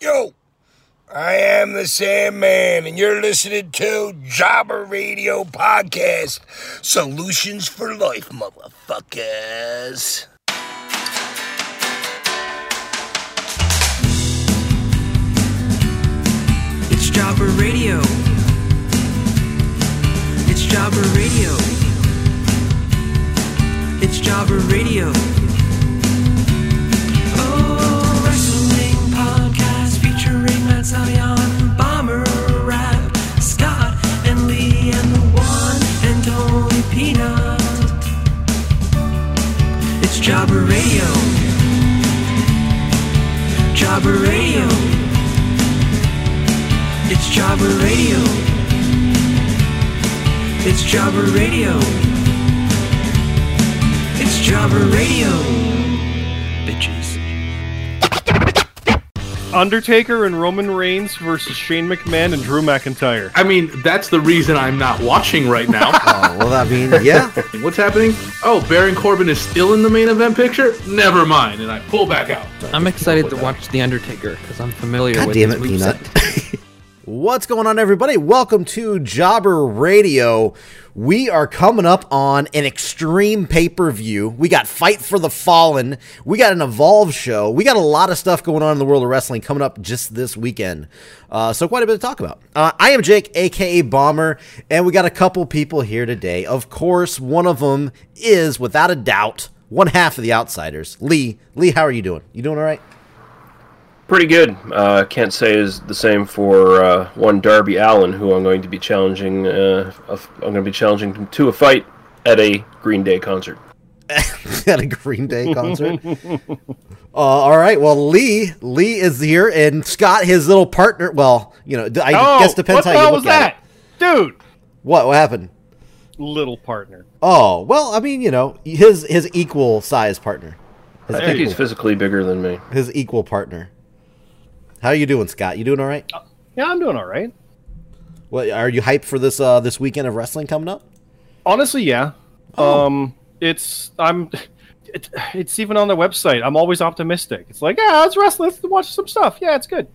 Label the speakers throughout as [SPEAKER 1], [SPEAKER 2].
[SPEAKER 1] Yo, I am the Sandman, and you're listening to Jobber Radio Podcast Solutions for Life, motherfuckers.
[SPEAKER 2] It's Jobber Radio. It's Jobber Radio. It's Jobber Radio. Oh, wrestling podcast featuring Matt Salion, Bomber Rap, Scott and Lee, and the one and only Peanut. It's Jobber Radio. Jobber Radio. It's Jobber Radio. It's Jobber Radio. It's Jobber Radio. Bitches.
[SPEAKER 3] Undertaker and Roman Reigns versus Shane McMahon and Drew McIntyre.
[SPEAKER 4] I mean, that's the reason I'm not watching right now.
[SPEAKER 5] Oh, well, I mean, yeah.
[SPEAKER 4] What's happening? Oh, Baron Corbin is still in the main event picture? Never mind. And I pull back out.
[SPEAKER 6] I'm excited to watch The Undertaker because I'm familiar
[SPEAKER 5] God
[SPEAKER 6] with
[SPEAKER 5] damn
[SPEAKER 6] his
[SPEAKER 5] it,
[SPEAKER 6] weak
[SPEAKER 5] Peanut.
[SPEAKER 6] side.
[SPEAKER 5] What's going on, everybody? Welcome to Jobber Radio. We are coming up on an extreme pay per view. We got Fight for the Fallen. We got an Evolve show. We got a lot of stuff going on in the world of wrestling coming up just this weekend. Uh, so, quite a bit to talk about. Uh, I am Jake, aka Bomber, and we got a couple people here today. Of course, one of them is, without a doubt, one half of the Outsiders. Lee, Lee, how are you doing? You doing all right?
[SPEAKER 7] Pretty good. Uh, can't say is the same for uh, one Darby Allen, who I'm going to be challenging. Uh, a f- I'm going to be challenging him to a fight at a Green Day concert.
[SPEAKER 5] at a Green Day concert. uh, all right. Well, Lee Lee is here, and Scott, his little partner. Well, you know, d- I guess depends
[SPEAKER 3] Oh, what the
[SPEAKER 5] how you
[SPEAKER 3] hell
[SPEAKER 5] look
[SPEAKER 3] was
[SPEAKER 5] at
[SPEAKER 3] that, dude?
[SPEAKER 5] it. What what happened?
[SPEAKER 3] Little partner.
[SPEAKER 5] Oh, well, I mean, you know, his his equal size partner, his,
[SPEAKER 7] I think
[SPEAKER 5] equal,
[SPEAKER 7] he's physically bigger than me.
[SPEAKER 5] his equal partner. How you doing, Scott? You doing all
[SPEAKER 7] Uh,
[SPEAKER 5] right?
[SPEAKER 3] Yeah, I'm doing all right.
[SPEAKER 5] What are you hyped for this uh, this weekend of wrestling coming up?
[SPEAKER 3] Honestly, yeah.
[SPEAKER 5] Oh.
[SPEAKER 3] Um, it's I'm. It, it's even on the website. I'm always optimistic. It's like, yeah, let's wrestle. Let's watch some stuff. Yeah, it's good.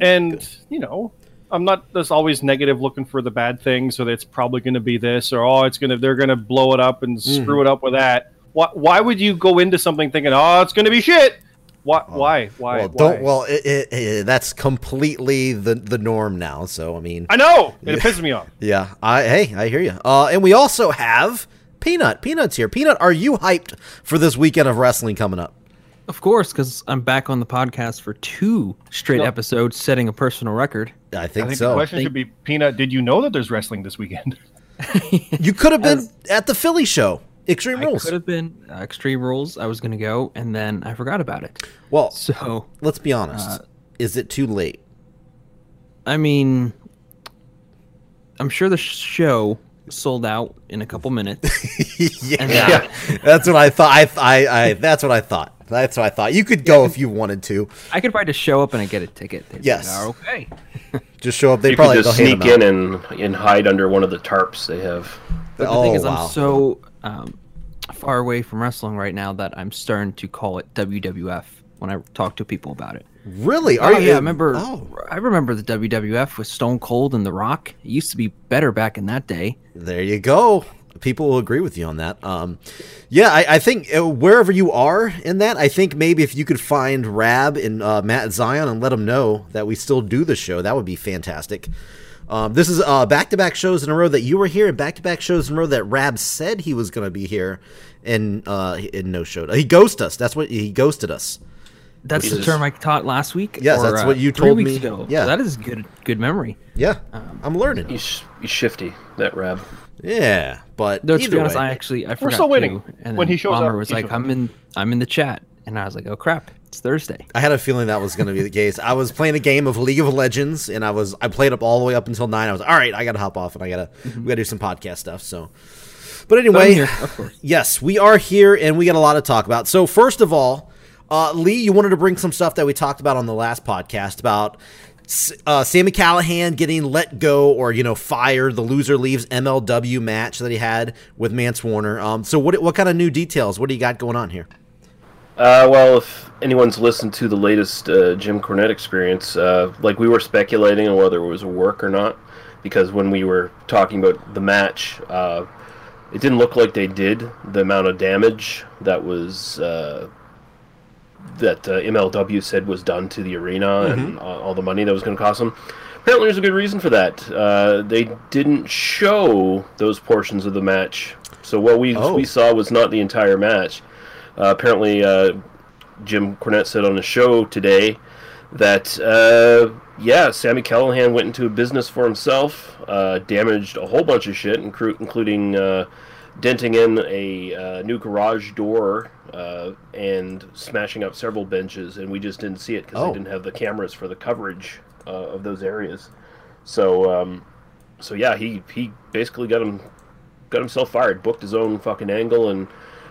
[SPEAKER 3] And you know, I'm not just always negative, looking for the bad things, or that it's probably going to be this, or oh, it's going to they're going to blow it up and
[SPEAKER 5] Mm-hmm.
[SPEAKER 3] screw it up with that. Why, why would you go into something thinking, oh, it's going to be shit? Why? why? Why?
[SPEAKER 5] Oh. well,
[SPEAKER 3] why?
[SPEAKER 5] don't. Well, it, it, it, that's completely the the norm now. So I mean,
[SPEAKER 3] I know it pisses me off.
[SPEAKER 5] Yeah, I hey, I hear you. Uh, and we also have Peanut. Peanut's here. Peanut, are you hyped for this weekend of wrestling coming up?
[SPEAKER 6] Of course, because I'm back on the podcast for two straight episodes, setting a personal record.
[SPEAKER 5] I
[SPEAKER 3] I
[SPEAKER 5] think,
[SPEAKER 3] think the
[SPEAKER 5] so.
[SPEAKER 3] question should be, Peanut, did you know that there's wrestling this weekend?
[SPEAKER 5] You could have been at the Philly show, Extreme
[SPEAKER 6] I
[SPEAKER 5] Rules.
[SPEAKER 6] could have been uh, Extreme Rules. I was going to go, and then I forgot about it.
[SPEAKER 5] Well,
[SPEAKER 6] So,
[SPEAKER 5] let's be honest.
[SPEAKER 3] uh,
[SPEAKER 5] Is it too late?
[SPEAKER 6] I mean, I'm sure the show sold out in a couple minutes.
[SPEAKER 5] yeah,
[SPEAKER 6] And uh, yeah.
[SPEAKER 5] that's what I thought. I, I, I, that's what I thought. That's what I thought. You could go if you wanted to.
[SPEAKER 6] I could probably just show up and I get a ticket. They'd say,
[SPEAKER 5] Yes.
[SPEAKER 6] "Oh, okay.
[SPEAKER 5] Just show up. They
[SPEAKER 7] you
[SPEAKER 5] probably
[SPEAKER 7] could just
[SPEAKER 5] they'll hand
[SPEAKER 7] sneak
[SPEAKER 5] them
[SPEAKER 7] in and and hide under one of the tarps they have.
[SPEAKER 5] out.
[SPEAKER 6] But the thing
[SPEAKER 5] Oh,
[SPEAKER 6] is,
[SPEAKER 5] wow.
[SPEAKER 6] I'm so um, far away from wrestling right now that I'm starting to call it WWF when I talk to people about it.
[SPEAKER 5] really?
[SPEAKER 6] Oh
[SPEAKER 5] Are you?
[SPEAKER 6] yeah, I remember.
[SPEAKER 5] Oh,
[SPEAKER 6] I remember the WWF with Stone Cold and The Rock. It used to be better back in that day.
[SPEAKER 5] There you go. People will agree with you on that. Um, yeah, I, I think uh, wherever you are in that, I think maybe if you could find Rab and uh, Matt Zion and let them know that we still do the show, that would be fantastic. Um, this is uh, back-to-back shows in a row that you were here, and back-to-back shows in a row that Rab said he was going to be here, and uh, and no showed. He ghosted us. That's what he ghosted us.
[SPEAKER 6] That's the
[SPEAKER 7] Jesus.
[SPEAKER 6] term I taught last week. uh,
[SPEAKER 5] Yes, that's what you
[SPEAKER 6] three
[SPEAKER 5] told
[SPEAKER 6] weeks
[SPEAKER 5] me.
[SPEAKER 6] Ago.
[SPEAKER 5] Yeah.
[SPEAKER 6] so that is good. Good memory.
[SPEAKER 5] Yeah, I'm learning.
[SPEAKER 6] Um,
[SPEAKER 7] He's, sh- he's shifty, that rab.
[SPEAKER 5] Yeah, but
[SPEAKER 6] No, to be
[SPEAKER 5] either
[SPEAKER 6] honest,
[SPEAKER 5] way.
[SPEAKER 6] I actually I forgot.
[SPEAKER 3] still waiting.
[SPEAKER 6] too, and
[SPEAKER 3] When
[SPEAKER 6] then
[SPEAKER 3] he shows
[SPEAKER 6] Bomber
[SPEAKER 3] up,
[SPEAKER 6] was
[SPEAKER 3] he
[SPEAKER 6] like,
[SPEAKER 3] shows
[SPEAKER 6] "I'm in. I'm in the chat," and I was like, "Oh crap, it's Thursday."
[SPEAKER 5] I had a feeling that was going to be the case. I was playing a game of League of Legends, and I was I played up all the way up until nine. I was all right. I got to hop off, and I gotta we gotta do some podcast stuff. So, but
[SPEAKER 6] But I'm
[SPEAKER 5] anyway,
[SPEAKER 6] here, of course.
[SPEAKER 5] yes, we are here, and we got a lot to talk about. So first of all, uh, Lee, you wanted to bring some stuff that we talked about on the last podcast about. S- Uh, Sammy Callahan getting let go or you know fired the loser leaves MLW match that he had with Mance Warner. Um, so what what kind of new details? What do you got going on here?
[SPEAKER 7] Uh, well, if anyone's listened to the latest uh, Jim Cornette experience, uh, like we were speculating on whether it was a work or not, because when we were talking about the match, uh, it didn't look like they did the amount of damage that was uh, that uh, MLW said was done to the arena and a- all the money that was going to cost them. Apparently, there's a good reason for that. Uh, they didn't show those portions of the match, so what we
[SPEAKER 5] Oh.
[SPEAKER 7] we saw was not the entire match. Uh, apparently, uh, Jim Cornette said on the show today that uh, yeah, Sammy Callahan went into a business for himself, uh, damaged a whole bunch of shit, incru- including uh, denting in a uh, new garage door uh, and smashing up several benches, and we just didn't see it because
[SPEAKER 5] Oh.
[SPEAKER 7] they didn't have the cameras for the coverage uh, of those areas. So, um, so yeah, he he basically got him got himself fired, booked his own fucking angle, and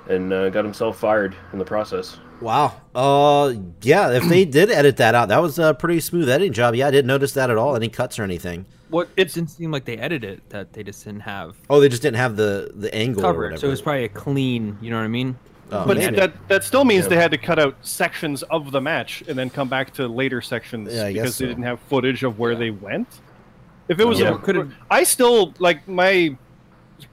[SPEAKER 7] and uh, got himself fired in the process.
[SPEAKER 5] Wow. Uh, yeah. If they did edit that out, that was a pretty smooth editing job. Yeah, I didn't notice that at all. Any cuts or anything.
[SPEAKER 6] What it didn't seem like they edited it, that they just didn't have
[SPEAKER 5] Oh, they just didn't have the the angle or
[SPEAKER 6] covered.
[SPEAKER 5] whatever.
[SPEAKER 6] So it was probably a clean. You know what I mean?
[SPEAKER 5] Oh,
[SPEAKER 3] but
[SPEAKER 5] maybe.
[SPEAKER 3] that that still means they had to cut out sections of the match and then come back to later sections
[SPEAKER 5] Yeah, I guess
[SPEAKER 3] because they
[SPEAKER 5] so.
[SPEAKER 3] didn't have footage of where they went. If it was,
[SPEAKER 7] Yeah.
[SPEAKER 3] a, could I still like my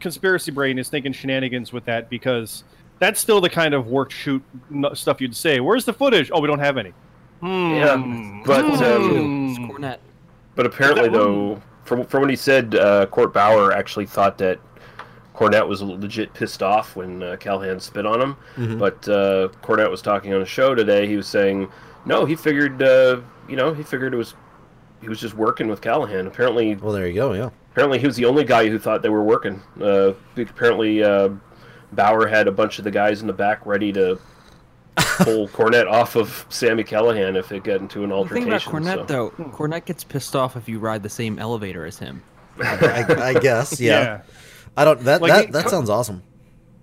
[SPEAKER 3] conspiracy brain is thinking shenanigans with that because that's still the kind of work shoot n- stuff you'd say. Where's the footage? Oh, we don't have any. Hmm.
[SPEAKER 7] Yeah, but
[SPEAKER 6] uh,
[SPEAKER 7] um,
[SPEAKER 6] It's Cornette.
[SPEAKER 7] But apparently,
[SPEAKER 3] That one-
[SPEAKER 7] though, from from what he said, uh, Court Bauer actually thought that Cornette was legit pissed off when uh, Callahan spit on him.
[SPEAKER 3] Mm-hmm.
[SPEAKER 7] But uh, Cornette was talking on a show today. He was saying, no, he figured, uh, you know, he figured it was he was just working with Callahan. Apparently,
[SPEAKER 5] well, there you go. Yeah.
[SPEAKER 7] apparently he was the only guy who thought they were working. Uh, apparently, uh, Bauer had a bunch of the guys in the back ready to. pull Cornette off of Sammy Callahan if it got into an
[SPEAKER 6] The thing
[SPEAKER 7] altercation.
[SPEAKER 6] about Cornette,
[SPEAKER 7] so.
[SPEAKER 6] though, Cornette gets pissed off if you ride the same elevator as him.
[SPEAKER 5] I, I guess. Yeah.
[SPEAKER 3] yeah.
[SPEAKER 5] I don't. That
[SPEAKER 3] Like,
[SPEAKER 5] that,
[SPEAKER 3] it-
[SPEAKER 5] that sounds awesome.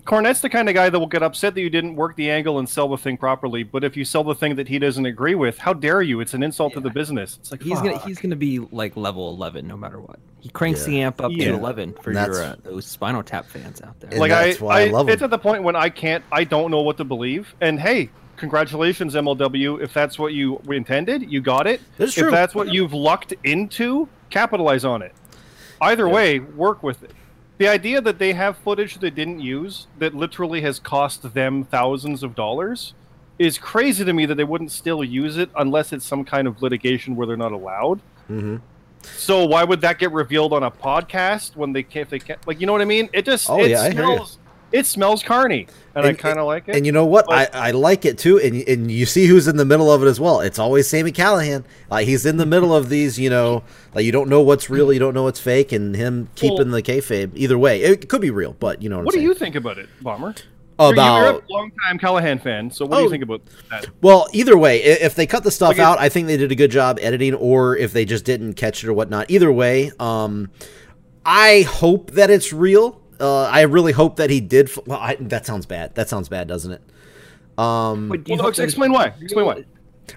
[SPEAKER 3] Cornette's the kind of guy that will get upset that you didn't work the angle and sell the thing properly. But if you sell the thing that he doesn't agree with, how dare you? It's an insult to the business. It's like
[SPEAKER 6] He's gonna
[SPEAKER 3] fuck.
[SPEAKER 6] he's gonna be like level eleven no matter what. He cranks the
[SPEAKER 5] Yeah.
[SPEAKER 6] amp up
[SPEAKER 3] Yeah.
[SPEAKER 6] to eleven for
[SPEAKER 5] That's-
[SPEAKER 6] your uh, those Spinal Tap fans out there.
[SPEAKER 5] And
[SPEAKER 3] like
[SPEAKER 5] that's
[SPEAKER 3] I,
[SPEAKER 5] why I
[SPEAKER 3] I-
[SPEAKER 5] love
[SPEAKER 3] it's
[SPEAKER 5] him.
[SPEAKER 3] at the point when I can't, I don't know what to believe. And hey, congratulations MLW, if that's what you intended, you got it.
[SPEAKER 5] That's
[SPEAKER 3] if
[SPEAKER 5] true.
[SPEAKER 3] that's what you've lucked into, capitalize on it. Either way, work with it. The idea that they have footage they didn't use that literally has cost them thousands of dollars is crazy to me that they wouldn't still use it unless it's some kind of litigation where they're not allowed.
[SPEAKER 5] Mhm.
[SPEAKER 3] So why would that get revealed on a podcast when they can't? If they can't, like you know what I mean? It just
[SPEAKER 5] Oh,
[SPEAKER 3] it
[SPEAKER 5] yeah, I hear you.
[SPEAKER 3] smells it smells carny, and, I
[SPEAKER 5] And-
[SPEAKER 3] kind of like it.
[SPEAKER 5] And you know what?
[SPEAKER 3] But-
[SPEAKER 5] I, I like it too. And and you see who's in the middle of it as well. It's always Sammy Callahan. Like he's in the middle of these. You know, like you don't know what's real, you don't know what's fake, and him keeping the kayfabe. Either way, it could be real, but you know what,
[SPEAKER 3] what
[SPEAKER 5] I'm
[SPEAKER 3] do
[SPEAKER 5] saying.
[SPEAKER 3] you think about it, Bomber?
[SPEAKER 5] About-
[SPEAKER 3] you're, you're a longtime Callahan fan, so what do
[SPEAKER 5] Oh.
[SPEAKER 3] you think about that?
[SPEAKER 5] Well, either way, i- if they cut the stuff
[SPEAKER 3] Like it-
[SPEAKER 5] out, I think they did a good job editing, or if they just didn't catch it or whatnot. Either way, um, I hope that it's real. Uh, I really hope that he did. F- well, I, that sounds bad. That sounds bad, doesn't it?
[SPEAKER 6] But do you
[SPEAKER 3] Well, no,
[SPEAKER 6] hope
[SPEAKER 3] ex-
[SPEAKER 6] that it's
[SPEAKER 3] explain why. Explain why.
[SPEAKER 6] real-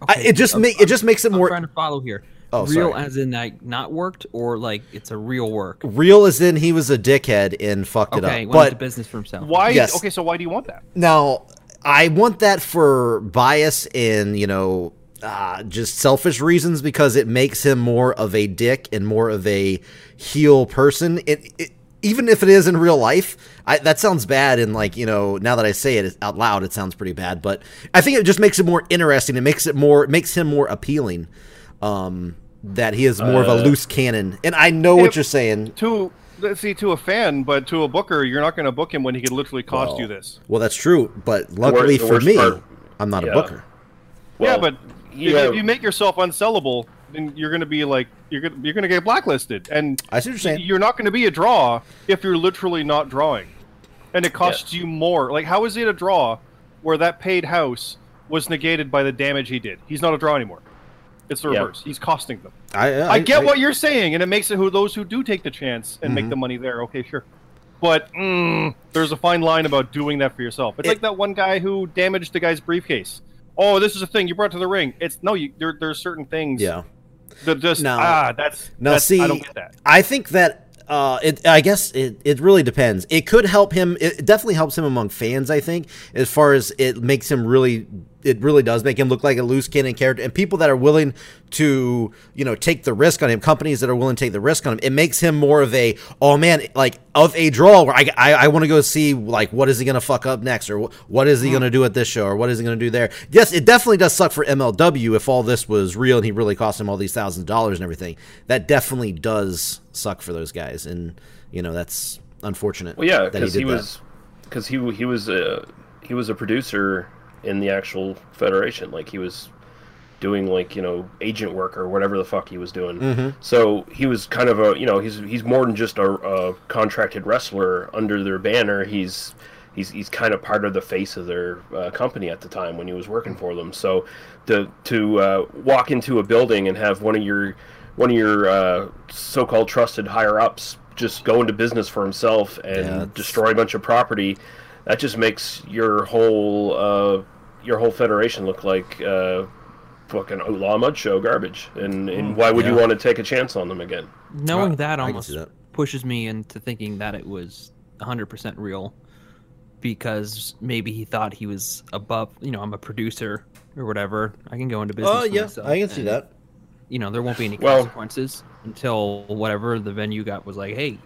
[SPEAKER 5] I, it just
[SPEAKER 6] I'm-
[SPEAKER 5] ma- it just makes it
[SPEAKER 6] I'm
[SPEAKER 5] more
[SPEAKER 6] trying to follow here.
[SPEAKER 5] Oh,
[SPEAKER 6] real
[SPEAKER 5] sorry.
[SPEAKER 6] as in like not worked or like it's a real work.
[SPEAKER 5] real as in he was a dickhead and fucked
[SPEAKER 6] Okay,
[SPEAKER 5] it
[SPEAKER 6] went
[SPEAKER 5] up.
[SPEAKER 6] into
[SPEAKER 5] But
[SPEAKER 6] business for himself.
[SPEAKER 3] Why?
[SPEAKER 5] Yes.
[SPEAKER 3] Okay, so why do you want that?
[SPEAKER 5] now I want that for bias and you know uh, just selfish reasons because it makes him more of a dick and more of a heel person. It. it even if it is in real life, I, that sounds bad. And like you know, now that I say it out loud, it sounds pretty bad. But I think it just makes it more interesting. It makes it more it makes him more appealing. Um, that he is more of
[SPEAKER 3] Uh,
[SPEAKER 5] a loose cannon. And I know what
[SPEAKER 3] If-
[SPEAKER 5] you're saying.
[SPEAKER 3] To let's see, to a fan, but to a booker, you're not going to book him when he could literally cost you this.
[SPEAKER 5] Well, that's true, but luckily
[SPEAKER 7] Oh. the
[SPEAKER 5] for
[SPEAKER 7] worst
[SPEAKER 5] me,
[SPEAKER 7] part-
[SPEAKER 5] I'm not a
[SPEAKER 7] yeah.
[SPEAKER 5] booker.
[SPEAKER 3] yeah,
[SPEAKER 7] Well,
[SPEAKER 3] but
[SPEAKER 7] you
[SPEAKER 3] if,
[SPEAKER 7] have-
[SPEAKER 3] if you make yourself unsellable, then you're going to be like you're going to you're going to get blacklisted, and
[SPEAKER 5] I see what you're saying.
[SPEAKER 3] you're not going to be a draw if you're literally not drawing, and it costs you more. Like, how is it a draw where that paid house was negated by the damage he did? He's not a draw anymore. It's the
[SPEAKER 7] Yeah.
[SPEAKER 3] reverse. He's costing them.
[SPEAKER 5] I, Mm-hmm.
[SPEAKER 3] I, get what you're saying, and it makes it who those who do take the chance and make the money there. Okay, sure. But mm, there's a fine line about doing that for yourself. It's
[SPEAKER 5] It-
[SPEAKER 3] like that one guy who damaged the guy's briefcase. Oh, this is a thing you brought to the ring. It's no, you, there, there's certain things
[SPEAKER 5] Yeah.
[SPEAKER 3] that just
[SPEAKER 5] No.
[SPEAKER 3] ah, that's
[SPEAKER 5] Now,
[SPEAKER 3] that's-
[SPEAKER 5] see,
[SPEAKER 3] I don't get that.
[SPEAKER 5] I think that Uh, it, I guess it, it really depends. It could help him. It definitely helps him among fans. I think as far as it makes him really, it really does make him look like a loose cannon character. And people that are willing to, you know, take the risk on him, companies that are willing to take the risk on him, it makes him more of a oh man, like of a draw. Where I I, I want to go see like what is he gonna fuck up next, or wh- what is he gonna do at this show, or what is he gonna do there. Yes, it definitely does suck for MLW if all this was real and he really cost him all these thousands of dollars and everything. That definitely does suck for those guys, and you know that's unfortunate.
[SPEAKER 7] Well, yeah,
[SPEAKER 5] that
[SPEAKER 7] because he,
[SPEAKER 5] did that.
[SPEAKER 7] was because he w- he was a he was a producer in the actual federation. Like he was doing like you know agent work or whatever the fuck he was doing.
[SPEAKER 5] Mm-hmm.
[SPEAKER 7] So he was kind of a you know he's he's more than just a, a contracted wrestler under their banner. He's he's he's kind of part of the face of their uh, company at the time when he was working for them. So to to uh, walk into a building and have one of your one of your uh, so-called trusted higher ups just go into business for himself and
[SPEAKER 5] Yeah, it's-
[SPEAKER 7] destroy a bunch of property, that just makes your whole uh, your whole federation look like. Uh, Fucking outlaw mud show garbage, and, and why would you want to take a chance on them again?
[SPEAKER 6] Knowing that
[SPEAKER 5] I can
[SPEAKER 6] almost
[SPEAKER 5] see that.
[SPEAKER 6] pushes me into thinking that it was 100% real because maybe he thought he was above, you know, I'm a producer or whatever. I can go into business.
[SPEAKER 5] Oh
[SPEAKER 6] for
[SPEAKER 5] yeah,
[SPEAKER 6] myself
[SPEAKER 5] I can see
[SPEAKER 6] and,
[SPEAKER 5] that.
[SPEAKER 6] You know, there won't be any
[SPEAKER 7] Well-
[SPEAKER 6] consequences until whatever the venue got was like, hey,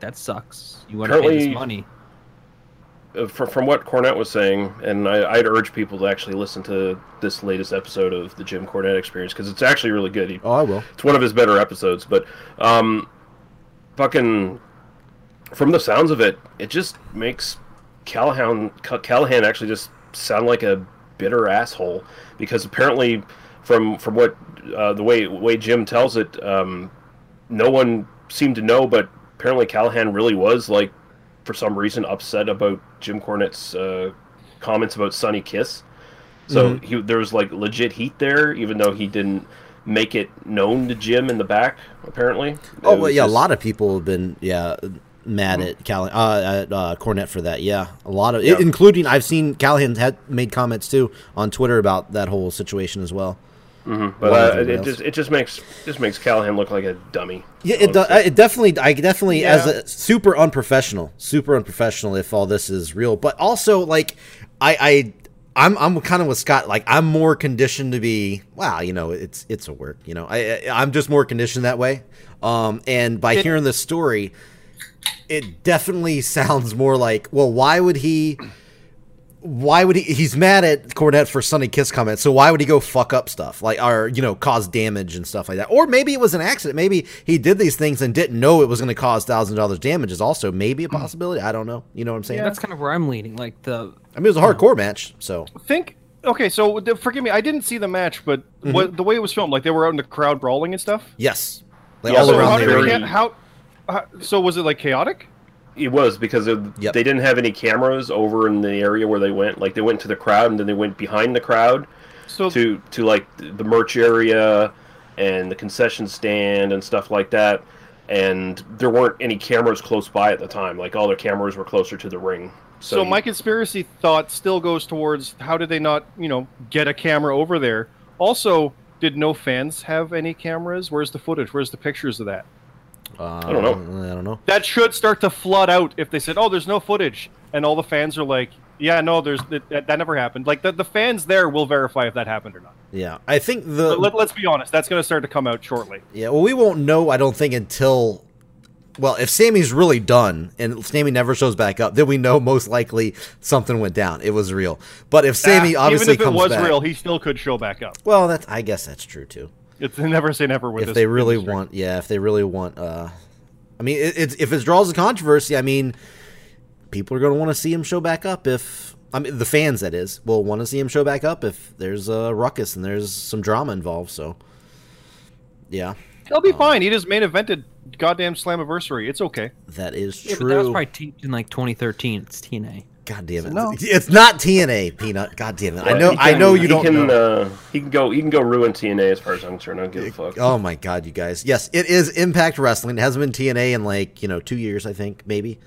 [SPEAKER 6] that sucks. You want to pay this
[SPEAKER 7] Currently-
[SPEAKER 6] money.
[SPEAKER 7] Uh, fr- from what Cornette was saying, and I, I'd urge people to actually listen to this latest episode of the Jim Cornette Experience because it's actually really good. He,
[SPEAKER 5] Oh, I will.
[SPEAKER 7] it's one of his better episodes, but um, fucking from the sounds of it, it just makes Callahan Ca- Callahan actually just sound like a bitter asshole because apparently, from from what uh, the way way Jim tells it, um, no one seemed to know, but apparently Callahan really was like for some reason upset about Jim Cornette's uh, comments about Sunny Kiss. So
[SPEAKER 5] Mm-hmm.
[SPEAKER 7] he, there was like legit heat there, even though he didn't make it known to Jim in the back.
[SPEAKER 5] Oh
[SPEAKER 7] Apparently. It
[SPEAKER 5] well,
[SPEAKER 7] was
[SPEAKER 5] yeah,
[SPEAKER 7] just-
[SPEAKER 5] a lot of people have been yeah mad at Callahan, uh, at uh, Cornette for that. Mm-hmm. Yeah, a lot of,
[SPEAKER 7] Yeah.
[SPEAKER 5] including I've seen Callahan had made comments too on Twitter about that whole situation as well. Wow,
[SPEAKER 7] But uh,
[SPEAKER 5] everybody
[SPEAKER 7] it
[SPEAKER 5] else.
[SPEAKER 7] just it just makes just makes Callahan look like a dummy.
[SPEAKER 5] Yeah, it, do,
[SPEAKER 7] honestly.
[SPEAKER 5] it definitely, I definitely, as a super unprofessional, super unprofessional. If all this is real, but also like, I, I, I'm, I'm kind of with Scott. Like, I'm more conditioned to be, wow, you know, it's, it's a work. You know, I, I I'm just more conditioned that way. Um, and by hearing this story, it definitely sounds more like, well, why would he? why would he he's mad at Cornette for Sunny Kiss comments, so why would he go fuck up stuff? Like or you know, cause damage and stuff like that. Or maybe it was an accident. Maybe he did these things and didn't know it was gonna cause thousand dollars damage is also maybe a possibility. I don't know. You know what I'm saying?
[SPEAKER 6] That's kind of where I'm leaning. Like the
[SPEAKER 5] I mean it was a hardcore match, so
[SPEAKER 3] think okay so th- forgive me i didn't see the match but
[SPEAKER 5] Mm-hmm.
[SPEAKER 3] what, the way it was filmed like they were out in the crowd brawling and stuff
[SPEAKER 5] yes. Like
[SPEAKER 7] Yeah,
[SPEAKER 5] all
[SPEAKER 3] so
[SPEAKER 7] so
[SPEAKER 3] how
[SPEAKER 5] around
[SPEAKER 3] did
[SPEAKER 5] the
[SPEAKER 7] very-
[SPEAKER 3] it
[SPEAKER 5] area.
[SPEAKER 3] get how, how so was it like chaotic
[SPEAKER 7] It was because it,
[SPEAKER 5] Yep.
[SPEAKER 7] they didn't have any cameras over in the area where they went. Like they went to the crowd and then they went behind the crowd
[SPEAKER 3] so
[SPEAKER 7] to to like th- the merch area and the concession stand and stuff like that. And there weren't any cameras close by at the time. Like all their cameras were closer to the ring.
[SPEAKER 3] so my conspiracy thought still goes towards how did they not you know get a camera over there also did no fans have any cameras where's the footage where's the pictures of that
[SPEAKER 5] Uh,
[SPEAKER 7] I don't know.
[SPEAKER 5] I don't know.
[SPEAKER 3] that should start to flood out if they said, "Oh, there's no footage," and all the fans are like, "Yeah, no, there's that, that, that never happened." Like the, the fans there will verify if that happened or not.
[SPEAKER 5] Yeah. I think the
[SPEAKER 3] But let, us be honest, that's going to start to come out shortly.
[SPEAKER 5] Yeah, well, we won't know, I don't think, until. Well, if Sammy's really done and Sammy never shows back up, then we know most likely something went down. It was real. But if Sammy
[SPEAKER 3] Ah,
[SPEAKER 5] obviously
[SPEAKER 3] even if it
[SPEAKER 5] comes
[SPEAKER 3] was
[SPEAKER 5] back,
[SPEAKER 3] real, he still could show back up.
[SPEAKER 5] well, that's I guess that's true too.
[SPEAKER 3] It's never say never with
[SPEAKER 5] if
[SPEAKER 3] this
[SPEAKER 5] they really
[SPEAKER 3] industry.
[SPEAKER 5] want, yeah, if they really want, uh, I mean, it, it's if it draws a controversy, I mean, people are going to want to see him show back up. If I mean, the fans that is will want to see him show back up if there's a ruckus and there's some drama involved. So, yeah,
[SPEAKER 3] They'll be fine. He just main evented goddamn Slammiversary. It's okay.
[SPEAKER 5] that is
[SPEAKER 6] yeah,
[SPEAKER 5] true.
[SPEAKER 6] but that was probably taped in like 2013. It's TNA.
[SPEAKER 5] God damn it!
[SPEAKER 3] No.
[SPEAKER 5] It's not TNA, Peanut. God damn it! I
[SPEAKER 7] But
[SPEAKER 5] know.
[SPEAKER 7] he
[SPEAKER 5] I
[SPEAKER 7] can-
[SPEAKER 5] know you
[SPEAKER 7] he
[SPEAKER 5] don't.
[SPEAKER 7] Can,
[SPEAKER 5] know.
[SPEAKER 7] Uh, he can go. He can go ruin TNA as far as I'm concerned. I don't give a fuck.
[SPEAKER 5] oh my god, you guys! Yes, it is Impact Wrestling. It hasn't been TNA in like you know two years, I think, maybe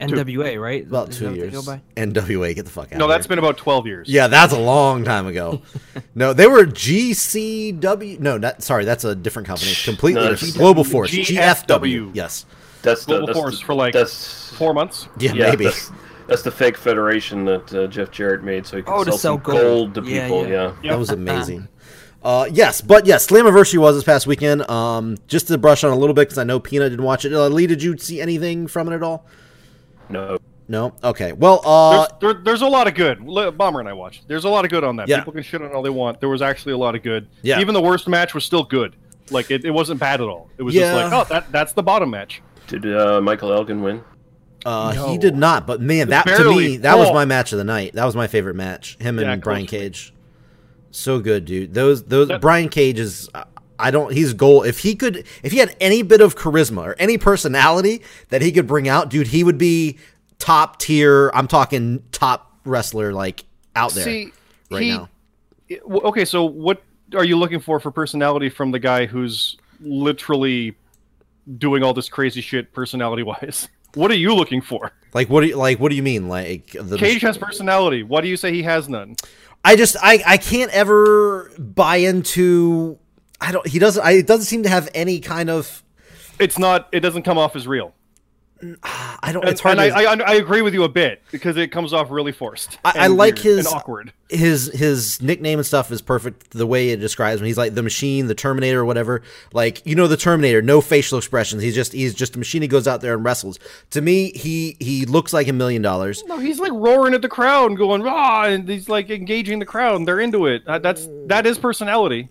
[SPEAKER 6] NWA, right?
[SPEAKER 5] about
[SPEAKER 6] Is
[SPEAKER 5] two
[SPEAKER 6] that what they go
[SPEAKER 5] years.
[SPEAKER 6] by?
[SPEAKER 5] NWA, get the fuck out.
[SPEAKER 3] No,
[SPEAKER 5] of here.
[SPEAKER 3] that's been about twelve years.
[SPEAKER 5] Yeah, that's a long time ago. no, they were GCW. No, not sorry. That's a different company. Completely
[SPEAKER 7] No,
[SPEAKER 5] different.
[SPEAKER 7] it's-
[SPEAKER 5] Global Force.
[SPEAKER 3] GFW.
[SPEAKER 5] GFW. Yes.
[SPEAKER 7] That's the,
[SPEAKER 3] Global
[SPEAKER 7] that's
[SPEAKER 3] Force
[SPEAKER 7] the,
[SPEAKER 3] for, like,
[SPEAKER 7] that's,
[SPEAKER 3] Four months.
[SPEAKER 5] Yeah,
[SPEAKER 7] yeah,
[SPEAKER 5] maybe.
[SPEAKER 7] That's, that's the fake federation that uh, Jeff Jarrett made, so he could
[SPEAKER 6] Oh, to
[SPEAKER 7] sell,
[SPEAKER 6] sell
[SPEAKER 7] some
[SPEAKER 6] gold.
[SPEAKER 7] gold. to
[SPEAKER 6] Yeah,
[SPEAKER 7] people.
[SPEAKER 6] yeah.
[SPEAKER 7] Yeah,
[SPEAKER 5] That was amazing. Uh, yes, but yes, Slammiversary was this past weekend. Um, just to brush on a little bit because I know Pina didn't watch it. Uh, Lee, did you see anything from it at all?
[SPEAKER 7] no,
[SPEAKER 5] No. Okay. Well, uh,
[SPEAKER 3] There's, there, there's a lot of good. L- Bomber and I watched. There's a lot of good on that.
[SPEAKER 5] Yeah.
[SPEAKER 3] People can shit on all they want. There was actually a lot of good.
[SPEAKER 5] Yeah.
[SPEAKER 3] Even the worst match was still good. Like it, it wasn't bad at all. It was just
[SPEAKER 5] Yeah.
[SPEAKER 3] like, oh, that that's the bottom match.
[SPEAKER 7] did uh, Michael Elgin win?
[SPEAKER 5] uh, he
[SPEAKER 3] no.
[SPEAKER 5] did not. But man, that to
[SPEAKER 3] Barely.
[SPEAKER 5] me, that was
[SPEAKER 3] Oh.
[SPEAKER 5] my match of the night. That was my favorite match. Him and
[SPEAKER 3] Yeah,
[SPEAKER 5] Brian
[SPEAKER 3] close.
[SPEAKER 5] Cage. So good, dude. Those those
[SPEAKER 3] That-
[SPEAKER 5] Brian Cage is. I- I don't. He's goal. If he could, if he had any bit of charisma or any personality that he could bring out, dude, he would be top tier. I'm talking top wrestler, like out there
[SPEAKER 3] See,
[SPEAKER 5] right
[SPEAKER 3] he-
[SPEAKER 5] now.
[SPEAKER 3] it- w- okay, so what are you looking for for personality from the guy who's literally doing all this crazy shit personality wise? What are you looking for?
[SPEAKER 5] Like what? Do you, like what do you mean? Like the
[SPEAKER 3] Cage has personality. Why do you say he has none?
[SPEAKER 5] I just I I can't ever buy into. I don't. He doesn't. I, it doesn't seem to have any kind of.
[SPEAKER 3] It's not. It doesn't come off as real.
[SPEAKER 5] I don't.
[SPEAKER 3] And,
[SPEAKER 5] it's hard.
[SPEAKER 3] and
[SPEAKER 5] to,
[SPEAKER 3] I, I I agree with you a bit because it comes off really forced.
[SPEAKER 5] I- I
[SPEAKER 3] and
[SPEAKER 5] like
[SPEAKER 3] weird
[SPEAKER 5] his-
[SPEAKER 3] and awkward.
[SPEAKER 5] his his nickname and stuff is perfect the way it describes him. He's like the machine, the Terminator, or whatever. Like you know the Terminator, no facial expressions. He's just he's just a machine. He goes out there and wrestles. To me, he he looks like a million dollars.
[SPEAKER 3] No, he's like roaring at the crowd, and going rah, and he's like engaging the crowd, and they're into it. Uh, That's that is personality.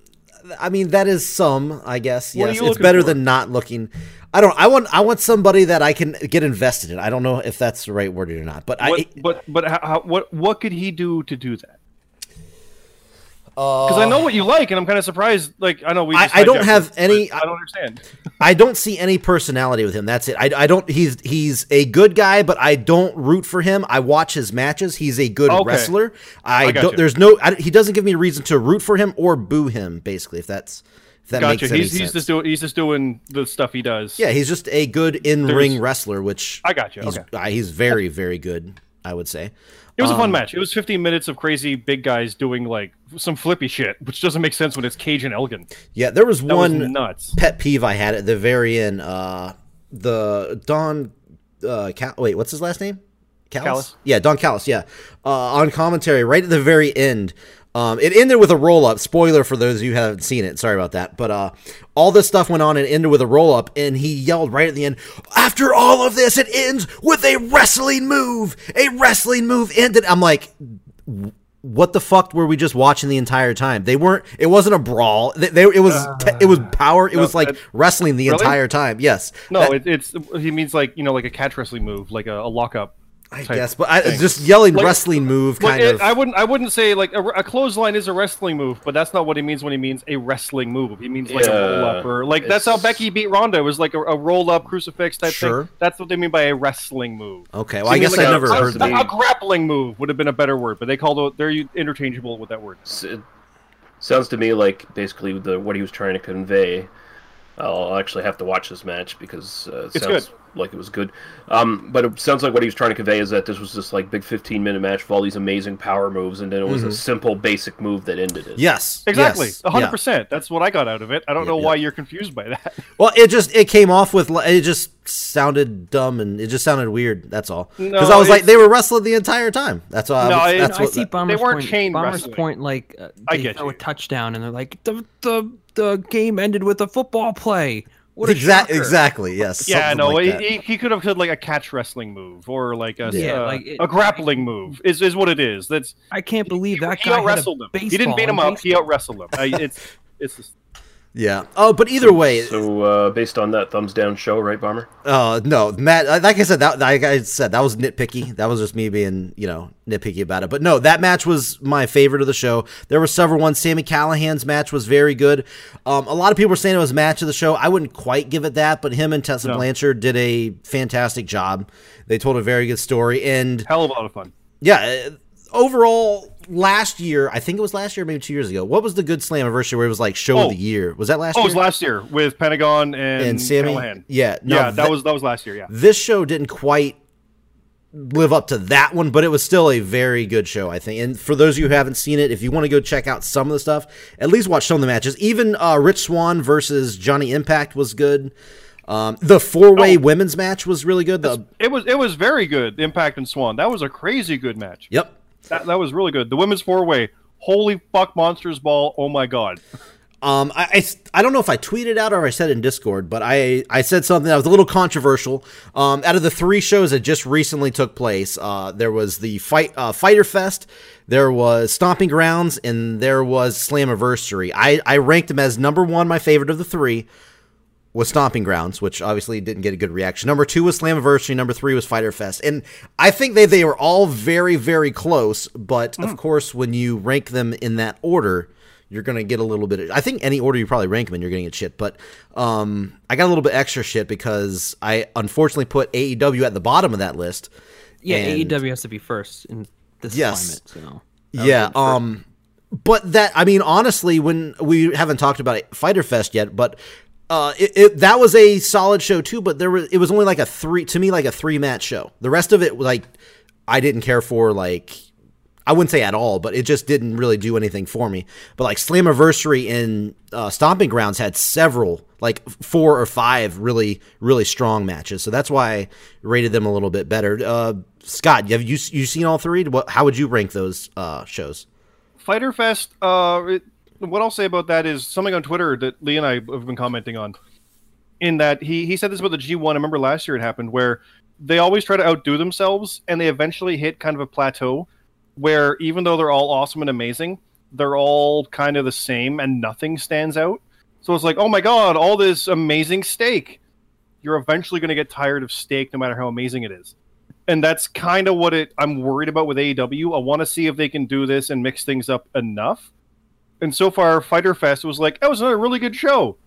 [SPEAKER 5] I mean, that is some, I guess.
[SPEAKER 3] What are you
[SPEAKER 5] Yes, it's
[SPEAKER 3] looking
[SPEAKER 5] better
[SPEAKER 3] for?
[SPEAKER 5] than not looking. I don't. I want. I want somebody that I can get invested in. I don't know if that's the right word or not, but
[SPEAKER 3] What,
[SPEAKER 5] I.
[SPEAKER 3] but but how, how, what what could he do to do that? Because I know what you like, and I'm kind of surprised. Like I know we.
[SPEAKER 5] Uh, I-
[SPEAKER 3] just
[SPEAKER 5] I don't
[SPEAKER 3] hijacked
[SPEAKER 5] have
[SPEAKER 3] this,
[SPEAKER 5] any-
[SPEAKER 3] but I don't understand.
[SPEAKER 5] I don't see any personality with him. That's it. I, I don't. He's he's a good guy, but I don't root for him. I watch his matches. He's a good
[SPEAKER 3] Okay.
[SPEAKER 5] wrestler. I,
[SPEAKER 3] I got
[SPEAKER 5] don't.
[SPEAKER 3] you.
[SPEAKER 5] There's no. I, he doesn't give me a reason to root for him or boo him. Basically, if that's if that
[SPEAKER 3] Gotcha.
[SPEAKER 5] makes any
[SPEAKER 3] He's,
[SPEAKER 5] sense.
[SPEAKER 3] he's just doing he's just doing the stuff he does.
[SPEAKER 5] yeah, he's just a good in ring wrestler. Which
[SPEAKER 3] I got you.
[SPEAKER 5] He's,
[SPEAKER 3] Okay.
[SPEAKER 5] uh, he's very very good. I would say.
[SPEAKER 3] It was a
[SPEAKER 5] um,
[SPEAKER 3] fun match. It was 15 minutes of crazy big guys doing like some flippy shit, which doesn't make sense when it's Cage and Elgin.
[SPEAKER 5] Yeah, there was
[SPEAKER 3] That
[SPEAKER 5] one.
[SPEAKER 3] was nuts.
[SPEAKER 5] pet peeve I had at the very end. Uh, the Don, uh, Cal- wait, what's his last name? Callis?
[SPEAKER 3] Callis.
[SPEAKER 5] Yeah, Don Callis. Yeah, uh, on commentary right at the very end. Um, it ended with a roll up. Spoiler for those of you who haven't seen it. Sorry about that. But uh, all this stuff went on and ended with a roll up, and he yelled right at the end. After all of this, it ends with a wrestling move. A wrestling move ended. I'm like, what the fuck were we just watching the entire time? They weren't. It wasn't a brawl. They, they- it was te- it was power. It was like
[SPEAKER 3] Ah, that-
[SPEAKER 5] wrestling the
[SPEAKER 3] Really?
[SPEAKER 5] entire time. Yes.
[SPEAKER 3] No,
[SPEAKER 5] That-
[SPEAKER 3] it, it's he means like you know like a catch wrestling move, like a, a lockup.
[SPEAKER 5] I
[SPEAKER 3] type
[SPEAKER 5] guess. But I
[SPEAKER 3] thing.
[SPEAKER 5] just yelling
[SPEAKER 3] Like-
[SPEAKER 5] wrestling move
[SPEAKER 3] Well,
[SPEAKER 5] kind
[SPEAKER 3] it-
[SPEAKER 5] of.
[SPEAKER 3] I wouldn't. I wouldn't say like a, a clothesline is a wrestling move, but that's not what he means when he means a wrestling move. He means like
[SPEAKER 7] Yeah,
[SPEAKER 3] a roll up or like that's how
[SPEAKER 7] it's-
[SPEAKER 3] Becky beat Ronda was like a, a roll up crucifix type
[SPEAKER 5] Sure.
[SPEAKER 3] thing. That's what they mean by a wrestling move.
[SPEAKER 5] okay. Well,
[SPEAKER 3] They
[SPEAKER 5] I
[SPEAKER 3] mean,
[SPEAKER 5] guess
[SPEAKER 3] like,
[SPEAKER 5] I
[SPEAKER 3] a-
[SPEAKER 5] never
[SPEAKER 3] a,
[SPEAKER 5] heard that.
[SPEAKER 3] a, grappling move would have been a better word, but they call it they're interchangeable with that word.
[SPEAKER 7] S- it sounds to me like basically the what he was trying to convey. I'll actually have to watch this match because uh, it
[SPEAKER 3] It's
[SPEAKER 7] sounds like it was good. Um, but it sounds like what he was trying to convey is that this was this like big 15 minute match with all these amazing power moves, and then it was
[SPEAKER 6] Mm-hmm.
[SPEAKER 7] a simple basic move that ended it.
[SPEAKER 5] Yes.
[SPEAKER 3] Exactly,
[SPEAKER 5] yes,
[SPEAKER 3] hundred
[SPEAKER 5] yeah.
[SPEAKER 3] percent. That's what I got out of it. I don't know
[SPEAKER 5] yep.
[SPEAKER 3] why you're confused by that.
[SPEAKER 5] Well, it just it came off with li- it just sounded dumb and it just sounded weird. That's all. Because
[SPEAKER 3] No,
[SPEAKER 5] I was like
[SPEAKER 3] it's-
[SPEAKER 5] they were wrestling the entire time. That's why.
[SPEAKER 3] No,
[SPEAKER 5] I was,
[SPEAKER 3] it-
[SPEAKER 5] that's
[SPEAKER 3] I
[SPEAKER 5] what.
[SPEAKER 6] see Bomber's
[SPEAKER 3] weren't
[SPEAKER 6] point.
[SPEAKER 3] chain
[SPEAKER 6] Bomber's
[SPEAKER 3] wrestling.
[SPEAKER 6] point, like uh,
[SPEAKER 3] I
[SPEAKER 6] they
[SPEAKER 3] get
[SPEAKER 6] throw a
[SPEAKER 3] you.
[SPEAKER 6] touchdown, and they're like, the the the game ended with a football play. What a
[SPEAKER 5] exactly.
[SPEAKER 6] shocker."
[SPEAKER 5] Exactly. Yes.
[SPEAKER 3] yeah,
[SPEAKER 5] something
[SPEAKER 3] no,
[SPEAKER 5] like
[SPEAKER 3] he,
[SPEAKER 5] that.
[SPEAKER 3] he, he could have said like a catch wrestling move or like a
[SPEAKER 6] Yeah,
[SPEAKER 3] uh,
[SPEAKER 6] like it-
[SPEAKER 3] a grappling move is is what it is. That's
[SPEAKER 6] I can't believe that
[SPEAKER 3] he
[SPEAKER 6] guy
[SPEAKER 3] out
[SPEAKER 6] had a
[SPEAKER 3] wrestled him. He didn't
[SPEAKER 6] baseball
[SPEAKER 3] beat him
[SPEAKER 6] in
[SPEAKER 3] up. He
[SPEAKER 6] baseball.
[SPEAKER 3] out wrestled him. I, it's it's just,
[SPEAKER 5] Yeah. Oh, but either way,
[SPEAKER 7] So uh, based on that thumbs down show, right, Bomber?
[SPEAKER 5] Uh, no, Matt. I- Like I said, that like I said, that was nitpicky. That was just me being, you know, nitpicky about it. But no, that match was my favorite of the show. There were several ones. Sammy Callahan's match was very good. Um, a lot of people were saying it was match of the show. I wouldn't quite give it that, but him and Tessa Blanchard did a fantastic job. They told a very good story, and
[SPEAKER 3] hell of a lot of fun.
[SPEAKER 5] yeah, uh, overall, last year, I think it was last year, maybe two years ago. What was the good slam anniversary where it was like show of
[SPEAKER 3] Oh.
[SPEAKER 5] the year? Was that last?
[SPEAKER 3] Oh, it
[SPEAKER 5] year?
[SPEAKER 3] was last year with Pentagon and,
[SPEAKER 5] And Sammy-
[SPEAKER 3] Callahan.
[SPEAKER 5] yeah, no,
[SPEAKER 3] yeah, that,
[SPEAKER 5] that-
[SPEAKER 3] was that was last year. Yeah,
[SPEAKER 5] this show didn't quite live up to that one, but it was still a very good show, I think. And for those of you who haven't seen it, if you want to go check out some of the stuff, at least watch some of the matches. Even uh, Rich Swan versus Johnny Impact was good. Um, the four way women's match was really good. The,
[SPEAKER 3] It was it was very good. the Impact and Swan. That was a crazy good match.
[SPEAKER 5] yep.
[SPEAKER 3] That, that was really good. The women's four way. Holy fuck, monsters ball! Oh my god.
[SPEAKER 5] Um, I, I s- I don't know if I tweeted out or I said in Discord, but I, I said something that was a little controversial. Um, out of the three shows that just recently took place, uh, there was the fight uh, Fighter Fest, there was Stomping Grounds, and there was Slammiversary. I, I ranked them as number one, my favorite of the three was Stomping Grounds, which obviously didn't get a good reaction. Number two was Slammiversary. Number three was Fighter Fest. And I think they, they were all very, very close. But of course, when you rank them in that order, you're going to get a little bit. Of, I think any order you probably rank them in, you're going to get shit. But um, I got a little bit extra shit because I unfortunately put AEW at the bottom of that list.
[SPEAKER 6] Yeah, E
[SPEAKER 5] And-
[SPEAKER 6] AEW has to be first in this
[SPEAKER 5] Yes.
[SPEAKER 6] climate. So
[SPEAKER 5] yeah um but that i mean honestly when we haven't talked about it, fighter fest yet but uh it, it, that was a solid show too but there was it was only like a three to me like a three match show the rest of it like i didn't care for like I wouldn't say at all, but it just didn't really do anything for me. But like Slammiversary and uh, Stomping Grounds had several, like f- four or five really, really strong matches. So that's why I rated them a little bit better. Uh, Scott, have you you seen all three? What, how would you rank those uh, shows?
[SPEAKER 3] Fighter Fest. Uh, it, what I'll say about that is something on Twitter that Lee and I have been commenting on. In that he he said this about the G1. I remember last year it happened where they always try to outdo themselves, and they eventually hit kind of a plateau where even though they're all awesome and amazing, they're all kind of the same, and nothing stands out. So it's like, oh my god, all this amazing steak. You're eventually going to get tired of steak, no matter how amazing it is and that's kind of what it I'm worried about with AEW. I want to see if they can do this and mix things up enough. And so far, Fighter Fest was like, that was another really good show.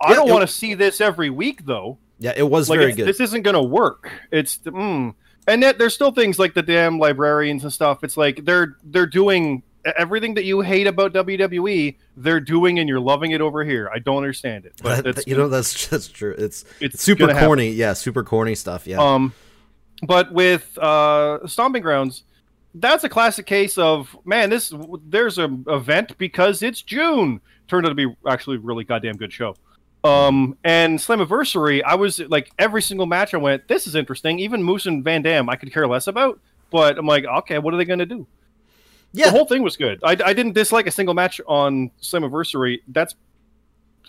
[SPEAKER 3] I
[SPEAKER 5] Yeah,
[SPEAKER 3] don't
[SPEAKER 5] it-
[SPEAKER 3] want to see this every week though.
[SPEAKER 5] Yeah, it was
[SPEAKER 3] Like
[SPEAKER 5] very
[SPEAKER 3] it's-
[SPEAKER 5] good.
[SPEAKER 3] this isn't gonna work. It's mm. and yet there's still things like the damn librarians and stuff. It's like they're they're doing e, everything that you hate about WWE. They're doing and you're loving it over here. I don't understand it, but
[SPEAKER 5] That-
[SPEAKER 3] that's
[SPEAKER 5] you know, that's just true. It's,
[SPEAKER 3] It's
[SPEAKER 5] it's super
[SPEAKER 3] gonna happen.
[SPEAKER 5] corny. Yeah, super corny stuff. Yeah.
[SPEAKER 3] Um, but with uh, Stomping Grounds, that's a classic case of man. This there's a event because it's June. Turned out to be actually a really goddamn good show. Um, and Slammiversary, I was like every single match I went, this is interesting. Even Moose and Van Dam, I could care less about. But I'm like, okay, what are they going to do?
[SPEAKER 5] yeah.
[SPEAKER 3] The whole thing was good. I, I didn't dislike a single match on Slammiversary. That's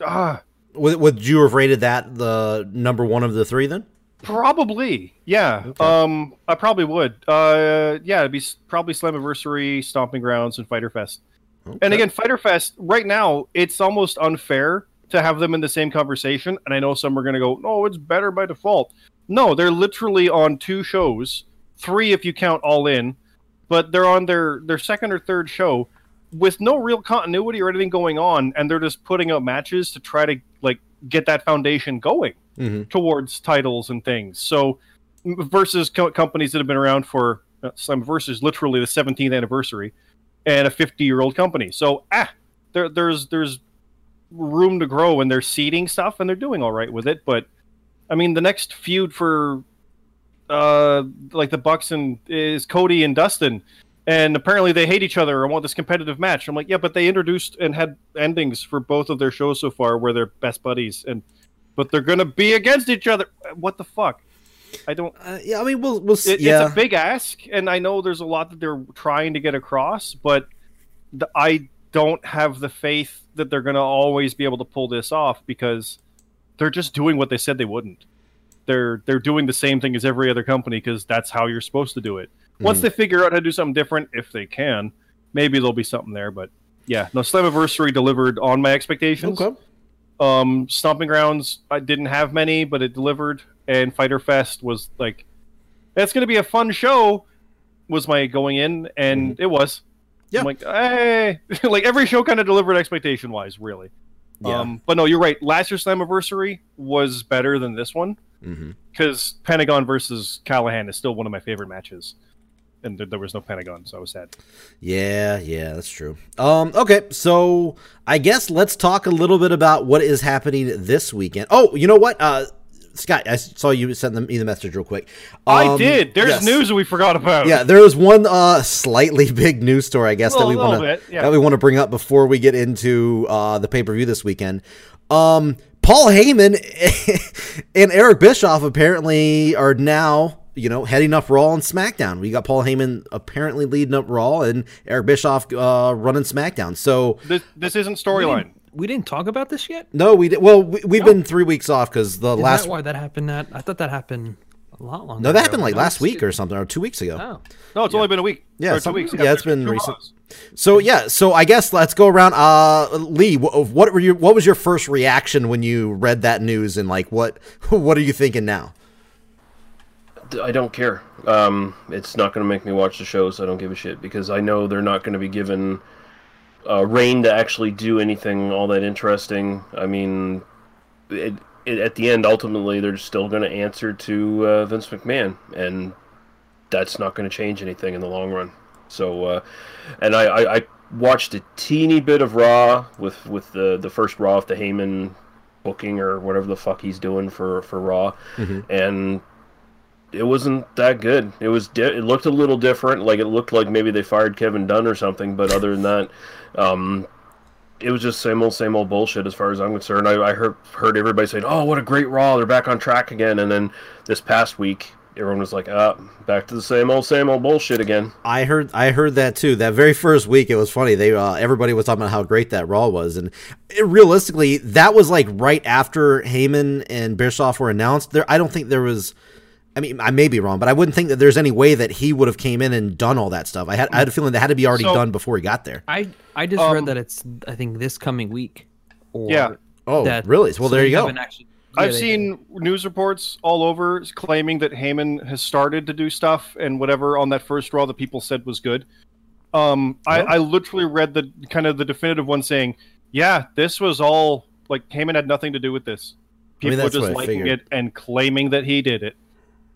[SPEAKER 3] ah,
[SPEAKER 5] would, would you have rated that the number one of the three then?
[SPEAKER 3] Probably, yeah. Um, I probably would. Uh, yeah, it'd be s- probably Slammiversary, Stomping Grounds, and Fighter Fest. And again, Fighter Fest. Right now, it's almost unfair to have them in the same conversation. And I know some are going to go, "No, it's better by default." No, they're literally on two shows, three if you count All In, but they're on their their second or third show with no real continuity or anything going on, and they're just putting out matches to try to like get that foundation going
[SPEAKER 5] Mm-hmm.
[SPEAKER 3] towards titles and things. So m- versus co- companies that have been around for uh, some versus literally the 17th anniversary and a 50 year old company. So ah, there, there's there's room to grow and they're seeding stuff and they're doing all right with it. But I mean, the next feud for uh like the Bucks and is Cody and Dustin. And apparently they hate each other and want this competitive match. I'm like, yeah, but they introduced and had endings for both of their shows so far where they're best buddies and but they're gonna be against each other. What the fuck? I don't.
[SPEAKER 5] Uh, yeah, I mean, we'll we'll see.
[SPEAKER 3] It,
[SPEAKER 5] yeah.
[SPEAKER 3] It's a big ask, and I know there's a lot that they're trying to get across, but the, I don't have the faith that they're gonna always be able to pull this off because they're just doing what they said they wouldn't. They're they're doing the same thing as every other company because that's how you're supposed to do it.
[SPEAKER 5] Hmm.
[SPEAKER 3] Once they figure out how to do something different, if they can, maybe there'll be something there. But yeah, no, Slammiversary delivered on my expectations.
[SPEAKER 5] Okay.
[SPEAKER 3] Um, Stomping Grounds, I didn't have many, but it delivered. And Fighter Fest was like, that's going to be a fun show, was my going in, and it was.
[SPEAKER 5] Mm-hmm. Yeah.
[SPEAKER 3] I'm like, hey, like every show kind of delivered expectation wise, really.
[SPEAKER 5] Yeah.
[SPEAKER 3] Um, but no, you're right. Last year's Slammiversary was better than this one
[SPEAKER 5] Mhm.
[SPEAKER 3] because Pentagon versus Callahan is still one of my favorite matches. And there, there was no Pentagon, so I was sad.
[SPEAKER 5] Yeah, yeah, that's true. Um, okay, so I guess let's talk a little bit about what is happening this weekend. Oh, you know what, uh, Scott, I s- saw you send them me the message real quick.
[SPEAKER 3] I
[SPEAKER 5] Um,
[SPEAKER 3] did. There's
[SPEAKER 5] yes.
[SPEAKER 3] news that we forgot about.
[SPEAKER 5] Yeah, there was one uh, slightly big news story, I guess, that
[SPEAKER 3] Well,
[SPEAKER 5] we
[SPEAKER 3] a little
[SPEAKER 5] want to
[SPEAKER 3] bit, yeah.
[SPEAKER 5] that we want to bring up before we get into uh, the pay per view this weekend. Um, Paul Heyman and Eric Bischoff apparently are now, you know, heading up Raw and SmackDown. We got Paul Heyman apparently leading up Raw and Eric Bischoff uh, running SmackDown. So
[SPEAKER 3] This this isn't storyline.
[SPEAKER 5] Mm-hmm.
[SPEAKER 6] We didn't talk about this yet.
[SPEAKER 5] no, we did, well we, we've been three weeks off because the
[SPEAKER 6] Is
[SPEAKER 5] last
[SPEAKER 6] that why that happened? That I thought that happened a lot longer.
[SPEAKER 5] no that
[SPEAKER 6] ago.
[SPEAKER 5] happened like
[SPEAKER 6] No,
[SPEAKER 5] last
[SPEAKER 6] it's-
[SPEAKER 5] week or something or two weeks ago.
[SPEAKER 6] Oh,
[SPEAKER 3] No, it's only been a week. or
[SPEAKER 5] Yeah,
[SPEAKER 3] two
[SPEAKER 5] some-
[SPEAKER 3] weeks.
[SPEAKER 5] yeah, it's been
[SPEAKER 3] Two
[SPEAKER 5] recent.
[SPEAKER 3] Raws.
[SPEAKER 5] So yeah, so I guess let's go around. Uh, Lee, wh- what were your what was your first reaction when you read that news and like what what are you thinking now?
[SPEAKER 7] D- I don't care. Um, it's not going to make me watch the shows. I don't give a shit because I know they're not going to be given uh, rain to actually do anything all that interesting. I mean, it, it, at the end, ultimately, they're still going to answer to uh, Vince McMahon, and that's not going to change anything in the long run. So, uh, and I, I, I watched a teeny bit of Raw with with the the first Raw of the Heyman booking or whatever the fuck he's doing for for Raw, and it wasn't that good. It was di- it looked a little different. Like it looked like maybe they fired Kevin Dunn or something. But other than that, um, it was just same old same old bullshit as far as I'm concerned. I, I heard heard everybody saying, "Oh, what a great Raw! They're back on track again." And then this past week, everyone was like, "Ah, back to the same old same old bullshit again."
[SPEAKER 5] I heard I heard that too. That very first week, it was funny. They uh, everybody was talking about how great that Raw was, and it, realistically, that was like right after Heyman and Bischoff were announced. There, I don't think there was. I mean, I may be wrong, but I wouldn't think that there's any way that he would have came in and done all that stuff. I had I had a feeling that had to be already
[SPEAKER 3] So-
[SPEAKER 5] done before he got there.
[SPEAKER 6] I I just
[SPEAKER 3] Um,
[SPEAKER 6] read that it's I think this coming week. Or
[SPEAKER 3] Yeah.
[SPEAKER 5] Oh,
[SPEAKER 6] that-
[SPEAKER 5] really? Well,
[SPEAKER 6] so
[SPEAKER 5] there
[SPEAKER 6] they
[SPEAKER 5] you go.
[SPEAKER 6] haven't actually- yeah,
[SPEAKER 3] I've
[SPEAKER 6] they-
[SPEAKER 3] seen news reports all over claiming that Heyman has started to do stuff and whatever on that first Raw that people said was good. Um, I, I literally read the kind of the definitive one saying, "Yeah, this was all like Heyman had nothing to do with this.
[SPEAKER 5] I mean,
[SPEAKER 3] People are
[SPEAKER 5] that's
[SPEAKER 3] just
[SPEAKER 5] what I
[SPEAKER 3] liking
[SPEAKER 5] figured.
[SPEAKER 3] it and claiming that he did it.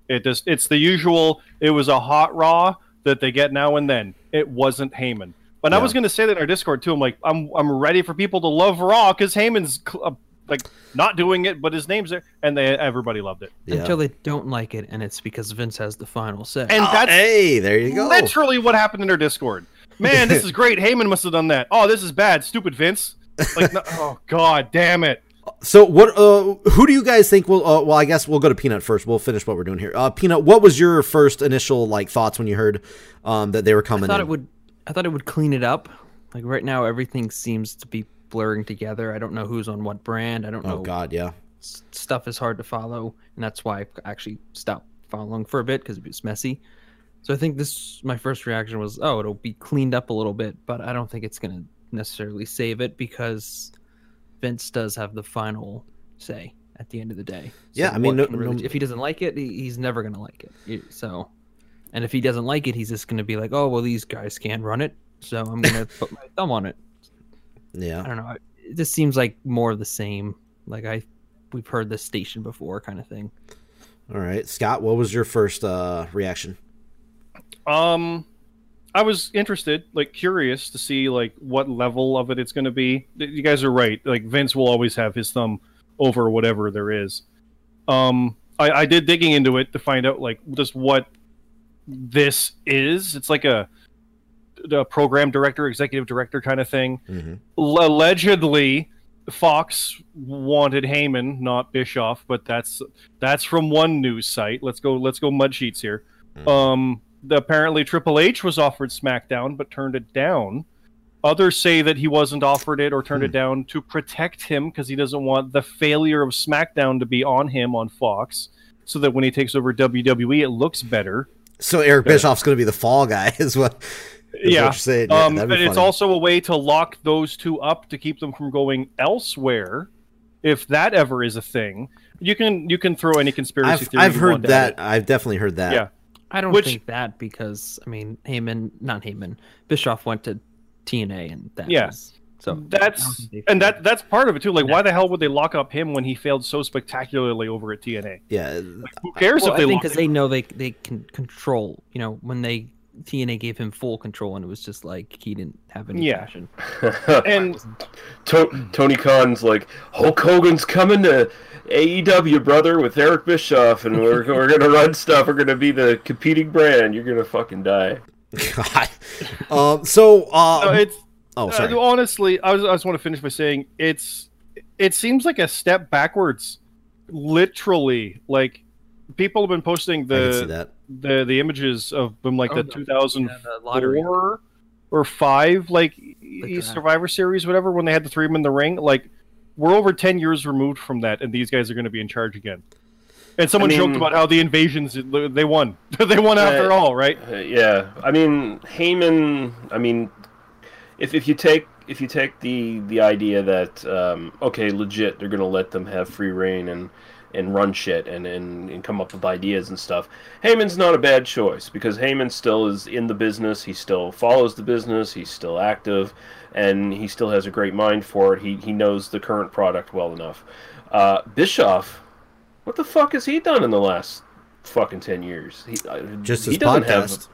[SPEAKER 3] It just it's the usual. It was a hot Raw that they get now and then. It wasn't Heyman." But I
[SPEAKER 5] Yeah.
[SPEAKER 3] was going to say that in our Discord too. I'm like, I'm I'm ready for people to love Raw because Heyman's cl- uh, like not doing it, but his name's there, and they everybody loved it.
[SPEAKER 5] Yeah.
[SPEAKER 6] until they don't like it, and it's because Vince has the final say.
[SPEAKER 3] And
[SPEAKER 5] Oh,
[SPEAKER 3] that's
[SPEAKER 5] hey, there you go.
[SPEAKER 3] literally what happened in our Discord. Man, this is great. Heyman must have done that. Oh, this is bad. Stupid Vince. Like, no, oh god, damn it.
[SPEAKER 5] So what? Uh, who do you guys think will? Uh, well, I guess we'll go to Peanut first. We'll finish what we're doing here. Uh, Peanut, what was your first initial like thoughts when you heard um, that they were coming?
[SPEAKER 6] I thought
[SPEAKER 5] in?
[SPEAKER 6] it would. I thought it would clean it up. Like right now, everything seems to be blurring together. I don't know who's on what brand. I don't
[SPEAKER 5] Oh
[SPEAKER 6] know.
[SPEAKER 5] God, yeah.
[SPEAKER 6] S- Stuff is hard to follow, and that's why I actually stopped following for a bit because it was messy. So I think this. My first reaction was, oh, it'll be cleaned up a little bit, but I don't think it's gonna necessarily save it because Vince does have the final say at the end of the day. So
[SPEAKER 5] Yeah, I mean,
[SPEAKER 6] what
[SPEAKER 5] no-
[SPEAKER 6] can really-
[SPEAKER 5] no-
[SPEAKER 6] if he doesn't like it, he- he's never gonna like it. You- So and if he doesn't like it, he's just going to be like, "Oh, well, these guys can't run it, so I'm going to put my thumb on it." I
[SPEAKER 5] Yeah.
[SPEAKER 6] don't know. It just seems like more of the same. Like I, we've heard this station before, kind of thing.
[SPEAKER 5] All right, Scott, what was your first uh, reaction?
[SPEAKER 3] Um, I was interested, like curious to see like what level of it it's going to be. Y- You guys are right. Like Vince will always have his thumb over whatever there is. Um, I, I did digging into it to find out like just what this is. It's like a, a program director, executive director kind of thing.
[SPEAKER 5] Mhm.
[SPEAKER 3] L- allegedly, Fox wanted Heyman, not Bischoff, but that's that's from one news site. Let's go. Let's go. Mud sheets here. Um, the- apparently Triple H was offered SmackDown but turned it down. Others say that he wasn't offered it or turned it down to protect him because he doesn't want the failure of SmackDown to be on him on Fox, so that when he takes over WWE, it looks better.
[SPEAKER 5] So Eric Bischoff's going to be the fall guy, is what? is what
[SPEAKER 3] yeah,
[SPEAKER 5] you're saying. Yeah,
[SPEAKER 3] um,
[SPEAKER 5] that'd be
[SPEAKER 3] but it's
[SPEAKER 5] funny.
[SPEAKER 3] also a way to lock those two up to keep them from going elsewhere, if that ever is a thing. You can you can throw any conspiracy
[SPEAKER 5] I've,
[SPEAKER 3] theory.
[SPEAKER 5] I've
[SPEAKER 3] you
[SPEAKER 5] heard
[SPEAKER 3] want at
[SPEAKER 5] that.
[SPEAKER 3] it.
[SPEAKER 5] I've definitely heard that.
[SPEAKER 3] Yeah.
[SPEAKER 6] I don't
[SPEAKER 3] Which-
[SPEAKER 6] think that because I mean, Heyman, not Heyman, Bischoff went to TNA, and that
[SPEAKER 3] Yeah.
[SPEAKER 6] was- so I don't
[SPEAKER 3] That's
[SPEAKER 6] think they-
[SPEAKER 3] and that that's part of it too. Like, why the hell would they lock up him when he failed so spectacularly over at TNA?
[SPEAKER 5] Yeah.
[SPEAKER 3] Who cares
[SPEAKER 6] Uh, Well,
[SPEAKER 3] if they
[SPEAKER 6] I think
[SPEAKER 3] lock
[SPEAKER 6] because
[SPEAKER 3] him?
[SPEAKER 6] they know they they can control. You know, when they TNA gave him full control, and it was just like he didn't have any
[SPEAKER 3] Yeah.
[SPEAKER 6] passion.
[SPEAKER 3] And
[SPEAKER 7] To- Tony Khan's like Hulk Hogan's coming to AEW, brother, with Eric Bischoff, and we're we're gonna run stuff. We're gonna be the competing brand. You're gonna fucking die.
[SPEAKER 5] God. Um, so. Uh,
[SPEAKER 3] no, it's
[SPEAKER 5] oh,
[SPEAKER 3] uh,
[SPEAKER 5] sorry.
[SPEAKER 3] honestly, I, was, I just want to finish by saying it's it seems like a step backwards literally like people have been posting
[SPEAKER 5] I can see
[SPEAKER 3] the
[SPEAKER 5] that.
[SPEAKER 3] the the images of from like
[SPEAKER 6] Oh,
[SPEAKER 3] the
[SPEAKER 6] no.
[SPEAKER 3] 2004
[SPEAKER 6] Yeah, the lottery.
[SPEAKER 3] or five like e-
[SPEAKER 6] draft.
[SPEAKER 3] Survivor Series, whatever, when they had the three of them in the ring. Like we're over ten years removed from that, and these guys are going to be in charge again. And someone
[SPEAKER 7] mean-
[SPEAKER 3] joked about how the invasions they won. they won after
[SPEAKER 7] Right.
[SPEAKER 3] all, right?
[SPEAKER 7] Uh, yeah, I mean Heyman. I mean, if, if you take if you take the the idea that um, okay, legit, they're gonna let them have free reign and and run shit and, and and come up with ideas and stuff. Heyman's not a bad choice because Heyman still is in the business. He still follows the business. He's still active, and he still has a great mind for it. He he knows the current product well enough. Uh, Bischoff, what the fuck has he done in the last? Fucking ten years. He, I-
[SPEAKER 5] Just
[SPEAKER 7] he
[SPEAKER 5] his
[SPEAKER 7] doesn't have-
[SPEAKER 5] podcast.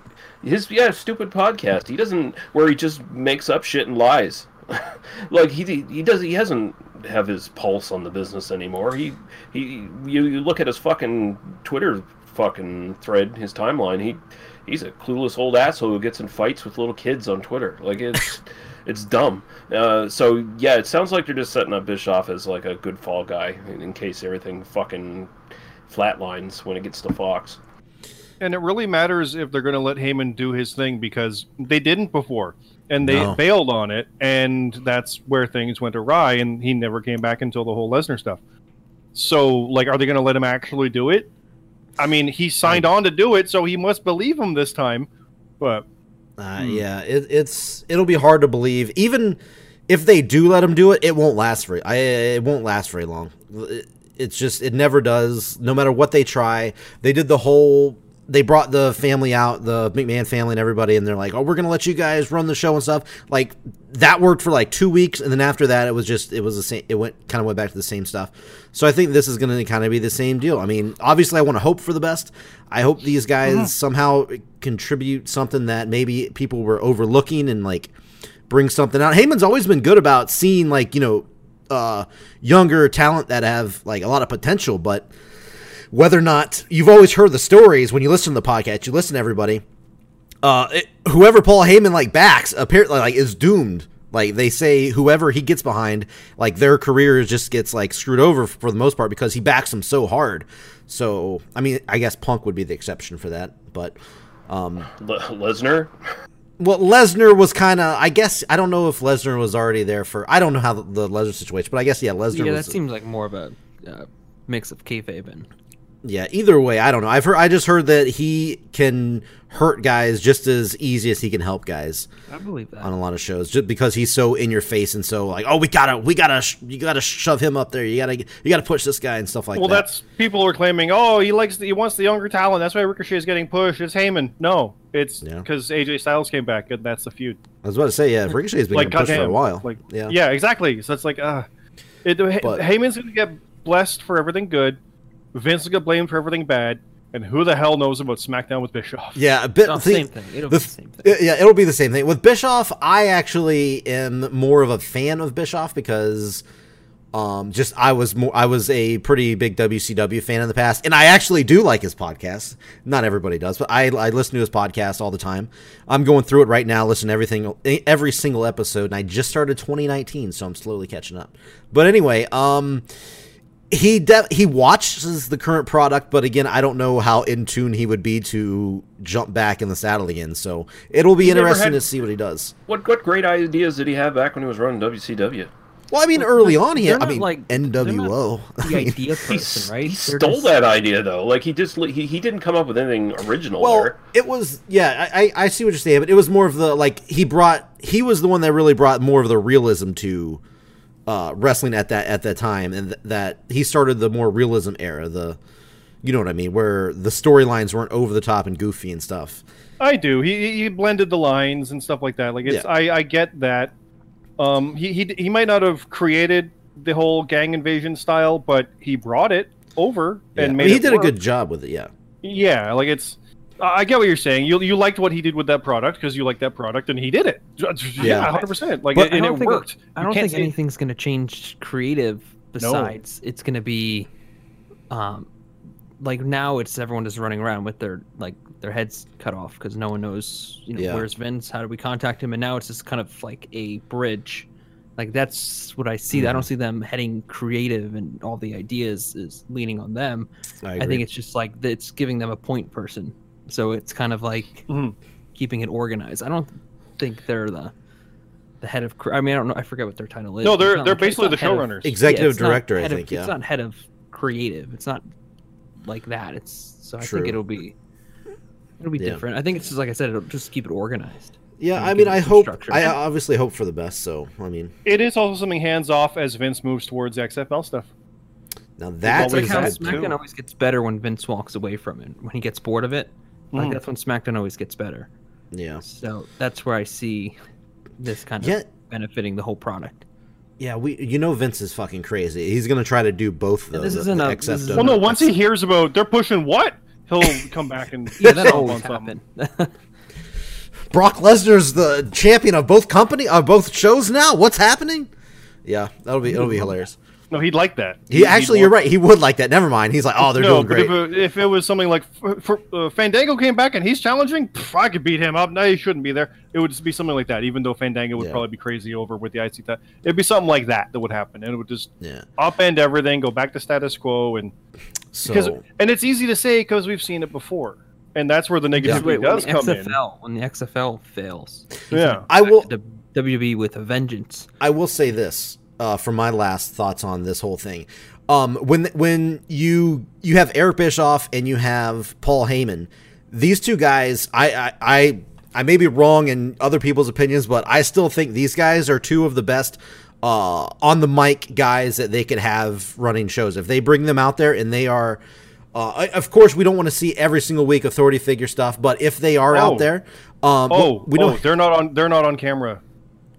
[SPEAKER 7] his yeah stupid podcast he doesn't where he just makes up shit and lies like he he does he hasn't have his pulse on the business anymore he he you, you look at his fucking twitter fucking thread his timeline he he's a clueless old asshole who gets in fights with little kids on twitter like it's it's dumb uh, so yeah it sounds like they're just setting up bischoff as like a good fall guy in, in case everything fucking flatlines when it gets to fox
[SPEAKER 3] And it really matters if they're going to let Heyman do his thing because they didn't before, and they
[SPEAKER 5] No.
[SPEAKER 3] bailed on it, and that's where things went awry. And he never came back until the whole Lesnar stuff. So, like, are they going to let him actually do it? I mean, he signed on to do it, so he must believe him this time. But
[SPEAKER 5] Uh, Yeah, it, it's it'll be hard to believe. Even if they do let him do it, it won't last very. I it won't last very long. It, it's just it never does. No matter what they try, they did the whole. They brought the family out, the McMahon family and everybody, and they're like, "Oh, we're gonna let you guys run the show and stuff." Like that worked for like two weeks, and then after that, it was just it was the same. It went kind of went back to the same stuff. So I think this is gonna kind of be the same deal. I mean, obviously, I want to hope for the best. I hope these guys somehow contribute something that maybe people were overlooking and like bring something out. Heyman's always been good about seeing like you know uh, younger talent that have like a lot of potential, but whether or not you've always heard the stories when you listen to the podcast, you listen to everybody. Uh, it, whoever Paul Heyman like backs apparently like is doomed. Like they say, whoever he gets behind, like their career just gets like screwed over for the most part because he backs them so hard. So I mean, I guess Punk would be the exception for that, but um,
[SPEAKER 7] Le- lesnar
[SPEAKER 5] well, Lesnar was kind of. I guess I don't know if Lesnar was already there for. I don't know how the, the Lesnar situation, but I guess yeah, Lesnar.
[SPEAKER 6] Yeah, that
[SPEAKER 5] was,
[SPEAKER 6] seems like more of a uh, mix of kayfabe and
[SPEAKER 5] yeah. Either way, I don't know. I've heard. I just heard that he can hurt guys just as easy as he can help guys
[SPEAKER 6] I believe that.
[SPEAKER 5] on a lot of shows, just because he's so in your face and so like, oh, we gotta, we gotta, sh- you gotta shove him up there. You gotta, you gotta push this guy and stuff like
[SPEAKER 3] well,
[SPEAKER 5] that.
[SPEAKER 3] that's people are claiming. Oh, he likes the, he wants the younger talent. That's why Ricochet is getting pushed. It's Heyman. No, it's
[SPEAKER 5] Yeah.
[SPEAKER 3] because AJ Styles came back, and that's the feud.
[SPEAKER 5] I was about to say yeah. Ricochet's been
[SPEAKER 3] like
[SPEAKER 5] getting pushed for a
[SPEAKER 3] goddamn,
[SPEAKER 5] while.
[SPEAKER 3] Like
[SPEAKER 5] yeah,
[SPEAKER 3] yeah, exactly. So it's like uh it, Hey-
[SPEAKER 5] But-
[SPEAKER 3] Heyman's gonna get blessed for everything good. Vince will get blamed for everything bad, and who the hell knows about SmackDown with Bischoff?
[SPEAKER 5] yeah. A bit,
[SPEAKER 6] No,
[SPEAKER 5] thi-
[SPEAKER 6] same thing. It'll
[SPEAKER 5] the
[SPEAKER 6] be the same thing.
[SPEAKER 5] Yeah, Uh, yeah, it'll be the same thing. With Bischoff, I actually am more of a fan of Bischoff because um just I was more I was a pretty big WCW fan in the past and I actually do like his podcast. Not everybody does, but I I listen to his podcast all the time. I'm going through it right now, listen to everything e, every single episode and I just started 2019, so I'm slowly catching up. But anyway, um he de- he watches the current product, but again, I don't know how in tune he would be to jump back in the saddle again. So it'll be
[SPEAKER 7] never
[SPEAKER 5] interesting
[SPEAKER 7] had-
[SPEAKER 5] to see what he does.
[SPEAKER 7] What what great ideas did he have back when he was running WCW?
[SPEAKER 5] Well, I mean, early on, he
[SPEAKER 6] They're
[SPEAKER 5] I
[SPEAKER 6] not,
[SPEAKER 5] mean,
[SPEAKER 6] like- they're not
[SPEAKER 5] NWO. I
[SPEAKER 6] the
[SPEAKER 5] mean,
[SPEAKER 6] idea
[SPEAKER 7] He,
[SPEAKER 6] person, right?
[SPEAKER 7] he
[SPEAKER 6] They're
[SPEAKER 7] stole
[SPEAKER 6] just-
[SPEAKER 7] that idea though. Like he just he, he didn't come up with anything original
[SPEAKER 5] well,
[SPEAKER 7] there.
[SPEAKER 5] it was yeah. I, I I see what you're saying, but it was more of the like he brought he was the one that really brought more of the realism to uh, wrestling at that at that time, and th- that he started the more realism era. The you know what I mean, where the storylines weren't over the top and goofy and stuff.
[SPEAKER 3] I do. He he blended the lines and stuff like that. Like it's
[SPEAKER 5] Yeah.
[SPEAKER 3] I I get that. Um, he he he might not have created the whole gang invasion style, but he brought it over
[SPEAKER 5] Yeah. I
[SPEAKER 3] and
[SPEAKER 5] mean,
[SPEAKER 3] made.
[SPEAKER 5] he
[SPEAKER 3] it
[SPEAKER 5] did
[SPEAKER 3] work.
[SPEAKER 5] a good job with it. Yeah.
[SPEAKER 3] Yeah, like it's. I I get what you're saying. You you liked what he did with that product because you liked that product, and he did it.
[SPEAKER 5] Yeah.
[SPEAKER 3] Yeah, hundred percent. Like,
[SPEAKER 5] But
[SPEAKER 3] and
[SPEAKER 6] I
[SPEAKER 3] it
[SPEAKER 6] don't think-
[SPEAKER 3] worked.
[SPEAKER 6] I
[SPEAKER 3] You
[SPEAKER 6] don't
[SPEAKER 3] can't
[SPEAKER 6] think
[SPEAKER 3] say-
[SPEAKER 6] anything's going to change creative besides it's going to be um like now it's everyone just running around with their like their heads cut off because no one knows you know
[SPEAKER 5] Yeah.
[SPEAKER 6] where's Vince how do we contact him and now it's just kind of like a bridge Like that's what I see.
[SPEAKER 5] Hmm.
[SPEAKER 6] I don't see them heading creative, and all the ideas is leaning on them. I, think it's just like that it's giving them a point person. So it's kind of like
[SPEAKER 3] Mhm.
[SPEAKER 6] keeping it organized. I don't think they're the the head of. cr- I mean, I don't know. I forget what their title is.
[SPEAKER 3] No,
[SPEAKER 6] It's
[SPEAKER 3] they're
[SPEAKER 6] not
[SPEAKER 3] they're
[SPEAKER 6] like- it's
[SPEAKER 3] basically
[SPEAKER 6] not
[SPEAKER 3] the
[SPEAKER 6] head of-
[SPEAKER 3] showrunners.
[SPEAKER 6] yeah,
[SPEAKER 5] executive
[SPEAKER 6] it's not
[SPEAKER 5] director. I
[SPEAKER 6] head of-
[SPEAKER 5] think. Yeah.
[SPEAKER 6] it's not head of creative. It's not like that. It's so I
[SPEAKER 5] True.
[SPEAKER 6] think it'll be it'll be
[SPEAKER 5] Yeah.
[SPEAKER 6] different. I think it's just like I said. It'll just keep it organized.
[SPEAKER 5] yeah.
[SPEAKER 6] and
[SPEAKER 5] I
[SPEAKER 6] give
[SPEAKER 5] mean,
[SPEAKER 6] it
[SPEAKER 5] I
[SPEAKER 6] some
[SPEAKER 5] hope.
[SPEAKER 6] structure.
[SPEAKER 5] I obviously hope for the best. So I mean,
[SPEAKER 3] It is also something hands off as Vince moves towards XFL stuff.
[SPEAKER 5] now that's
[SPEAKER 6] Like
[SPEAKER 3] always
[SPEAKER 6] how
[SPEAKER 3] had
[SPEAKER 5] exactly.
[SPEAKER 6] SmackDown
[SPEAKER 3] two.
[SPEAKER 6] always gets better when Vince walks away from it. When he gets bored of it, like
[SPEAKER 3] Mhm.
[SPEAKER 6] that's when SmackDown always gets better.
[SPEAKER 5] Yeah.
[SPEAKER 6] So that's where I see this kind of
[SPEAKER 5] Yeah.
[SPEAKER 6] benefiting the whole product.
[SPEAKER 5] Yeah. We. You know, Vince is fucking crazy. He's gonna try to do both of
[SPEAKER 6] And
[SPEAKER 5] those.
[SPEAKER 6] this
[SPEAKER 5] the-
[SPEAKER 6] isn't
[SPEAKER 5] the
[SPEAKER 6] a-
[SPEAKER 5] XFW.
[SPEAKER 6] this isn't
[SPEAKER 3] Well,
[SPEAKER 6] No,
[SPEAKER 3] no. Once he hears about they're pushing what, he'll come back and
[SPEAKER 6] Yeah, that
[SPEAKER 3] stumble
[SPEAKER 6] always
[SPEAKER 3] on something.
[SPEAKER 6] happen.
[SPEAKER 5] Brock Lesnar's the champion of both company of both shows now. What's happening? Yeah, that'll be it'll be hilarious.
[SPEAKER 3] No, he'd like that.
[SPEAKER 5] He
[SPEAKER 3] He'd-
[SPEAKER 5] actually,
[SPEAKER 3] he'd
[SPEAKER 5] you're
[SPEAKER 3] want-
[SPEAKER 5] right. He would like that. Never mind. He's like, oh, they're
[SPEAKER 3] no, but
[SPEAKER 5] doing great.
[SPEAKER 3] If, it, if it was something like for, for, uh, Fandango came back and he's challenging, pff, I could beat him up. No, he shouldn't be there. It would just be something like that. Even though Fandango would
[SPEAKER 5] Yeah.
[SPEAKER 3] probably be crazy over with the IC, that it'd be something like that that would happen, and it would just
[SPEAKER 5] yeah.
[SPEAKER 3] upend everything, go back to status quo, and because
[SPEAKER 5] So
[SPEAKER 3] and it's easy to say because we've seen it before, and that's where the
[SPEAKER 6] Just
[SPEAKER 3] negativity
[SPEAKER 6] wait, when
[SPEAKER 3] does
[SPEAKER 6] the
[SPEAKER 3] come
[SPEAKER 6] XFL when the XFL fails,
[SPEAKER 3] in. Yeah,
[SPEAKER 5] I will.
[SPEAKER 6] the WWE with a vengeance.
[SPEAKER 5] I will say this uh, for my last thoughts on this whole thing. Um, when when you you have Eric Bischoff and you have Paul Heyman, these two guys, I I. I I may be wrong in other people's opinions, but I still think these guys are two of the best uh, on the mic guys that they could have running shows. If they bring them out there and they are, uh, I- of course, we don't want to see every single week authority figure stuff, but if they are
[SPEAKER 3] Oh.
[SPEAKER 5] out there, um,
[SPEAKER 3] oh,
[SPEAKER 5] we
[SPEAKER 3] oh,
[SPEAKER 5] don't.
[SPEAKER 3] they're not on. They're not on camera.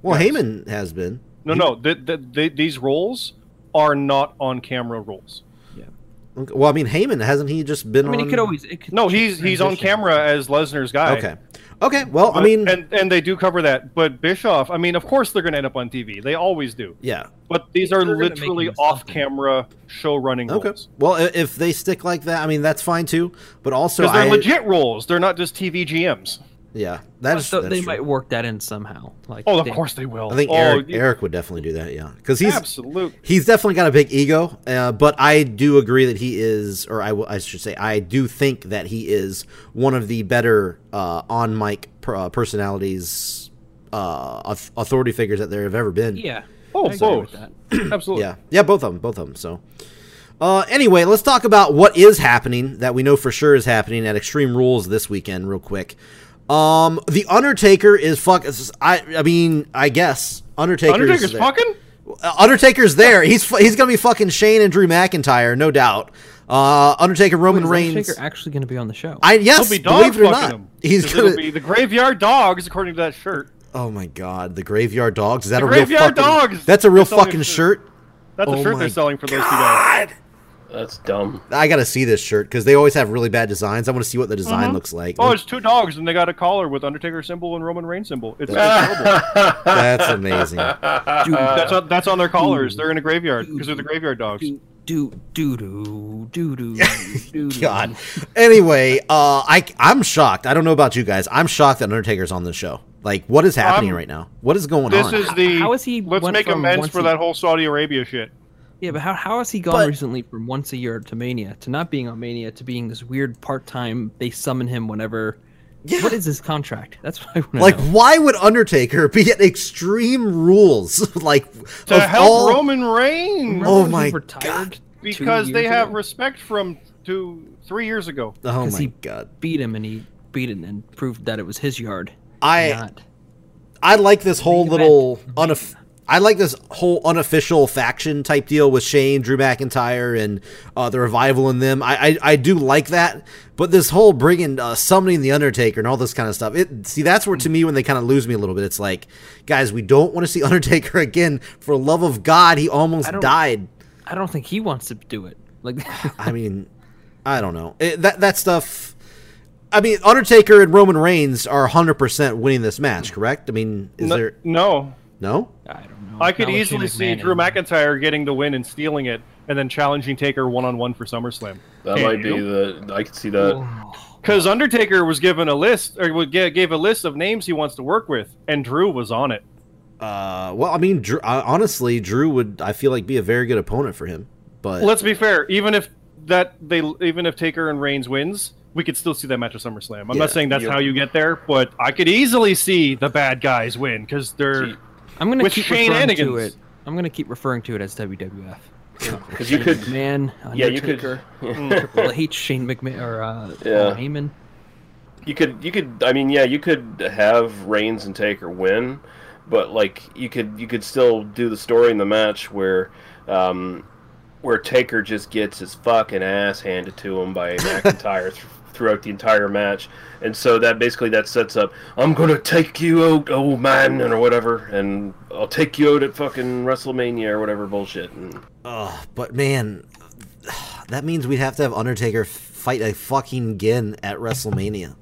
[SPEAKER 5] well, Heyman has been.
[SPEAKER 3] No, no, th th th these roles are not on camera roles.
[SPEAKER 5] Okay, Well, I mean, Heyman hasn't he just been?
[SPEAKER 6] I mean,
[SPEAKER 5] on...
[SPEAKER 6] it could always. It could
[SPEAKER 3] Um, No, he's he's on
[SPEAKER 6] transition.
[SPEAKER 3] camera as Lesnar's guy.
[SPEAKER 5] Okay, okay. Well, I
[SPEAKER 3] But-
[SPEAKER 5] mean,
[SPEAKER 3] and and they do cover that, but Bischoff. I mean, of course they're going to end up on TV. They always do.
[SPEAKER 5] yeah.
[SPEAKER 3] But these are
[SPEAKER 6] They're gonna make
[SPEAKER 3] literally
[SPEAKER 6] him something.
[SPEAKER 3] off-camera show running
[SPEAKER 5] Okay.
[SPEAKER 3] roles.
[SPEAKER 5] Well, i- if they stick like that, I mean, that's fine too. But also,
[SPEAKER 3] Because
[SPEAKER 5] I
[SPEAKER 3] they're legit roles. They're not just TV GMs.
[SPEAKER 5] yeah,
[SPEAKER 6] But
[SPEAKER 5] that's,
[SPEAKER 6] th-
[SPEAKER 5] that's
[SPEAKER 6] they
[SPEAKER 5] true.
[SPEAKER 6] might work that in somehow. Like
[SPEAKER 3] Oh, of
[SPEAKER 6] they-
[SPEAKER 3] course they will.
[SPEAKER 5] I think
[SPEAKER 3] oh,
[SPEAKER 5] Eric,
[SPEAKER 3] you-
[SPEAKER 5] Eric would definitely do that. Yeah, because he's
[SPEAKER 3] absolute.
[SPEAKER 5] he's definitely got a big ego. Uh, but I do agree that he is, or I, will- I should say, I do think that he is one of the better uh, on mic per, uh, personalities, uh, auth- authority figures that there have ever been.
[SPEAKER 6] Yeah.
[SPEAKER 3] Oh,
[SPEAKER 6] I agree
[SPEAKER 3] both.
[SPEAKER 6] with that.
[SPEAKER 3] Absolutely.
[SPEAKER 5] Yeah, yeah, both of them, both of them. So, uh, anyway, let's talk about what is happening that we know for sure is happening at Extreme Rules this weekend, real quick. Um, the Undertaker is fuck. is- I, I mean, I guess Undertaker's
[SPEAKER 3] Undertaker's
[SPEAKER 5] there.
[SPEAKER 3] fucking.
[SPEAKER 5] Uh, Undertaker's there. He's fu- he's gonna be fucking Shane and Drew McIntyre, no doubt. Uh, Undertaker Roman
[SPEAKER 6] Is
[SPEAKER 5] Reigns.
[SPEAKER 6] Undertaker actually going to be on the show?
[SPEAKER 5] I yes,
[SPEAKER 3] He'll be dog
[SPEAKER 5] believe it or
[SPEAKER 3] fucking
[SPEAKER 5] not,
[SPEAKER 3] him.
[SPEAKER 5] he's
[SPEAKER 3] 'Cause it'll
[SPEAKER 5] gonna.
[SPEAKER 3] be the graveyard dogs, according to that shirt.
[SPEAKER 5] oh my god, the graveyard dogs. Is that
[SPEAKER 3] The
[SPEAKER 5] a real
[SPEAKER 3] Graveyard
[SPEAKER 5] fucking?
[SPEAKER 3] Dogs!
[SPEAKER 5] That's a real
[SPEAKER 3] That's all they
[SPEAKER 5] fucking
[SPEAKER 3] do.
[SPEAKER 5] shirt.
[SPEAKER 3] That's
[SPEAKER 5] Oh
[SPEAKER 3] the shirt
[SPEAKER 5] my
[SPEAKER 3] they're selling for those two guys.
[SPEAKER 7] That's dumb.
[SPEAKER 5] I gotta see this shirt because they always have really bad designs. I want to see what the design looks like.
[SPEAKER 3] Oh, it's two dogs, and they got a collar with Undertaker symbol and Roman Reigns symbol. It's, it's horrible.
[SPEAKER 5] That's amazing.
[SPEAKER 6] Dude,
[SPEAKER 3] That's on, that's on their collars. They're in a graveyard because they're the graveyard dogs.
[SPEAKER 6] do do do do do do do do.
[SPEAKER 5] God. Anyway, uh, I I'm shocked. I don't know about you guys. I'm shocked that Undertaker's on this show. Like, what is happening
[SPEAKER 3] Um,
[SPEAKER 5] right now? What is going
[SPEAKER 3] This
[SPEAKER 5] on?
[SPEAKER 3] is the.
[SPEAKER 6] how is he
[SPEAKER 3] Let's
[SPEAKER 6] went
[SPEAKER 3] make
[SPEAKER 6] from
[SPEAKER 3] amends
[SPEAKER 6] once
[SPEAKER 3] for
[SPEAKER 6] a-
[SPEAKER 3] that whole Saudi Arabia shit.
[SPEAKER 6] Yeah, but how, how has he gone
[SPEAKER 5] But-
[SPEAKER 6] recently from once a year to Mania to not being on Mania to being this weird part time? They summon him whenever. What is his contract? That's what I want to
[SPEAKER 5] like, oh
[SPEAKER 6] know.
[SPEAKER 5] why would Undertaker be at Extreme Rules? like,
[SPEAKER 3] To
[SPEAKER 5] of
[SPEAKER 3] help
[SPEAKER 5] all-
[SPEAKER 3] Roman Reigns
[SPEAKER 5] Oh
[SPEAKER 6] when he
[SPEAKER 5] my
[SPEAKER 6] retired two
[SPEAKER 3] because they
[SPEAKER 6] years
[SPEAKER 3] have
[SPEAKER 6] ago?
[SPEAKER 3] respect from two, three years ago.
[SPEAKER 5] Oh my
[SPEAKER 6] 'Cause he-
[SPEAKER 5] god!
[SPEAKER 6] beat him and he beat him and proved that it was his yard.
[SPEAKER 5] I
[SPEAKER 6] not.
[SPEAKER 5] I like this whole
[SPEAKER 6] Main event.
[SPEAKER 5] little unof- I like this whole unofficial faction type deal with Shane, Drew McIntyre, and uh, the revival in them. I, I I do like that, but this whole bringing uh, summoning the Undertaker and all this kind of stuff. It see that's where to me when they kind of lose me a little bit. It's like, guys, we don't want to see Undertaker again. For love of God, he almost
[SPEAKER 6] I don't-
[SPEAKER 5] died.
[SPEAKER 6] I don't think he wants to do it. Like
[SPEAKER 5] I mean, I don't know it, that that stuff. I mean, Undertaker and Roman Reigns are 100% winning this match, correct? I mean, is
[SPEAKER 3] No,
[SPEAKER 5] there
[SPEAKER 3] no.
[SPEAKER 5] no?
[SPEAKER 6] I don't know.
[SPEAKER 3] I could
[SPEAKER 6] Not with Shane
[SPEAKER 3] easily see
[SPEAKER 6] McMahon
[SPEAKER 3] Drew
[SPEAKER 6] anymore.
[SPEAKER 3] McIntyre getting the win and stealing it, and then challenging Taker one on one for SummerSlam.
[SPEAKER 7] That
[SPEAKER 3] Can
[SPEAKER 7] might be
[SPEAKER 3] you?
[SPEAKER 7] the. I could see that.
[SPEAKER 3] Because Undertaker was given a list, or wa- ga- gave a list of names he wants to work with, and Drew was on it.
[SPEAKER 5] Uh, well, I mean, Drew, uh, honestly, Drew would I feel like be a very good opponent for him. But
[SPEAKER 3] Let's be fair. Even if that they even if Taker and Reigns wins, we could still see that match at SummerSlam. I'm
[SPEAKER 5] Yeah,
[SPEAKER 3] not saying that's
[SPEAKER 7] you're-
[SPEAKER 3] how you get there, but I could easily see the bad guys win because they're
[SPEAKER 6] I'm gonna
[SPEAKER 3] With
[SPEAKER 6] keep
[SPEAKER 3] Shane
[SPEAKER 6] referring to
[SPEAKER 3] Anigans.
[SPEAKER 6] it. I'm gonna keep referring to it as WWF.
[SPEAKER 7] Because you could.
[SPEAKER 6] man,
[SPEAKER 7] Yeah, you could.
[SPEAKER 6] Undertaker,
[SPEAKER 7] yeah.
[SPEAKER 6] Triple H, Shane McMahon, or uh,
[SPEAKER 7] Yeah.
[SPEAKER 6] Paul Heyman.
[SPEAKER 7] You could, you could. I mean, yeah, you could have Reigns and Taker win, but like you could, you could still do the story in the match where, um, where Taker just gets his fucking ass handed to him by McIntyre th- throughout the entire match, and so that basically that sets up. I'm gonna take you out, old man, and or whatever, and I'll take you out at fucking WrestleMania or whatever bullshit. And
[SPEAKER 5] Ugh, but man, that means we'd have to have Undertaker fight a fucking Gin at WrestleMania.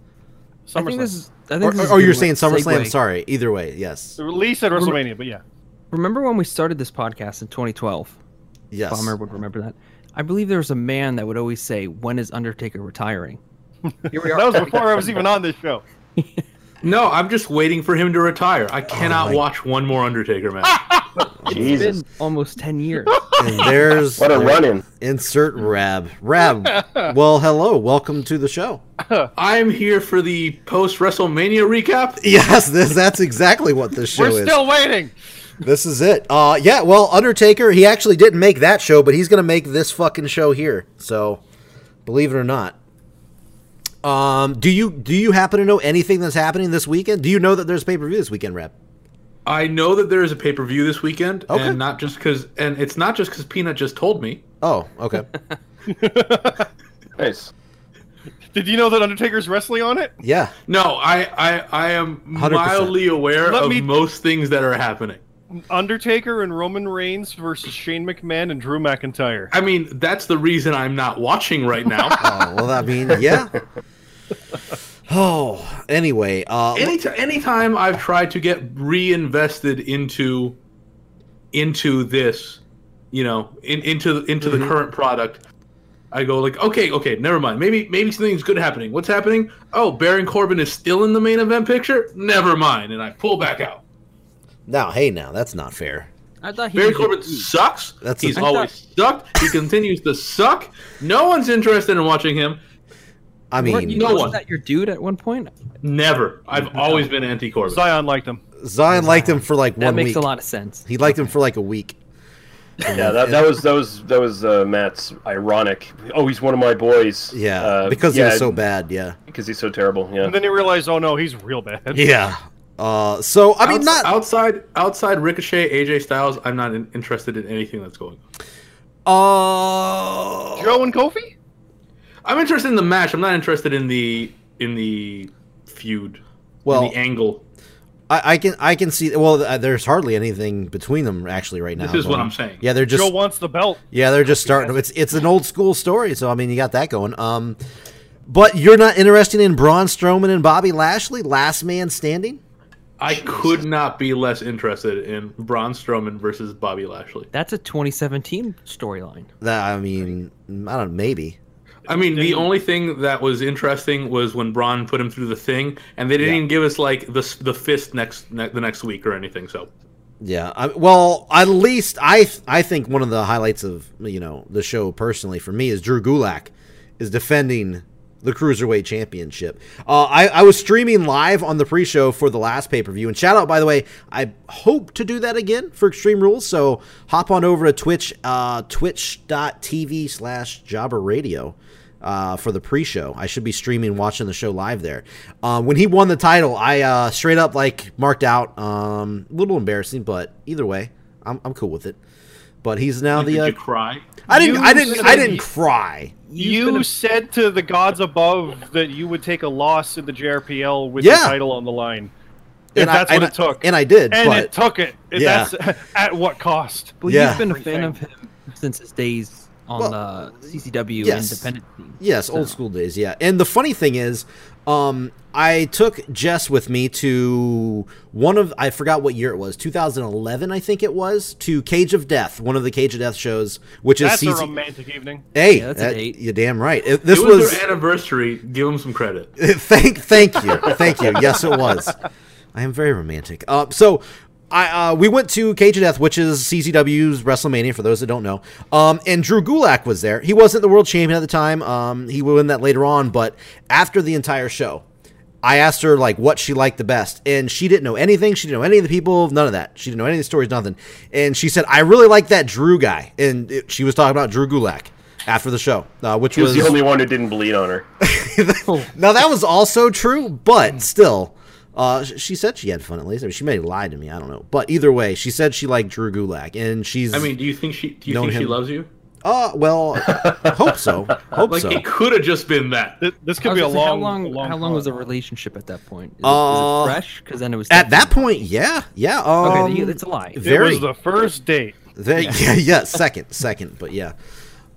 [SPEAKER 6] I think this
[SPEAKER 3] SummerSlam.
[SPEAKER 6] is. I think
[SPEAKER 5] Or,
[SPEAKER 6] this is
[SPEAKER 5] or
[SPEAKER 6] a
[SPEAKER 5] you're
[SPEAKER 6] good
[SPEAKER 5] saying SummerSlam?
[SPEAKER 6] segue.
[SPEAKER 5] Sorry. Either way, yes,
[SPEAKER 3] At least at WrestleMania, but yeah.
[SPEAKER 6] Remember when we started this podcast in 2012?
[SPEAKER 5] yes.
[SPEAKER 6] Bomber would remember that. I believe there was a man that would always say, "When is Undertaker retiring?" Here we are.
[SPEAKER 3] That was before I was even on this show.
[SPEAKER 4] No, I'm just waiting for him to retire. I cannot
[SPEAKER 5] Oh my- Ah!
[SPEAKER 4] watch one more Undertaker match.
[SPEAKER 6] It's
[SPEAKER 7] Jesus,
[SPEAKER 6] been almost 10 years.
[SPEAKER 5] And there's
[SPEAKER 7] what a run-in!
[SPEAKER 5] insert Rab. Rab. well, hello. Welcome to the show.
[SPEAKER 4] I'm here for the post WrestleMania recap.
[SPEAKER 5] Yes, this, that's exactly what this show
[SPEAKER 3] We're
[SPEAKER 5] is.
[SPEAKER 3] still waiting.
[SPEAKER 5] This is it. Uh, yeah. Well, Undertaker. He actually didn't make that show, but he's gonna make this fucking show here. So, believe it or not. Um, do you do you happen to know anything that's happening this weekend? Do you know that there's pay per view this weekend, Rab?
[SPEAKER 4] I know that there is a pay per view this weekend,
[SPEAKER 5] Okay.
[SPEAKER 4] and not just because, and it's not just because Peanut just told me.
[SPEAKER 5] Oh, okay.
[SPEAKER 7] Nice.
[SPEAKER 3] Did you know that Undertaker's wrestling on it?
[SPEAKER 5] yeah.
[SPEAKER 4] No, I I, I am
[SPEAKER 5] 100%.
[SPEAKER 4] mildly aware
[SPEAKER 3] Let
[SPEAKER 4] of
[SPEAKER 3] me-
[SPEAKER 4] most things that are happening.
[SPEAKER 3] Undertaker and Roman Reigns versus Shane McMahon and Drew McIntyre.
[SPEAKER 4] I mean, that's the reason I'm not watching right now.
[SPEAKER 5] Oh, well, I mean, yeah. Oh, anyway, uh,
[SPEAKER 4] Any anytime I've tried to get reinvested into into this, you know, in, into into the current product, I go like, okay, okay, never mind. Maybe maybe something's good happening. What's happening? Oh, Baron Corbin is still in the main event picture. Never mind, and I pull back out.
[SPEAKER 5] now, hey, now that's not fair.
[SPEAKER 6] I thought he
[SPEAKER 4] Barry
[SPEAKER 6] was a
[SPEAKER 4] Corbin
[SPEAKER 6] geek.
[SPEAKER 4] sucks.
[SPEAKER 5] That's
[SPEAKER 4] He's
[SPEAKER 5] a-
[SPEAKER 4] always sucked. He continues to suck. No one's interested in watching him.
[SPEAKER 5] I
[SPEAKER 6] Weren't
[SPEAKER 5] mean,
[SPEAKER 6] you
[SPEAKER 4] No
[SPEAKER 6] wasn't
[SPEAKER 4] one.
[SPEAKER 6] that your dude at one point?
[SPEAKER 4] Never. I've always been anti Corbin.
[SPEAKER 3] Zion liked him.
[SPEAKER 5] Zion liked him for like
[SPEAKER 6] That
[SPEAKER 5] one
[SPEAKER 6] makes
[SPEAKER 5] week.
[SPEAKER 6] a lot of sense.
[SPEAKER 5] He liked him for like a week.
[SPEAKER 7] Yeah, that, that was that was that was uh, Matt's ironic. Oh, he's one of my boys.
[SPEAKER 5] Yeah,
[SPEAKER 7] uh,
[SPEAKER 5] because
[SPEAKER 7] yeah,
[SPEAKER 5] he was so bad. Yeah,
[SPEAKER 7] Because he's so terrible. Yeah.
[SPEAKER 3] And then he realized, oh no, he's real bad.
[SPEAKER 5] yeah. Uh, so I mean, not
[SPEAKER 4] outside outside Ricochet, AJ Styles. I'm not in, interested in anything that's going on.
[SPEAKER 5] uh,
[SPEAKER 3] Joe and Kofi?
[SPEAKER 4] I'm interested in the match. I'm not interested in the in the feud.
[SPEAKER 5] Well-
[SPEAKER 4] in the angle.
[SPEAKER 5] I, I can I can see. Well, th- there's hardly anything between them actually right now.
[SPEAKER 4] This is what
[SPEAKER 5] going.
[SPEAKER 4] I'm saying.
[SPEAKER 5] Yeah, they're just
[SPEAKER 3] Joe wants the belt.
[SPEAKER 5] yeah they're just starting. It's it's an old school story. So I mean, you got that going. Um, but you're not interested in Braun Strowman and Bobby Lashley, last man standing.
[SPEAKER 4] I could not be less interested in Braun Strowman versus Bobby Lashley.
[SPEAKER 6] That's a 2017 storyline.
[SPEAKER 5] That I mean, I don't maybe.
[SPEAKER 4] I mean, the only thing that was interesting was when Braun put him through the thing, and they didn't even give us like the s- the fist next ne- the next week or anything. So
[SPEAKER 5] Yeah. I, well, at least I th- I think one of the highlights of you know the show personally for me is Drew Gulak is defending the cruiserweight championship. Uh, I I was streaming live on the pre-show for the last pay-per-view, and shout out by the way, I hope to do that again for Extreme Rules. So hop on over to Twitch uh, twitch.tv slash Jobber Radio uh, for the pre-show. I should be streaming, watching the show live there. Uh, when he won the title, I uh, straight up like marked out. Um, a little embarrassing, but either way, I'm, I'm cool with it. But he's now
[SPEAKER 4] did
[SPEAKER 5] the. Uh,
[SPEAKER 4] you cry?
[SPEAKER 5] I didn't. I didn't. I
[SPEAKER 3] said-
[SPEAKER 5] didn't cry.
[SPEAKER 3] You said to the gods above that you would take a loss in the JRPL with
[SPEAKER 5] Yeah.
[SPEAKER 3] the title on the line. If
[SPEAKER 5] And I-
[SPEAKER 3] that's
[SPEAKER 5] and
[SPEAKER 3] what
[SPEAKER 5] I-
[SPEAKER 3] it took.
[SPEAKER 5] and I did,
[SPEAKER 3] And
[SPEAKER 5] but-
[SPEAKER 3] it took it. And
[SPEAKER 5] Yeah.
[SPEAKER 3] That's, at what cost?
[SPEAKER 6] Well,
[SPEAKER 5] Yeah.
[SPEAKER 6] you've been a fan of him since his days on the CCW
[SPEAKER 5] yes.
[SPEAKER 6] independent team.
[SPEAKER 5] Yes, old school days. Yeah, and the funny thing is, um, I took Jess with me to one of I forgot what year it was, 2011, I think it was, to Cage of Death, one of the Cage of Death shows, which is
[SPEAKER 3] That's a
[SPEAKER 5] CC
[SPEAKER 3] romantic evening.
[SPEAKER 5] Hey,
[SPEAKER 6] Yeah, that's a
[SPEAKER 5] that-
[SPEAKER 6] date.
[SPEAKER 5] you're damn right. It- this
[SPEAKER 4] it was,
[SPEAKER 5] was
[SPEAKER 4] their anniversary. Give him some credit.
[SPEAKER 5] thank thank you thank you yes it was i am very romantic uh, so I uh, we went to Cage of Death, which is CCW's WrestleMania for those that don't know. Um, and Drew Gulak was there. He wasn't the world champion at the time. Um, he will win that later on, but after the entire show, I asked her like what she liked the best, and she didn't know anything. She didn't know any of the people, none of that. She didn't know any of the stories, nothing. And she said, "I really like that Drew guy," and it, she was talking about Drew Gulak after the show, uh, which
[SPEAKER 7] He was
[SPEAKER 5] was
[SPEAKER 7] the only one who didn't bleed on her.
[SPEAKER 5] now that was also true, but still, uh, sh- she said she had fun at least. I mean, she may have lied to me. I don't know, but either way, she said she liked Drew Gulak, and she's.
[SPEAKER 4] I mean, do you think she? Do you
[SPEAKER 5] Known
[SPEAKER 4] think she
[SPEAKER 5] him.
[SPEAKER 4] loves you?
[SPEAKER 5] uh, well, I hope so. Hope
[SPEAKER 4] Like
[SPEAKER 5] so.
[SPEAKER 4] it could have just been that.
[SPEAKER 3] Th- This
[SPEAKER 6] I
[SPEAKER 3] could
[SPEAKER 6] was
[SPEAKER 3] be a
[SPEAKER 6] gonna say,
[SPEAKER 3] long,
[SPEAKER 6] how long,
[SPEAKER 3] a long
[SPEAKER 6] how long was the
[SPEAKER 3] con.
[SPEAKER 6] relationship at that point? Is it,
[SPEAKER 5] Uh,
[SPEAKER 6] is it fresh? Because then it was
[SPEAKER 5] At that
[SPEAKER 6] definitely-
[SPEAKER 5] point, yeah, yeah. Um,
[SPEAKER 6] Okay, then it's a lie.
[SPEAKER 3] It
[SPEAKER 5] Very.
[SPEAKER 3] was the first date.
[SPEAKER 5] they- yeah, yeah, second, second, but yeah.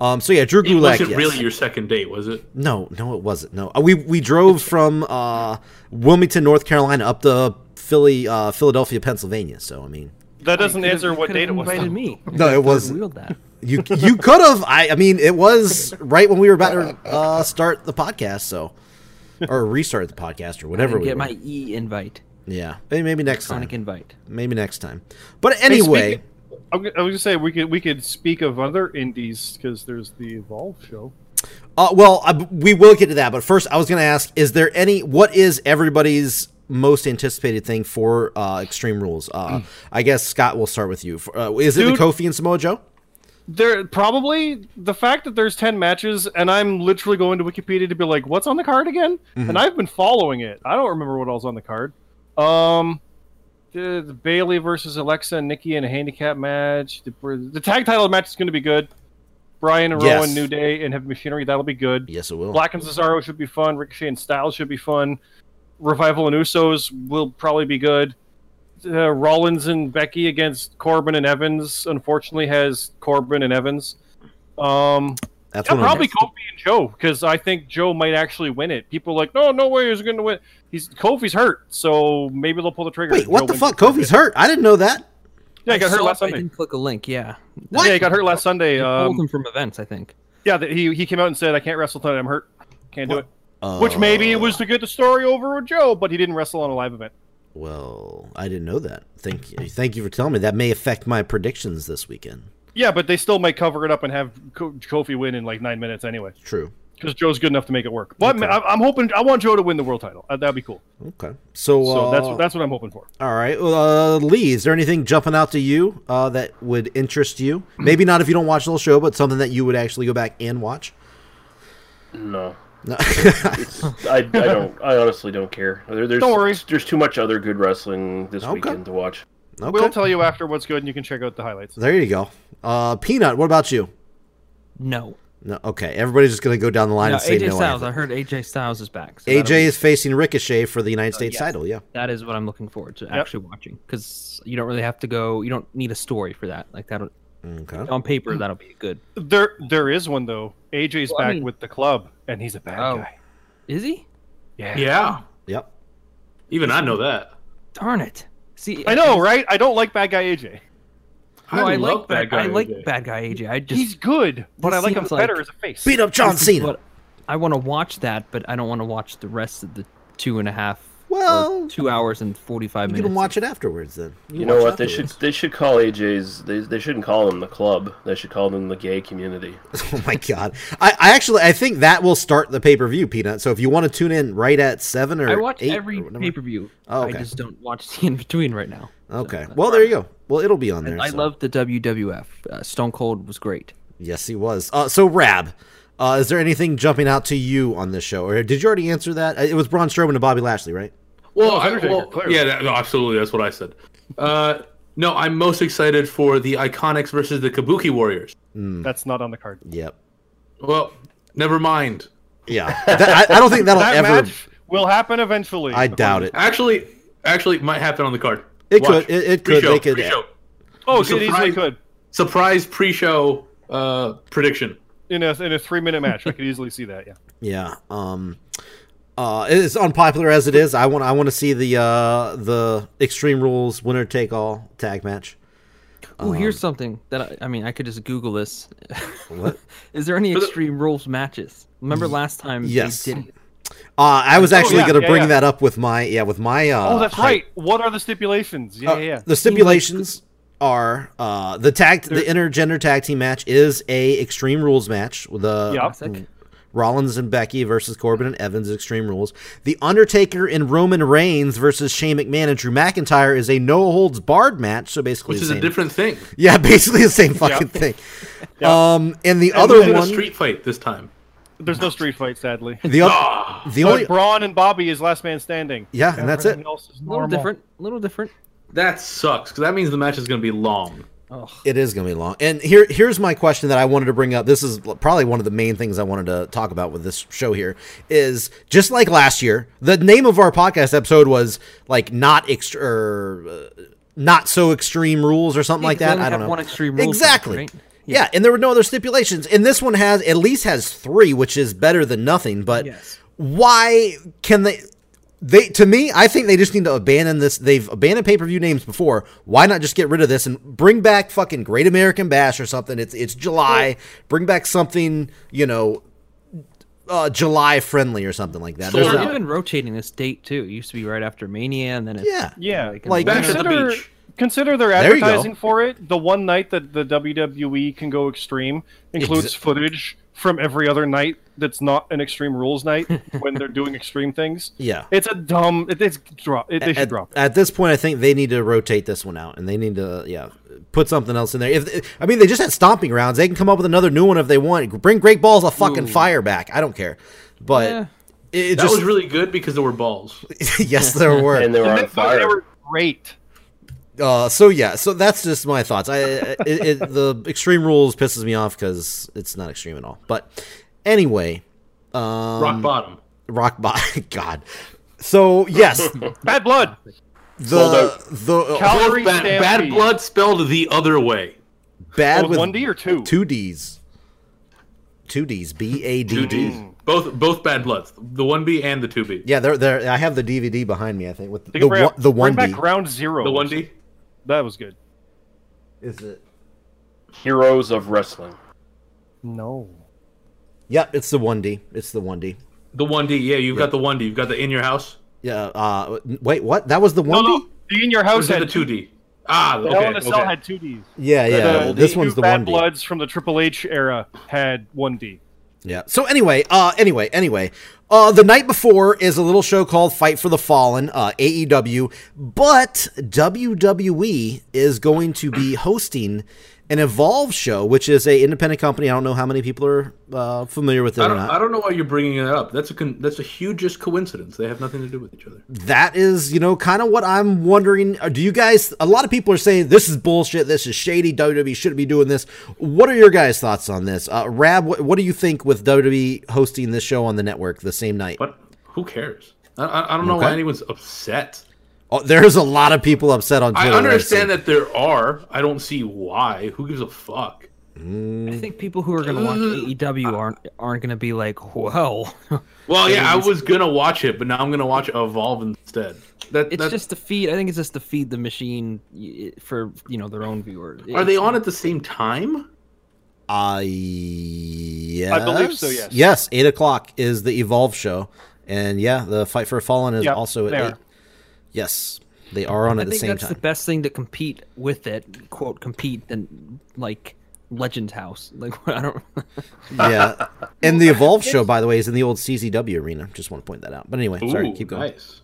[SPEAKER 5] Um, so yeah, Drew
[SPEAKER 4] It
[SPEAKER 5] Gulak.
[SPEAKER 4] wasn't
[SPEAKER 5] yes.
[SPEAKER 4] really your second date, was it?
[SPEAKER 5] No, no, it wasn't. No, Uh, we we drove from uh, Wilmington, North Carolina, up to Philly, uh, Philadelphia, Pennsylvania. So I mean,
[SPEAKER 3] That doesn't
[SPEAKER 6] Could've-
[SPEAKER 3] answer what
[SPEAKER 6] could've
[SPEAKER 3] date it was.
[SPEAKER 6] invited
[SPEAKER 3] though.
[SPEAKER 6] me.
[SPEAKER 5] No, it wasn't.
[SPEAKER 6] Wheeled that.
[SPEAKER 5] You you could have. I I mean, it was right when we were about to uh, start the podcast, so or restart the podcast or whatever.
[SPEAKER 6] Didn't
[SPEAKER 5] We
[SPEAKER 6] get
[SPEAKER 5] were.
[SPEAKER 6] my e invite,
[SPEAKER 5] yeah, maybe, maybe next time.
[SPEAKER 6] Sonic invite.
[SPEAKER 5] Maybe next time. But
[SPEAKER 3] Hey,
[SPEAKER 5] anyway,
[SPEAKER 3] speaking- I'm g- I was gonna say we could we could speak of other indies because there's the Evolve show.
[SPEAKER 5] uh, well, I, we will get to that. But first, I was going to ask: Is there any? What is everybody's most anticipated thing for uh, Extreme Rules? Uh, I guess Scott will start with you. For- Uh, is it
[SPEAKER 3] Mm. Dude.
[SPEAKER 5] the Kofi and Samoa Joe?
[SPEAKER 3] There probably the fact that there's ten matches, and I'm literally going to Wikipedia to be like, "What's on the card again?" And I've been following it. I don't remember what else on the card. Um, the, the Bailey versus Alexa and Nikki in a handicap match. The, the tag title match is going to be good. Brian and
[SPEAKER 5] Yes.
[SPEAKER 3] Rowan, New Day, and Heavy Machinery. That'll be good.
[SPEAKER 5] Yes, it will.
[SPEAKER 3] Black and Cesaro should be fun. Ricochet and Styles should be fun. Revival and Usos will probably be good. Uh, Rollins and Becky against Corbin and Evans. Unfortunately, has Corbin and Evans. Um,
[SPEAKER 5] That's
[SPEAKER 3] yeah,
[SPEAKER 5] one of
[SPEAKER 3] probably
[SPEAKER 5] them.
[SPEAKER 3] Kofi and Joe because I think Joe might actually win it. People are like, no, no way, he's going to win. He's Kofi's hurt, so maybe they'll pull the trigger.
[SPEAKER 5] Wait,
[SPEAKER 3] Joe
[SPEAKER 5] what the
[SPEAKER 3] wins
[SPEAKER 5] fuck?
[SPEAKER 3] it.
[SPEAKER 5] Kofi's hurt. I didn't know that.
[SPEAKER 3] Yeah, he got
[SPEAKER 6] I
[SPEAKER 3] hurt
[SPEAKER 6] saw
[SPEAKER 3] last
[SPEAKER 6] it, but I
[SPEAKER 3] Sunday.
[SPEAKER 6] didn't click a link. Yeah,
[SPEAKER 3] Yeah, he got hurt last Sunday.
[SPEAKER 6] pulled
[SPEAKER 3] Um,
[SPEAKER 6] him from events. I think.
[SPEAKER 3] yeah, that he he came out and said, I can't wrestle tonight. I'm hurt. Can't do it.
[SPEAKER 5] Uh,
[SPEAKER 3] Which maybe it was to get the story over with Joe, but he didn't wrestle on a live event.
[SPEAKER 5] Well, I didn't know that. Thank you. Thank you for telling me. That may affect my predictions this weekend.
[SPEAKER 3] Yeah, but they still might cover it up and have Ko- Kofi win in like nine minutes anyway,
[SPEAKER 5] True.
[SPEAKER 3] because Joe's good enough to make it work. But I'm- I'm, I'm hoping I want Joe to win the world title. Uh, that'd be cool.
[SPEAKER 5] Okay. So,
[SPEAKER 3] So
[SPEAKER 5] uh,
[SPEAKER 3] that's that's what I'm hoping for.
[SPEAKER 5] all right. Well, uh, Lee, is there anything jumping out to you uh, that would interest you? Maybe not if you don't watch the whole show, but something that you would actually go back and watch.
[SPEAKER 7] No.
[SPEAKER 5] No.
[SPEAKER 7] It's, I, I don't. I honestly don't care. There, there's,
[SPEAKER 3] Don't worry.
[SPEAKER 7] There's too much other good wrestling this
[SPEAKER 5] Okay.
[SPEAKER 7] weekend to watch.
[SPEAKER 5] Okay.
[SPEAKER 3] We'll tell you after what's good, and you can check out the highlights.
[SPEAKER 5] there you go. Uh, Peanut, what about you?
[SPEAKER 6] No,
[SPEAKER 5] No. Okay. Everybody's just gonna go down the line
[SPEAKER 6] no
[SPEAKER 5] and say
[SPEAKER 6] AJ
[SPEAKER 5] no.
[SPEAKER 6] Styles. I
[SPEAKER 5] anything.
[SPEAKER 6] heard AJ Styles is back. so that'll
[SPEAKER 5] AJ
[SPEAKER 6] be-
[SPEAKER 5] is facing Ricochet for the United States
[SPEAKER 6] yes.
[SPEAKER 5] title. Yeah.
[SPEAKER 6] that is what I'm looking forward to actually watching because you don't really have to go. You don't need a story for that. Like that
[SPEAKER 5] Okay.
[SPEAKER 6] on paper, that'll be good.
[SPEAKER 3] There there is one though. AJ's
[SPEAKER 6] Well, I
[SPEAKER 3] back
[SPEAKER 6] mean-
[SPEAKER 3] with the club, and he's a bad
[SPEAKER 6] Oh.
[SPEAKER 3] guy.
[SPEAKER 6] Is he?
[SPEAKER 4] Yeah,
[SPEAKER 5] Yep.
[SPEAKER 4] even I know that.
[SPEAKER 6] Darn it! See,
[SPEAKER 3] I know, right? I don't like bad guy AJ.
[SPEAKER 6] No, I,
[SPEAKER 4] love
[SPEAKER 6] like bad guy. I like
[SPEAKER 4] AJ.
[SPEAKER 6] bad guy AJ. I just
[SPEAKER 3] He's good, but
[SPEAKER 6] This
[SPEAKER 3] I like him
[SPEAKER 6] seems like-
[SPEAKER 3] better as a face.
[SPEAKER 5] Beat up John
[SPEAKER 6] this is
[SPEAKER 5] Cena.
[SPEAKER 6] what- I want to watch that, but I don't want to watch the rest of the two and a half. or
[SPEAKER 5] Well,
[SPEAKER 6] two hours and forty-five
[SPEAKER 5] You
[SPEAKER 6] minutes.
[SPEAKER 5] can watch it afterwards then.
[SPEAKER 7] You know what? They
[SPEAKER 5] They
[SPEAKER 7] should they should call AJ's. They, they shouldn't call them the club. They should call them the gay community.
[SPEAKER 5] Oh my god! I, I actually I think that will start the pay per view, Peanut. So if you want to tune in right at seven or
[SPEAKER 6] I watch
[SPEAKER 5] eight
[SPEAKER 6] every
[SPEAKER 5] or whatever.
[SPEAKER 6] pay per view.
[SPEAKER 5] Oh, okay.
[SPEAKER 6] I just don't watch the in between right now.
[SPEAKER 5] Okay.
[SPEAKER 6] So, uh,
[SPEAKER 5] Well, there you go. Well, it'll be on there.
[SPEAKER 6] I
[SPEAKER 5] so.
[SPEAKER 6] love the WWF. Uh, Stone Cold was great.
[SPEAKER 5] Yes, he was. Uh, so Rab, uh, is there anything jumping out to you on this show, or did you already answer that? Uh, It was Braun Strowman and Bobby Lashley, right?
[SPEAKER 4] Well, I,
[SPEAKER 3] Undertaker,
[SPEAKER 4] well
[SPEAKER 3] clearly.
[SPEAKER 4] yeah, that, no, absolutely. That's what I said. Uh, no, I'm most excited for the Iconics versus the Kabuki Warriors.
[SPEAKER 3] That's not on the card.
[SPEAKER 5] Yep.
[SPEAKER 4] Well, never mind.
[SPEAKER 5] Yeah. That- I, I don't think that'll
[SPEAKER 3] That
[SPEAKER 5] ever.
[SPEAKER 3] match will happen eventually.
[SPEAKER 5] I doubt it.
[SPEAKER 4] Actually, actually, it might happen on the card.
[SPEAKER 5] It could- it- it could,
[SPEAKER 4] Pre-show,
[SPEAKER 5] they could-
[SPEAKER 4] pre-show.
[SPEAKER 3] Oh,
[SPEAKER 4] Surprise-
[SPEAKER 3] it easily could
[SPEAKER 4] surprise pre-show uh, prediction.
[SPEAKER 3] in a in a three minute match. I could easily see that. Yeah.
[SPEAKER 5] Yeah. Um. Uh, as unpopular as it is, I want I want to see the uh, the Extreme Rules winner take all tag match. Um,
[SPEAKER 6] Oh, here's something that I, I mean I could just Google this.
[SPEAKER 5] What?
[SPEAKER 6] Is there any
[SPEAKER 4] the-
[SPEAKER 6] Extreme Rules matches? Remember last time? they
[SPEAKER 5] Yes.
[SPEAKER 6] did it?
[SPEAKER 5] Uh, I was actually
[SPEAKER 3] Oh, yeah,
[SPEAKER 5] going to
[SPEAKER 3] yeah,
[SPEAKER 5] bring
[SPEAKER 3] yeah.
[SPEAKER 5] that up with my yeah with my uh,
[SPEAKER 3] oh, that's
[SPEAKER 5] hype.
[SPEAKER 3] right. What are the stipulations? Yeah,
[SPEAKER 5] Uh,
[SPEAKER 3] yeah, yeah.
[SPEAKER 5] The stipulations are uh, the tag the intergender tag team match is a Extreme Rules match. The
[SPEAKER 3] Yup.
[SPEAKER 6] Classic.
[SPEAKER 5] Rollins and Becky versus Corbin and Evans Extreme Rules. The Undertaker and Roman Reigns versus Shane McMahon and Drew McIntyre is a no holds barred match. So basically,
[SPEAKER 4] which
[SPEAKER 5] the
[SPEAKER 4] is
[SPEAKER 5] same-
[SPEAKER 4] a different thing.
[SPEAKER 5] Yeah, basically the same fucking thing. Um, and the
[SPEAKER 4] Who's
[SPEAKER 5] other
[SPEAKER 4] in a
[SPEAKER 5] one,
[SPEAKER 4] street fight this time.
[SPEAKER 3] There's no street fight, sadly.
[SPEAKER 5] the
[SPEAKER 4] Ah.
[SPEAKER 5] other, the only
[SPEAKER 3] But Braun and Bobby is last man standing.
[SPEAKER 5] yeah, and that's it.
[SPEAKER 3] Everything else is
[SPEAKER 6] A little
[SPEAKER 3] normal.
[SPEAKER 6] different. A little different.
[SPEAKER 4] That sucks because that means the match is going to be long.
[SPEAKER 5] It is going to be long. And here, here's my question that I wanted to bring up. This is probably one of the main things I wanted to talk about with this show here is just like last year, the name of our podcast episode was like not extra, or, uh, not so extreme rules or something
[SPEAKER 6] Yeah,
[SPEAKER 5] like
[SPEAKER 6] 'cause they
[SPEAKER 5] that.
[SPEAKER 6] only
[SPEAKER 5] I don't
[SPEAKER 6] have
[SPEAKER 5] know
[SPEAKER 6] one extreme rule for this,
[SPEAKER 5] exactly.
[SPEAKER 6] right?
[SPEAKER 5] Yeah. and there were no other stipulations. And this one has at least has three, which is better than nothing. But
[SPEAKER 6] Yes.
[SPEAKER 5] why can they? They to me, I think they just need to abandon this. They've abandoned pay per view names before. Why not just get rid of this and bring back fucking Great American Bash or something? It's it's July. Bring back something you know, uh, July friendly or something like that.
[SPEAKER 4] Sure.
[SPEAKER 5] There's
[SPEAKER 6] They're
[SPEAKER 5] not-
[SPEAKER 6] even rotating this date too. It used to be right after Mania, and then it's
[SPEAKER 5] yeah,
[SPEAKER 3] Yeah,
[SPEAKER 5] Like-
[SPEAKER 4] Back to the
[SPEAKER 3] consider
[SPEAKER 4] beach.
[SPEAKER 3] consider their
[SPEAKER 5] There you go.
[SPEAKER 3] advertising for it. The one night that the WWE can go extreme includes
[SPEAKER 5] Exa-
[SPEAKER 3] footage from every other night that's not an Extreme Rules night when they're doing extreme things.
[SPEAKER 5] Yeah.
[SPEAKER 3] it's a dumb. It, it's drop. It, they should
[SPEAKER 5] at,
[SPEAKER 3] drop. it.
[SPEAKER 5] at this point, I think they need to rotate this one out, and they need to yeah put something else in there. If I mean, they just had stomping rounds. They can come up with another new one if they want. Bring Great Balls of fucking fire back. I don't care, but
[SPEAKER 6] Yeah.
[SPEAKER 5] it, it
[SPEAKER 4] That
[SPEAKER 5] just
[SPEAKER 4] was really good because there were balls.
[SPEAKER 5] yes, there were.
[SPEAKER 7] and they were
[SPEAKER 3] And
[SPEAKER 7] on
[SPEAKER 3] then- but
[SPEAKER 7] fire.
[SPEAKER 3] they were great.
[SPEAKER 5] Uh, so yeah, so that's just my thoughts. I it, it, the extreme rules pisses me off because it's not extreme at all. But anyway, um,
[SPEAKER 4] Rock bottom.
[SPEAKER 5] rock by God. So yes,
[SPEAKER 3] Bad blood.
[SPEAKER 7] Sold
[SPEAKER 5] the
[SPEAKER 7] out.
[SPEAKER 5] the
[SPEAKER 3] Calorie
[SPEAKER 4] Bad, bad
[SPEAKER 3] stampede.
[SPEAKER 4] blood spelled the other way.
[SPEAKER 5] bad
[SPEAKER 3] With
[SPEAKER 5] with
[SPEAKER 3] one D or two?
[SPEAKER 5] Two D's. Two D's. B A D
[SPEAKER 4] Two
[SPEAKER 5] D.
[SPEAKER 4] D's. Both both bad bloods. The one B and the two B.
[SPEAKER 5] Yeah, they're there. I have the DVD behind me. I think with
[SPEAKER 3] They
[SPEAKER 5] the
[SPEAKER 3] can bring
[SPEAKER 5] one,
[SPEAKER 3] out-
[SPEAKER 5] the one
[SPEAKER 3] bring
[SPEAKER 5] D.
[SPEAKER 3] back round zero.
[SPEAKER 4] The one D.
[SPEAKER 3] That was good.
[SPEAKER 5] Is it?
[SPEAKER 7] Heroes of wrestling.
[SPEAKER 3] No.
[SPEAKER 5] Yeah, it's the one D. It's the one D.
[SPEAKER 4] The one D. Yeah, you've got the one D. You've got the in your house.
[SPEAKER 5] Yeah. Uh, wait, what? That was the
[SPEAKER 3] No,
[SPEAKER 5] one D.
[SPEAKER 3] no. The in your
[SPEAKER 4] Or
[SPEAKER 3] house
[SPEAKER 4] is it
[SPEAKER 3] had
[SPEAKER 4] the two D? Ah,
[SPEAKER 3] The
[SPEAKER 4] okay.
[SPEAKER 3] Hell in a Cell
[SPEAKER 4] okay.
[SPEAKER 3] had two Ds.
[SPEAKER 5] Yeah, yeah.
[SPEAKER 3] the,
[SPEAKER 5] this
[SPEAKER 3] two
[SPEAKER 5] one's the
[SPEAKER 3] Bad
[SPEAKER 5] one D.
[SPEAKER 3] Bloods from the Triple H era had one D.
[SPEAKER 5] Yeah. So anyway, uh, anyway, anyway, uh, the night before is a little show called Fight for the Fallen, uh, AEW, but WWE is going to be hosting an Evolve show, which is a independent company. I don't know how many people are uh, familiar with it
[SPEAKER 4] I
[SPEAKER 5] or
[SPEAKER 4] don't, I
[SPEAKER 5] not.
[SPEAKER 4] don't know why you're bringing that up. That's a con- that's a hugest coincidence. They have nothing to do with each other.
[SPEAKER 5] That is, you know, kind of what I'm wondering. Uh, Do you guys? A lot of people are saying this is bullshit. This is shady. WWE shouldn't be doing this. What are your guys' thoughts on this? Uh, Rab, what, what do you think with WWE hosting this show on the network the same night?
[SPEAKER 4] But who cares? I, I, I don't know why
[SPEAKER 5] Okay.
[SPEAKER 4] anyone's upset.
[SPEAKER 5] Oh, there's a lot of people upset on
[SPEAKER 4] I
[SPEAKER 5] Twitter.
[SPEAKER 4] understand that there are. I don't see why. Who gives a fuck?
[SPEAKER 6] I think people who are going to watch
[SPEAKER 5] Uh,
[SPEAKER 6] AEW aren't aren't going to be like, well,
[SPEAKER 4] Well, yeah, I was gonna watch it, but now I'm gonna watch Evolve instead. That,
[SPEAKER 6] it's
[SPEAKER 4] that-
[SPEAKER 6] just to feed. I think it's just to feed the machine y- for you know their own viewers.
[SPEAKER 4] are they on at the same time?
[SPEAKER 5] I Uh, yes.
[SPEAKER 3] I believe so, yes.
[SPEAKER 5] Yes, eight o'clock is the Evolve show, and yeah, the Fight for Fallen is
[SPEAKER 3] Yep,
[SPEAKER 5] also at
[SPEAKER 3] they
[SPEAKER 5] eight.
[SPEAKER 3] are.
[SPEAKER 5] Yes, they are on
[SPEAKER 6] I
[SPEAKER 5] at the
[SPEAKER 6] think
[SPEAKER 5] same
[SPEAKER 6] that's
[SPEAKER 5] time.
[SPEAKER 6] the best thing to compete with it. Quote compete than like Legend House. Like I don't.
[SPEAKER 5] yeah, and the Evolve show, by the way, is in the old CZW arena. Just want to point that out. But anyway, sorry,
[SPEAKER 4] Ooh,
[SPEAKER 5] keep going.
[SPEAKER 4] Nice.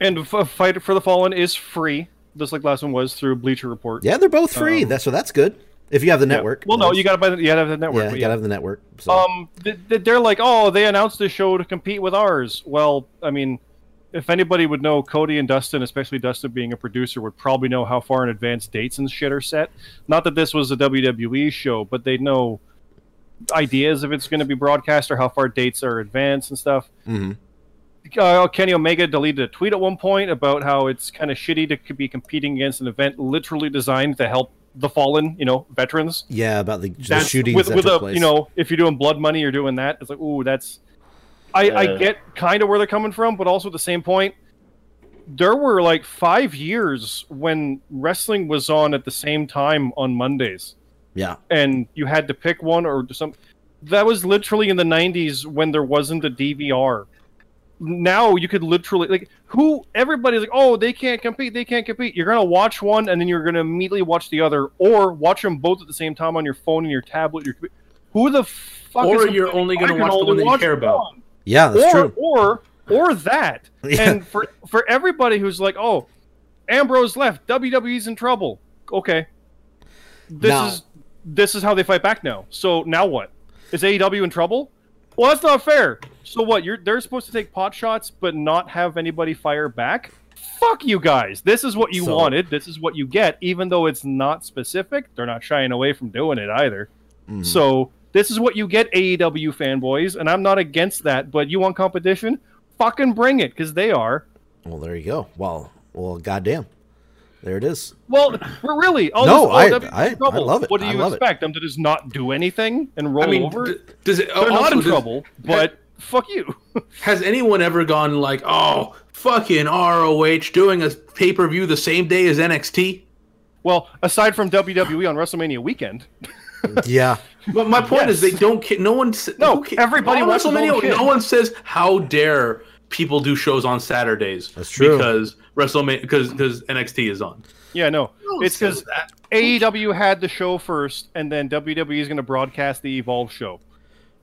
[SPEAKER 3] And F- Fight for the Fallen is free, just like last one was through Bleacher Report.
[SPEAKER 5] Yeah, they're both free. that's so that's good. If you have the
[SPEAKER 3] Um, Yeah.
[SPEAKER 5] network.
[SPEAKER 3] Well, no, you got to buy. The, you got to have the network.
[SPEAKER 5] Yeah,
[SPEAKER 3] but
[SPEAKER 5] you gotta have the network. So.
[SPEAKER 3] Um, th- th- they're like, oh, they announced this show to compete with ours. Well, I mean, if anybody would know, Cody and Dustin, especially Dustin being a producer, would probably know how far in advance dates and shit are set. Not that this was a WWE show, but they know ideas if it's going to be broadcast or how far dates are advanced and stuff.
[SPEAKER 5] Mhm.
[SPEAKER 3] Uh, Kenny Omega deleted a tweet at one point about how it's kind of shitty to c- be competing against an event literally designed to help the fallen, you know, veterans
[SPEAKER 5] yeah, about the, the
[SPEAKER 3] that's
[SPEAKER 5] shootings
[SPEAKER 3] with,
[SPEAKER 5] that
[SPEAKER 3] with
[SPEAKER 5] took
[SPEAKER 3] a
[SPEAKER 5] place.
[SPEAKER 3] you know if you're doing blood money you're doing that it's like ooh that's I, I
[SPEAKER 7] Yeah.
[SPEAKER 3] get kind of where they're coming from but also at the same point there were like five years when wrestling was on at the same time on Mondays
[SPEAKER 5] yeah,
[SPEAKER 3] and you had to pick one or some that was literally in the 90s when there wasn't a DVR now you could literally like who everybody's like, oh, they can't compete, they can't compete. You're gonna watch one and then you're gonna immediately watch the other, or watch them both at the same time on your phone and your tablet. Your compu- who the fuck?
[SPEAKER 4] Or
[SPEAKER 3] is
[SPEAKER 4] you're only gonna
[SPEAKER 3] I can
[SPEAKER 4] watch the
[SPEAKER 3] only
[SPEAKER 4] one that you
[SPEAKER 3] watch
[SPEAKER 4] care about.
[SPEAKER 3] one
[SPEAKER 5] Yeah, that's
[SPEAKER 3] or,
[SPEAKER 5] true.
[SPEAKER 3] or or that.
[SPEAKER 5] Yeah.
[SPEAKER 3] And for for everybody who's like, oh, Ambrose left, WWE's in trouble. Okay, this
[SPEAKER 5] No.
[SPEAKER 3] is this is how they fight back now. So now what? Is AEW in trouble? Well, that's not fair. So what? You're they're supposed to take pot shots, but not have anybody fire back. Fuck you guys. This is what you
[SPEAKER 5] So-
[SPEAKER 3] wanted. This is what you get. Even though it's not specific, they're not shying away from doing it either.
[SPEAKER 5] Mm-hmm.
[SPEAKER 3] So this is what you get, AEW fanboys, and I'm not against that. But you want competition? Fucking bring it, because they are.
[SPEAKER 5] Well, there you go. Well, well, goddamn, there it is.
[SPEAKER 3] Well, we're really. Oh,
[SPEAKER 5] No,
[SPEAKER 3] this- oh,
[SPEAKER 5] I-
[SPEAKER 3] that'd be
[SPEAKER 5] I- I
[SPEAKER 3] trouble.
[SPEAKER 5] love it.
[SPEAKER 3] What do
[SPEAKER 5] I
[SPEAKER 3] you
[SPEAKER 5] love it.
[SPEAKER 3] expect them to just not do anything and roll
[SPEAKER 4] I mean,
[SPEAKER 3] over?
[SPEAKER 4] d- does it?
[SPEAKER 3] They're not
[SPEAKER 4] also,
[SPEAKER 3] in
[SPEAKER 4] does-
[SPEAKER 3] trouble, but fuck you.
[SPEAKER 4] Has anyone ever gone like, oh, fucking ROH doing a pay per view the same day as NXT?
[SPEAKER 3] well, aside from WWE on WrestleMania weekend,
[SPEAKER 5] Yeah,
[SPEAKER 4] But my point is,
[SPEAKER 3] Yes.
[SPEAKER 4] they don't care. No one. sa-
[SPEAKER 3] No,
[SPEAKER 4] who ca-
[SPEAKER 3] everybody
[SPEAKER 4] on
[SPEAKER 3] wants to
[SPEAKER 4] WrestleMania.
[SPEAKER 3] bullshit.
[SPEAKER 4] No one says how dare people do shows on Saturdays.
[SPEAKER 5] That's true.
[SPEAKER 4] Because WrestleMania, because because NXT is on.
[SPEAKER 3] yeah, no,
[SPEAKER 4] No one
[SPEAKER 3] it's
[SPEAKER 4] says
[SPEAKER 3] because
[SPEAKER 4] that.
[SPEAKER 3] AEW had the show first, and then WWE is going to broadcast the Evolve show.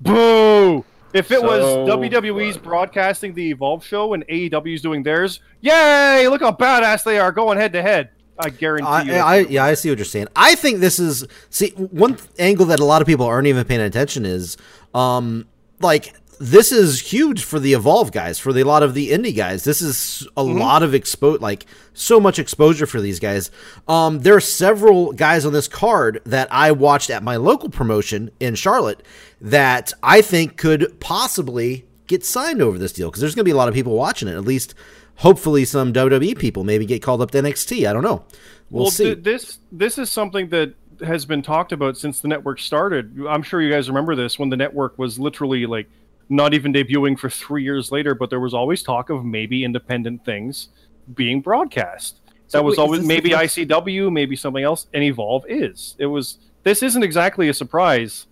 [SPEAKER 3] Boo! If it
[SPEAKER 7] So
[SPEAKER 3] was
[SPEAKER 5] uh,
[SPEAKER 3] WWE's
[SPEAKER 7] what?
[SPEAKER 3] broadcasting the Evolve show and AEW's doing theirs, yay! Look how badass they are going head to head. I guarantee
[SPEAKER 5] I,
[SPEAKER 3] you.
[SPEAKER 5] I, yeah, I see what you're saying. I think this is see one th- angle that a lot of people aren't even paying attention is, um, like this is huge for the evolve guys, for the a lot of the indie guys. This is a lot of expo, like so much exposure for these guys. Um, there are several guys on this card that I watched at my local promotion in Charlotte that I think could possibly get signed over this deal because there's going to be a lot of people watching it. At least, hopefully, some WWE people maybe get called up to NXT. I don't know. We'll, see.
[SPEAKER 3] th- this this is something that has been talked about since the network started. I'm sure you guys remember this when the network was literally like not even debuting for three years later, but there was always talk of maybe independent things being broadcast.
[SPEAKER 6] So
[SPEAKER 3] that was
[SPEAKER 6] wait, is
[SPEAKER 3] always
[SPEAKER 6] this the
[SPEAKER 3] maybe
[SPEAKER 6] first-
[SPEAKER 3] ICW, maybe something else, and Evolve is. It was this isn't exactly a surprise.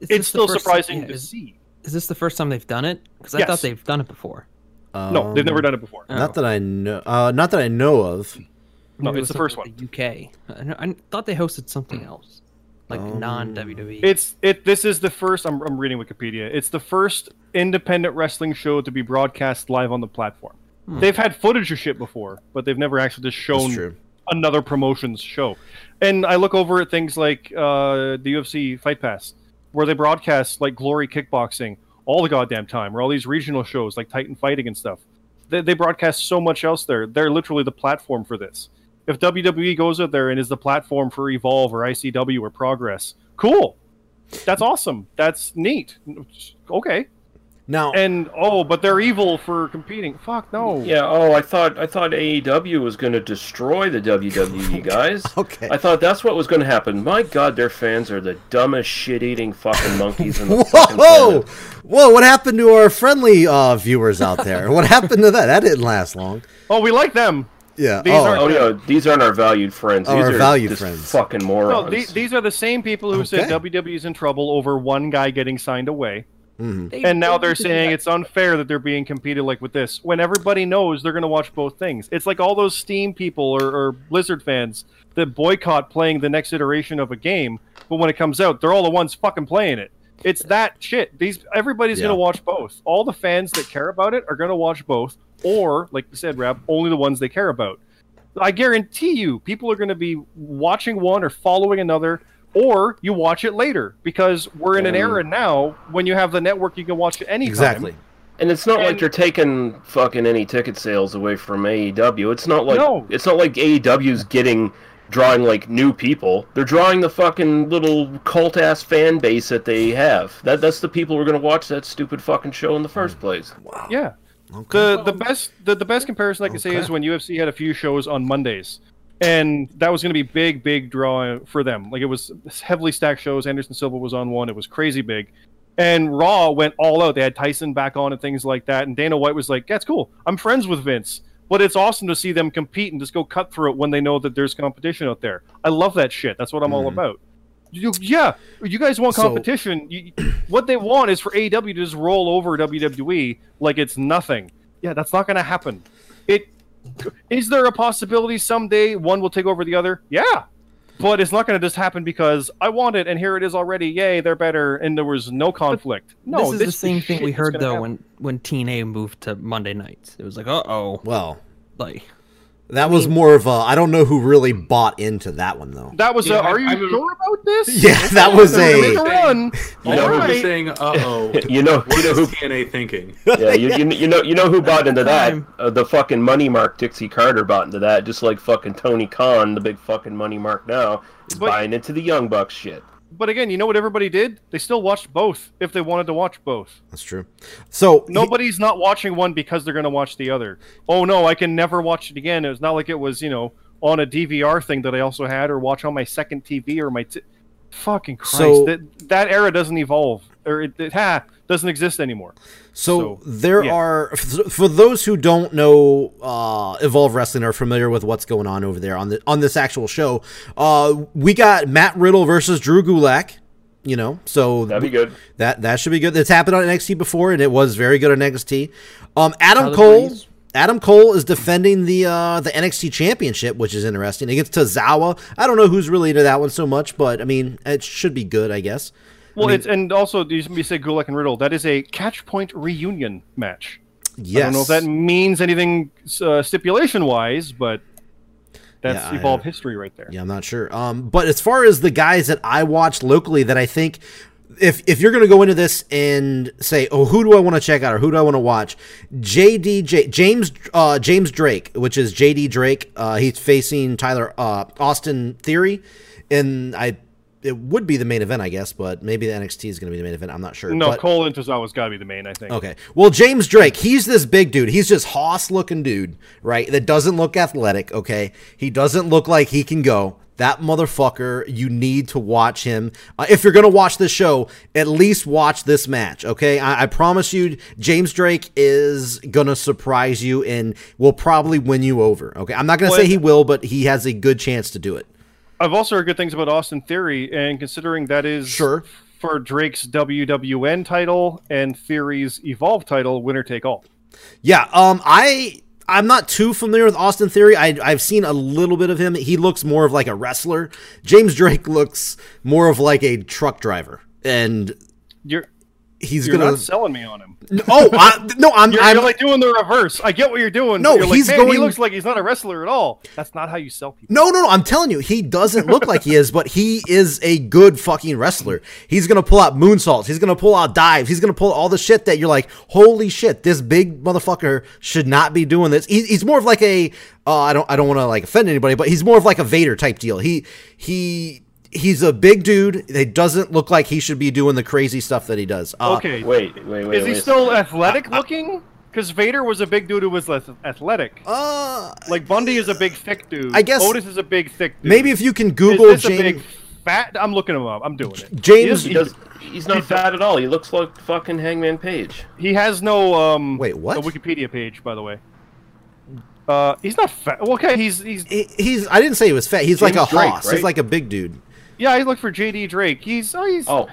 [SPEAKER 6] Is this
[SPEAKER 3] It's
[SPEAKER 6] the
[SPEAKER 3] still
[SPEAKER 6] first-
[SPEAKER 3] surprising
[SPEAKER 6] yeah,
[SPEAKER 3] to
[SPEAKER 6] is,
[SPEAKER 3] see.
[SPEAKER 6] is this the first time they've done it? Because I
[SPEAKER 3] Yes.
[SPEAKER 6] thought they've done it before.
[SPEAKER 3] No, they've never
[SPEAKER 5] Um,
[SPEAKER 3] done it before.
[SPEAKER 5] Not that I know. Uh, not that I know of.
[SPEAKER 3] No,
[SPEAKER 6] Maybe it
[SPEAKER 3] it's
[SPEAKER 6] was
[SPEAKER 3] the first
[SPEAKER 6] something
[SPEAKER 3] one.
[SPEAKER 6] with The UK. I, know- I thought they hosted
[SPEAKER 5] Hmm.
[SPEAKER 6] something else, like E. non WWE.
[SPEAKER 3] It's it. This is the first. I'm, I'm reading Wikipedia. It's the first independent wrestling show to be broadcast live on the platform. They've had footage of shit before, but they've never actually just
[SPEAKER 5] Hmm. That's
[SPEAKER 3] shown
[SPEAKER 5] true.
[SPEAKER 3] another promotion's show. And I look over at things like uh, the UFC Fight Pass, where they broadcast like Glory Kickboxing all the goddamn time, or all these regional shows like Titan Fighting and stuff. They, they broadcast so much else there. They're literally the platform for this. If WWE goes out there and is the platform for Evolve or ICW or Progress, cool. That's awesome. That's neat. Okay.
[SPEAKER 5] Now,
[SPEAKER 3] And oh, but they're evil for competing. Fuck no.
[SPEAKER 7] Yeah. Oh, I thought I thought AEW was going to destroy the WWE guys.
[SPEAKER 5] Okay.
[SPEAKER 7] I thought that's what was going to happen. My God, their fans are the dumbest shit-eating fucking monkeys in the fucking
[SPEAKER 5] whoa,
[SPEAKER 7] planet.
[SPEAKER 5] whoa! What happened to our friendly uh, viewers out there? what happened to that? That didn't last long.
[SPEAKER 3] Oh, we like them.
[SPEAKER 5] Yeah.
[SPEAKER 3] These
[SPEAKER 5] oh,
[SPEAKER 3] aren't-
[SPEAKER 7] Oh no, these aren't our valued friends.
[SPEAKER 5] Oh,
[SPEAKER 7] these
[SPEAKER 5] our
[SPEAKER 7] are
[SPEAKER 5] valued
[SPEAKER 7] just
[SPEAKER 5] friends.
[SPEAKER 7] Fucking morons.
[SPEAKER 3] No, these, these are the same people who said
[SPEAKER 5] Okay.
[SPEAKER 3] WWE's in trouble over one guy getting signed away.
[SPEAKER 5] Mm-hmm.
[SPEAKER 6] They-
[SPEAKER 3] And now
[SPEAKER 6] they
[SPEAKER 3] they're
[SPEAKER 6] used to do
[SPEAKER 3] saying
[SPEAKER 6] that.
[SPEAKER 3] it's unfair that they're being competed like with this when everybody knows they're going to watch both things. It's like all those Steam people or, or Blizzard fans that boycott playing the next iteration of a game, but when it comes out, they're all the ones fucking playing it. It's that shit. These everybody's
[SPEAKER 5] Yeah.
[SPEAKER 3] going to watch both. All the fans that care about it are going to watch both, or like you said, Rab, only the ones they care about. I guarantee you, people are going to be watching one or following another, or you watch it later because we're in an era now when you have the network you can watch it anytime.
[SPEAKER 5] exactly.
[SPEAKER 7] And it's not like
[SPEAKER 3] And-
[SPEAKER 7] they're taking fucking any ticket sales away from AEW. It's not like
[SPEAKER 3] No.
[SPEAKER 7] it's not like AEW's getting drawing like new people. They're drawing the fucking little cult ass fan base that they have. That that's the people who are gonna watch that stupid fucking show in the first place.
[SPEAKER 3] Yeah.
[SPEAKER 5] Okay.
[SPEAKER 3] The the best the, the best comparison I can say
[SPEAKER 5] Okay.
[SPEAKER 3] is when UFC had a few shows on Mondays. And that was going to be big, big draw for them. Like it was heavily stacked shows. Anderson Silva was on one. It was crazy big. And Raw went all out. They had Tyson back on and things like that. And Dana White was like, "That's cool. I'm friends with Vince, but it's awesome to see them compete and just go cutthroat when they know that there's competition out there. I love that shit. That's what I'm all about." You, yeah, you guys want
[SPEAKER 5] So-
[SPEAKER 3] competition. You, what they want is for AEW to just roll over WWE like it's nothing. Yeah, that's not going to happen. It is there a possibility someday one will take over the other? Yeah, but it's not going to just happen because I want it and here it is already. Yay, they're better, and there was no conflict. No,
[SPEAKER 6] this is the same thing we heard though when when TNA moved to Monday nights. It was like, uh oh,
[SPEAKER 5] Well,
[SPEAKER 6] like
[SPEAKER 5] that was more of a. I don't know who really bought into that one though.
[SPEAKER 3] that was.
[SPEAKER 4] Yeah,
[SPEAKER 3] uh,
[SPEAKER 4] I-
[SPEAKER 3] are you
[SPEAKER 4] I remember-
[SPEAKER 3] sure about this?
[SPEAKER 5] Yeah, that was
[SPEAKER 3] They're gonna make
[SPEAKER 5] a.
[SPEAKER 3] run.
[SPEAKER 4] You know,
[SPEAKER 7] know, who-
[SPEAKER 4] I'm
[SPEAKER 3] Alright.
[SPEAKER 4] just saying, uh oh.
[SPEAKER 7] You know,
[SPEAKER 4] What
[SPEAKER 7] you know
[SPEAKER 4] is
[SPEAKER 7] who
[SPEAKER 4] TNA thinking?
[SPEAKER 7] yeah, you, you, you know you know who bought into that?
[SPEAKER 6] Time.
[SPEAKER 7] Uh, the fucking money mark Dixie Carter bought into that, just like fucking Tony Khan, the big fucking money mark now, is
[SPEAKER 3] But-
[SPEAKER 7] buying into the Young Bucks shit.
[SPEAKER 3] But again, you know what everybody did? They still watched both if they wanted to watch both.
[SPEAKER 5] That's true. So he-
[SPEAKER 3] Nobody's not watching one because they're going to watch the other. Oh no, I can never watch it again. It was not like it was, you know, on a DVR thing that I also had or watch on my second TV or my t- fucking Christ.
[SPEAKER 5] So-
[SPEAKER 3] that that era doesn't evolve or it, it ha, doesn't exist anymore.
[SPEAKER 5] So,
[SPEAKER 3] So,
[SPEAKER 5] there
[SPEAKER 3] yeah.
[SPEAKER 5] are f- for those who don't know uh, Evolve Wrestling are familiar with what's going on over there on the on this actual show. Uh, we got Matt Riddle versus Drew Gulak. You know, so
[SPEAKER 7] That'd be good.
[SPEAKER 5] that that should be good. It's happened on NXT before, and it was very good on NXT. Um, Adam
[SPEAKER 6] Tyler
[SPEAKER 5] Cole.
[SPEAKER 6] Breeze.
[SPEAKER 5] Adam Cole is defending the uh, the NXT Championship, which is interesting against Tozawa. I don't know who's really into that one so much, but I mean, it should be good, I guess.
[SPEAKER 3] Well, it's and also you you say Gulak and Riddle. That is a catch point reunion match.
[SPEAKER 5] Yes,
[SPEAKER 3] I don't know if that means anything uh, stipulation wise, but that's
[SPEAKER 5] Yeah, I-
[SPEAKER 3] evolved history right there.
[SPEAKER 5] Yeah, I'm not sure. Um, but as far as the guys that I watch locally, that I think, if if you're going to go into this and say, oh, who do I want to check out or who do I want to watch? JDJ James uh, James Drake, which is JD Drake. Uh, he's facing Tyler uh, Austin Theory, and I it would be the main event, I guess, but maybe the NXT is going to be the main event. I'm not sure.
[SPEAKER 3] No,
[SPEAKER 5] but,
[SPEAKER 3] Cole and Tozawa's got to be the main, I think.
[SPEAKER 5] Okay. Well, James Drake, he's this big dude. He's just hoss looking dude, right? That doesn't look athletic, okay? He doesn't look like he can go. That motherfucker, you need to watch him. Uh, if you're going to watch this show, at least watch this match, okay? I, I promise you, James Drake is going to surprise you and will probably win you over, okay? I'm not going to
[SPEAKER 3] Well,
[SPEAKER 5] say he will, but he has a good chance to do it.
[SPEAKER 3] I've also heard good things about Austin Theory, and considering that is
[SPEAKER 5] Sure.
[SPEAKER 3] for Drake's WWN title and Theory's Evolve title, winner take all.
[SPEAKER 5] Yeah, um, I I'm not too familiar with Austin Theory. I I've seen a little bit of him. He looks more of like a wrestler. James Drake looks more of like a truck driver, and
[SPEAKER 3] You're
[SPEAKER 5] he's
[SPEAKER 3] you're
[SPEAKER 5] gonna.
[SPEAKER 3] not selling me on him.
[SPEAKER 5] oh I, no, I'm
[SPEAKER 3] You're,
[SPEAKER 5] I'm
[SPEAKER 3] you're like doing the reverse. I get what you're doing.
[SPEAKER 5] No,
[SPEAKER 3] but you're
[SPEAKER 5] he's
[SPEAKER 3] like, "Man, He
[SPEAKER 5] going-
[SPEAKER 3] looks like he's not a wrestler at all. That's not how you sell people.
[SPEAKER 5] No, no, no. I'm telling you, he doesn't look like he is, but he is a good fucking wrestler. He's going to pull out moonsaults. He's going to pull out dives. He's going to pull all the shit that you're like, holy shit, this big motherfucker should not be doing this. He, he's more of like a, uh, I don't, I don't want to like offend anybody, but he's more of like a Vader type deal. He, he, he's a big dude. It doesn't look like he should be doing the crazy stuff that he does. Uh,
[SPEAKER 3] Okay,
[SPEAKER 7] Wait, wait, wait.
[SPEAKER 3] is he
[SPEAKER 7] wait.
[SPEAKER 3] still athletic looking? Because Vader was a big dude who was less athletic.
[SPEAKER 5] Uh,
[SPEAKER 3] like Bundy is a big thick dude.
[SPEAKER 5] I guess-
[SPEAKER 3] Otis is a big thick dude.
[SPEAKER 5] maybe if you can
[SPEAKER 3] is
[SPEAKER 5] Google
[SPEAKER 3] this
[SPEAKER 5] James,
[SPEAKER 3] a big fat? I'm looking him up. I'm doing it.
[SPEAKER 5] James,
[SPEAKER 7] He does. He's not fat at all. He looks like fucking Hangman Page.
[SPEAKER 3] He has no um
[SPEAKER 5] Wait, what?
[SPEAKER 3] A Wikipedia page, by the way. Uh, he's not fat. Well, okay, he's he's
[SPEAKER 5] he- he's, I didn't say he was fat. He's like a
[SPEAKER 7] James Drake,
[SPEAKER 5] hoss. He's
[SPEAKER 7] right?
[SPEAKER 5] like a big dude.
[SPEAKER 3] yeah. I look for JD Drake. He's oh, he's
[SPEAKER 7] Oh,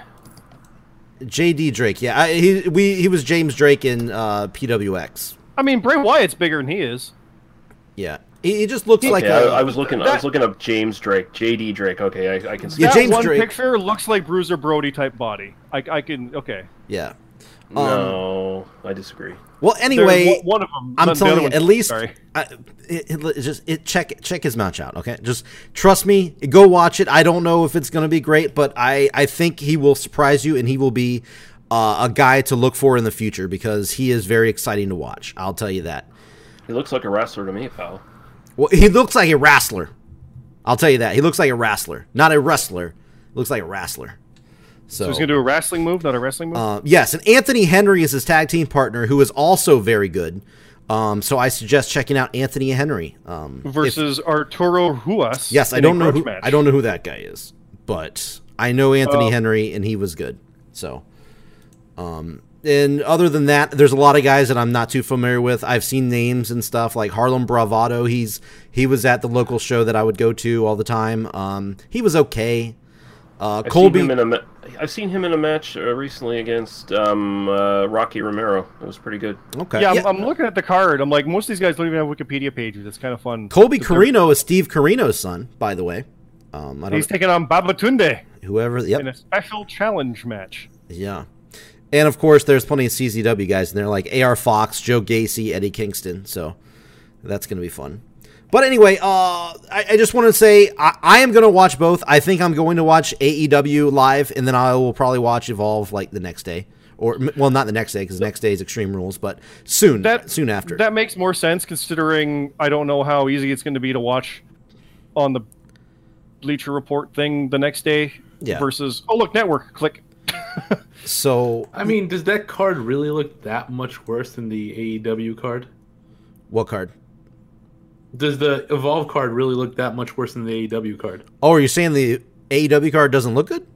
[SPEAKER 5] JD Drake, yeah, I, he we he was James Drake in uh, PWX.
[SPEAKER 3] I mean Bray Wyatt's bigger than he is.
[SPEAKER 5] Yeah, he, he just looks like
[SPEAKER 7] yeah. I
[SPEAKER 5] a-
[SPEAKER 7] I was looking. I was
[SPEAKER 3] that-
[SPEAKER 7] looking up James Drake, JD Drake. Okay, I, I can see.
[SPEAKER 5] Yeah,
[SPEAKER 3] that
[SPEAKER 5] James
[SPEAKER 3] one
[SPEAKER 5] Drake-
[SPEAKER 3] picture looks like Bruiser Brody type body. I, I can okay.
[SPEAKER 5] yeah. Um,
[SPEAKER 7] no, I disagree.
[SPEAKER 5] Well,
[SPEAKER 3] There's
[SPEAKER 5] anyway,
[SPEAKER 3] one, one of them.
[SPEAKER 5] I'm
[SPEAKER 3] the- the
[SPEAKER 5] telling
[SPEAKER 3] other
[SPEAKER 5] you,
[SPEAKER 3] one-
[SPEAKER 5] at least
[SPEAKER 3] Sorry.
[SPEAKER 5] I, it, it- it's just it check check his match out. Okay, just trust me. Go watch it. I don't know if it's gonna be great, but I I think he will surprise you, and he will be uh, a guy to look for in the future because he is very exciting to watch. I'll tell you that.
[SPEAKER 7] He looks like a wrestler to me, pal.
[SPEAKER 5] Well, he looks like a wrestler. I'll tell you that. He looks like a wrestler, not a wrestler. Looks like a wrestler. So,
[SPEAKER 3] So he's gonna do a wrestling move, not a wrestling move.
[SPEAKER 5] uh, yes, and Anthony Henry is his tag team partner, who is also very good. Um, so I suggest checking out Anthony Henry. Um, if-
[SPEAKER 3] versus Arturo Ruas.
[SPEAKER 5] yes, I
[SPEAKER 3] in a
[SPEAKER 5] don't know.
[SPEAKER 3] grudge
[SPEAKER 5] Who,
[SPEAKER 3] match. Oh.
[SPEAKER 5] I don't know who that guy is, but I know Anthony Henry, and he was good. So, um, and other than that, there's a lot of guys that I'm not too familiar with. I've seen names and stuff like Harlem Bravado. He's he was at the local show that I would go to all the time. Um, he was okay. Uh,
[SPEAKER 7] I've
[SPEAKER 5] Colby,
[SPEAKER 7] Seen him in a ma- I've seen him in a match uh, recently against um, uh, Rocky Romero. It was pretty good.
[SPEAKER 5] okay,
[SPEAKER 3] yeah, I'm, I'm looking at the card. I'm like, most of these guys don't even have Wikipedia pages. It's kind of fun.
[SPEAKER 5] Colby
[SPEAKER 3] That they're-
[SPEAKER 5] Carino is Steve Carino's son, by the way. Um, I
[SPEAKER 3] He's
[SPEAKER 5] don't
[SPEAKER 3] taking on Babatunde
[SPEAKER 5] whoever.
[SPEAKER 3] in
[SPEAKER 5] Yep,
[SPEAKER 3] a special challenge match.
[SPEAKER 5] yeah. And of course, there's plenty of CZW guys in there, like AR Fox, Joe Gacy, Eddie Kingston. So that's going to be fun. But anyway, uh, I, I just want to say I, I am going to watch both. I think I'm going to watch AEW live, and then I will probably watch Evolve like the next day, or m- well, not the next day because next day is Extreme Rules, but soon,
[SPEAKER 3] That-
[SPEAKER 5] soon after.
[SPEAKER 3] That makes more sense considering I don't know how easy it's going to be to watch on the Bleacher Report thing the next day
[SPEAKER 5] Yeah.
[SPEAKER 3] versus, oh, look, network, click.
[SPEAKER 5] so
[SPEAKER 4] I mean, does that card really look that much worse than the AEW card?
[SPEAKER 5] what card?
[SPEAKER 4] Does the Evolve card really look that much worse than the AEW card?
[SPEAKER 5] Oh, are you saying the AEW card doesn't look good?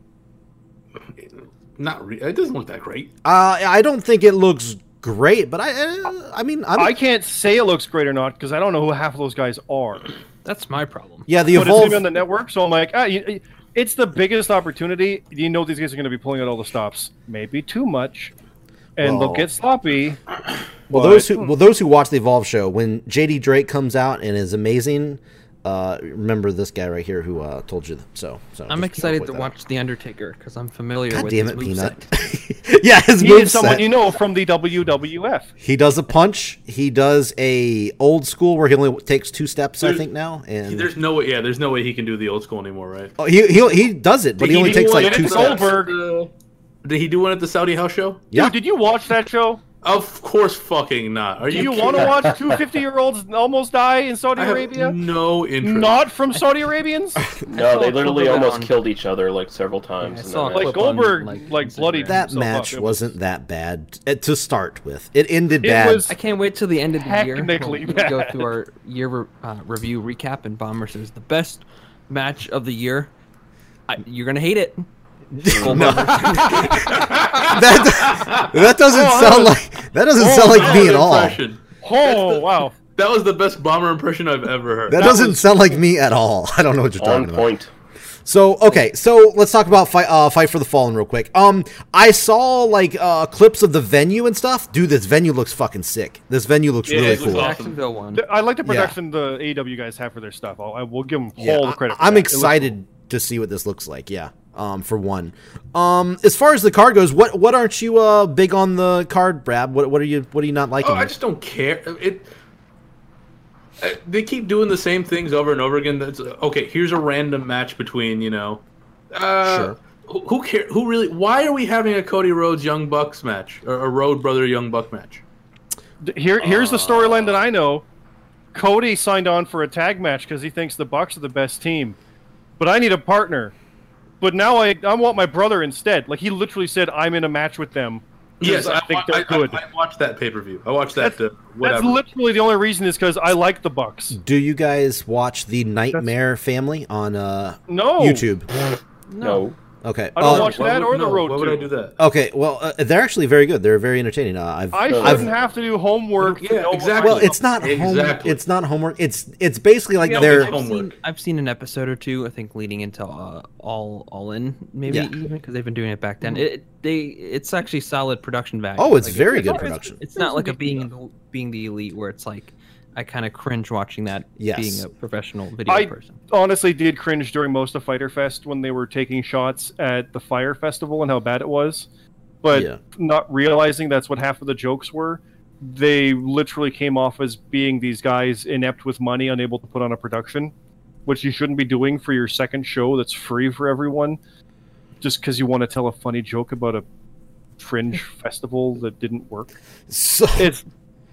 [SPEAKER 4] Not re- it doesn't look that great.
[SPEAKER 5] Uh, I don't think it looks great, but I, uh, I mean, I'm,
[SPEAKER 3] I can't say it looks great or not because I don't know who half of those guys are.
[SPEAKER 6] That's my problem.
[SPEAKER 5] yeah, the
[SPEAKER 3] but it's going to
[SPEAKER 5] evolve.
[SPEAKER 3] be on the network, so I'm like, ah, you, you- it's the biggest opportunity. You know these guys are going to be pulling out all the stops. Maybe too much. And
[SPEAKER 5] Well-
[SPEAKER 3] they'll get sloppy.
[SPEAKER 5] well, those who well those who watch the evolve show when JD Drake comes out and is amazing. Uh, remember this guy right here who uh, told you so. So just
[SPEAKER 6] I'm
[SPEAKER 5] keep up
[SPEAKER 6] excited
[SPEAKER 5] with
[SPEAKER 6] to
[SPEAKER 5] that.
[SPEAKER 6] watch The Undertaker because I'm familiar
[SPEAKER 5] God
[SPEAKER 6] with
[SPEAKER 5] damn
[SPEAKER 6] his
[SPEAKER 5] it,
[SPEAKER 6] moveset.
[SPEAKER 5] Peanut! yeah, his
[SPEAKER 3] He
[SPEAKER 5] moveset.
[SPEAKER 3] is someone you know from the WWF.
[SPEAKER 5] He does a punch. He does a old school where he only takes two steps, I
[SPEAKER 4] There's-
[SPEAKER 5] think now, and
[SPEAKER 4] There's no way. Yeah, there's no way he can do the old school anymore, right?
[SPEAKER 5] oh, he he he does it, but he,
[SPEAKER 4] He
[SPEAKER 5] only
[SPEAKER 4] did
[SPEAKER 5] takes
[SPEAKER 4] one
[SPEAKER 5] like
[SPEAKER 4] at
[SPEAKER 5] two
[SPEAKER 4] the
[SPEAKER 5] steps.
[SPEAKER 3] Goldberg.
[SPEAKER 4] Did he do one at the Saudi house show?
[SPEAKER 5] Yeah.
[SPEAKER 3] Dude, did you watch that show?
[SPEAKER 4] Of course, fucking not. Are
[SPEAKER 3] Do
[SPEAKER 4] you?
[SPEAKER 3] you
[SPEAKER 4] kidding?
[SPEAKER 3] want to watch two 50 year olds almost die in Saudi
[SPEAKER 4] I have
[SPEAKER 3] Arabia?
[SPEAKER 4] No interest.
[SPEAKER 3] Not from Saudi Arabians?
[SPEAKER 6] I
[SPEAKER 7] No,
[SPEAKER 6] saw a
[SPEAKER 7] they
[SPEAKER 6] clip of
[SPEAKER 7] literally
[SPEAKER 6] it
[SPEAKER 7] almost
[SPEAKER 6] on-
[SPEAKER 7] killed each other like several times.
[SPEAKER 6] I
[SPEAKER 7] in
[SPEAKER 6] saw a
[SPEAKER 7] that
[SPEAKER 6] clip
[SPEAKER 7] match.
[SPEAKER 3] Like Goldberg,
[SPEAKER 6] on, like,
[SPEAKER 3] like,
[SPEAKER 6] Instagram.
[SPEAKER 3] bloodied.
[SPEAKER 5] That
[SPEAKER 3] So, fuck,
[SPEAKER 5] match
[SPEAKER 3] it was-
[SPEAKER 5] wasn't that bad uh, to start with. It ended
[SPEAKER 3] It
[SPEAKER 5] bad.
[SPEAKER 3] was-
[SPEAKER 6] I can't wait till the end of the year. when
[SPEAKER 3] Technically
[SPEAKER 6] we go
[SPEAKER 3] bad.
[SPEAKER 6] through our year re- uh, review recap, and Bomber says the best match of the year. I, you're gonna hate it.
[SPEAKER 5] that, that doesn't sound like that doesn't sound like me at all.
[SPEAKER 4] Impression.
[SPEAKER 3] Oh, wow.
[SPEAKER 4] That was the best bomber impression I've ever heard.
[SPEAKER 5] That, doesn't sound like me at all. I don't know what you're
[SPEAKER 7] On
[SPEAKER 5] talking about.
[SPEAKER 7] point.
[SPEAKER 5] So okay, so let's talk about fight, uh, fight for the fallen real quick. Um, I saw like uh, clips of the venue and stuff. Dude, this venue looks fucking sick. This venue looks
[SPEAKER 4] Yeah,
[SPEAKER 5] really
[SPEAKER 4] it looks
[SPEAKER 5] cool.
[SPEAKER 4] awesome.
[SPEAKER 6] Jacksonville one.
[SPEAKER 3] Th- I like the
[SPEAKER 5] Yeah.
[SPEAKER 3] production the AEW guys have for their stuff. I'll, I will give them
[SPEAKER 5] Yeah,
[SPEAKER 3] all
[SPEAKER 5] I-
[SPEAKER 3] the credit. for
[SPEAKER 5] I'm
[SPEAKER 3] that. It looks-
[SPEAKER 5] excited to see what this looks like. Yeah. Um, for one. Um, as far as the card goes, what what aren't you uh big on the card, Brad? What what are you what are you not liking?
[SPEAKER 4] Oh, I just don't care. It. I- They keep doing the same things over and over again. That's okay. Here's a random match between you know. Uh,
[SPEAKER 5] Sure.
[SPEAKER 4] Who, who care? Who really? Why are we having a Cody Rhodes Young Bucks match or a Road Brother Young Buck match?
[SPEAKER 3] D- Here, here's the storyline
[SPEAKER 5] Ah.
[SPEAKER 3] that I know. Cody signed on for a tag match because he thinks the Bucks are the best team, but I need a partner. But now I, I want my brother instead. Like he literally said, "I'm in a match with them." 'cause I think
[SPEAKER 4] wa-
[SPEAKER 3] they're good.
[SPEAKER 4] I, I watched that pay per view. I watched that. uh,
[SPEAKER 3] That's
[SPEAKER 4] whatever.
[SPEAKER 3] literally the only reason is because I like the Bucks.
[SPEAKER 5] Do you guys watch the Nightmare Family on uh
[SPEAKER 3] No,
[SPEAKER 5] YouTube?
[SPEAKER 7] No.
[SPEAKER 5] Okay.
[SPEAKER 3] Oh. I don't
[SPEAKER 5] uh,
[SPEAKER 3] watch that
[SPEAKER 4] would-
[SPEAKER 3] or the
[SPEAKER 4] no,
[SPEAKER 3] road.
[SPEAKER 4] Why would I
[SPEAKER 3] to.
[SPEAKER 4] do that?
[SPEAKER 5] Okay, well, uh, they're actually very good. They're very entertaining. Uh, I've,
[SPEAKER 3] I
[SPEAKER 7] No.
[SPEAKER 3] shouldn't have to do homework. to
[SPEAKER 4] Yeah,
[SPEAKER 3] know-
[SPEAKER 4] exactly.
[SPEAKER 5] well, it's not home,
[SPEAKER 4] Exactly.
[SPEAKER 5] it's not homework. It's it's basically like
[SPEAKER 4] Yeah,
[SPEAKER 5] they're
[SPEAKER 4] it's-
[SPEAKER 6] I've seen,
[SPEAKER 4] Homework.
[SPEAKER 6] I've seen an episode or two. I think leading into uh, all all in, maybe
[SPEAKER 5] Yeah.
[SPEAKER 6] even because they've been doing it back then. It they it's actually solid production value.
[SPEAKER 5] oh, it's
[SPEAKER 6] Like,
[SPEAKER 5] very good
[SPEAKER 3] it's-
[SPEAKER 5] production.
[SPEAKER 6] It's not like a being in the, being the elite where it's like I kind of cringe watching that.
[SPEAKER 5] Yes.
[SPEAKER 6] being a professional video
[SPEAKER 3] I-
[SPEAKER 6] person.
[SPEAKER 3] honestly did cringe during most of Fighter Fest when they were taking shots at the Fire Festival and how bad it was. But
[SPEAKER 5] Yeah.
[SPEAKER 3] not realizing that's what half of the jokes were, they literally came off as being these guys inept with money, unable to put on a production, which you shouldn't be doing for your second show that's free for everyone, just because you want to tell a funny joke about a fringe festival that didn't work
[SPEAKER 5] So
[SPEAKER 3] it's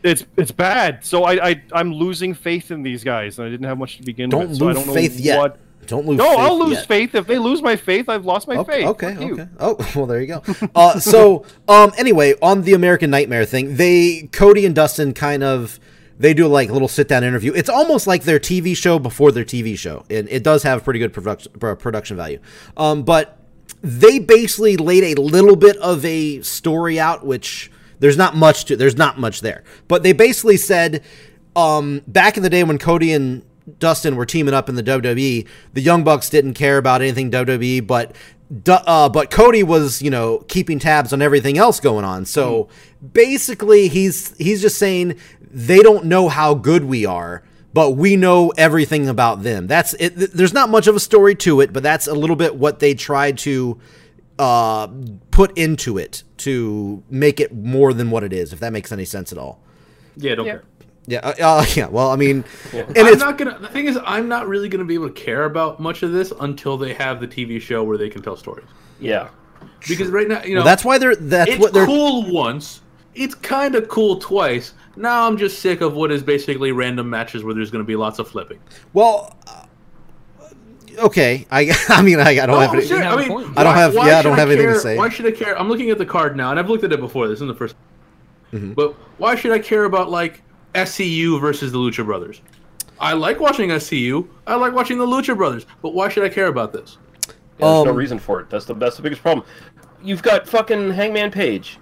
[SPEAKER 3] it's it's bad. So I, I I'm losing faith in these guys, and I didn't have much to begin
[SPEAKER 5] Don't
[SPEAKER 3] with. So I
[SPEAKER 5] lose
[SPEAKER 3] don't know
[SPEAKER 5] faith yet.
[SPEAKER 3] what.
[SPEAKER 5] don't lose.
[SPEAKER 3] No,
[SPEAKER 5] faith
[SPEAKER 3] I'll lose
[SPEAKER 5] yet.
[SPEAKER 3] faith if they lose my faith. I've lost my
[SPEAKER 5] Okay,
[SPEAKER 3] faith.
[SPEAKER 5] okay,
[SPEAKER 3] Fuck you.
[SPEAKER 5] okay. Oh, well, there you go. Uh, so, um, anyway, on the American Nightmare thing, they Cody and Dustin kind of they do like a little sit down interview. It's almost like their TV show before their TV show, and it does have pretty good production production value. Um, but they basically laid a little bit of a story out, which there's not much to. There's not much there, but they basically said um, back in the day when Cody E, and Dustin were teaming up in the WWE, the Young Bucks didn't care about anything WWE, E, but Du- uh, but Cody was, you know, keeping tabs on everything else going on. So basically, he's he's just saying they don't know how good we are, but we know everything about them. That's it. th- There's not much of a story to it, but that's a little bit what they tried to uh, put into it to make it more than what it is. If that makes any sense at all.
[SPEAKER 4] Yeah, don't care.
[SPEAKER 5] Yeah. Uh, uh, yeah. Well, I mean, and
[SPEAKER 4] I'm
[SPEAKER 5] it's
[SPEAKER 4] not gonna. The thing is, I'm not really gonna be able to care about much of this until they have the TV show where they can tell stories.
[SPEAKER 7] Yeah.
[SPEAKER 4] Because right now, you know,
[SPEAKER 5] well, that's why they're that's
[SPEAKER 4] it's
[SPEAKER 5] what they're
[SPEAKER 4] cool once. It's kind of cool twice. Now I'm just sick of what is basically random matches where there's going to be lots of flipping.
[SPEAKER 5] Well, uh, okay. I I mean I, I don't have
[SPEAKER 4] Oh,
[SPEAKER 5] any.
[SPEAKER 4] sure,
[SPEAKER 6] have a
[SPEAKER 4] I mean,
[SPEAKER 6] point.
[SPEAKER 5] I don't
[SPEAKER 4] why-
[SPEAKER 5] have-
[SPEAKER 4] why
[SPEAKER 5] yeah, I don't
[SPEAKER 4] should
[SPEAKER 5] have anything to
[SPEAKER 4] care-
[SPEAKER 5] say.
[SPEAKER 4] Why should I care? I'm looking at the card now, and I've looked at it before. This isn't the 1st
[SPEAKER 5] Mm-hmm.
[SPEAKER 4] But why should I care about like SCU versus the Lucha Brothers? I like watching SCU. I like watching the Lucha Brothers. But why should I care about this?
[SPEAKER 7] Yeah, there's no
[SPEAKER 5] Um,
[SPEAKER 7] reason for it. That's the that's the biggest problem. You've got fucking Hangman Page,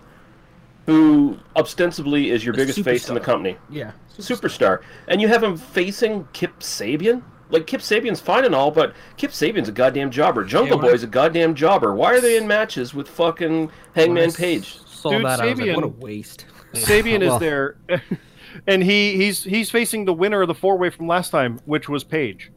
[SPEAKER 7] who ostensibly is your biggest face in the
[SPEAKER 6] superstar.
[SPEAKER 7] company,
[SPEAKER 6] Yeah.
[SPEAKER 7] superstar, and you have him facing Kip Sabian. Like Kip Sabian's fine and all, but Kip Sabian's a goddamn jobber. Jungle
[SPEAKER 6] Yeah, when I-
[SPEAKER 7] Boy's a goddamn jobber. Why are they in matches with fucking Hangman Page?
[SPEAKER 6] Saw
[SPEAKER 3] Dude,
[SPEAKER 6] that. I was like,
[SPEAKER 3] Sabian-
[SPEAKER 6] what a waste.
[SPEAKER 3] Sabian
[SPEAKER 5] Well-
[SPEAKER 3] is there, and he he's he's facing the winner of the four way from last time, which was Paige.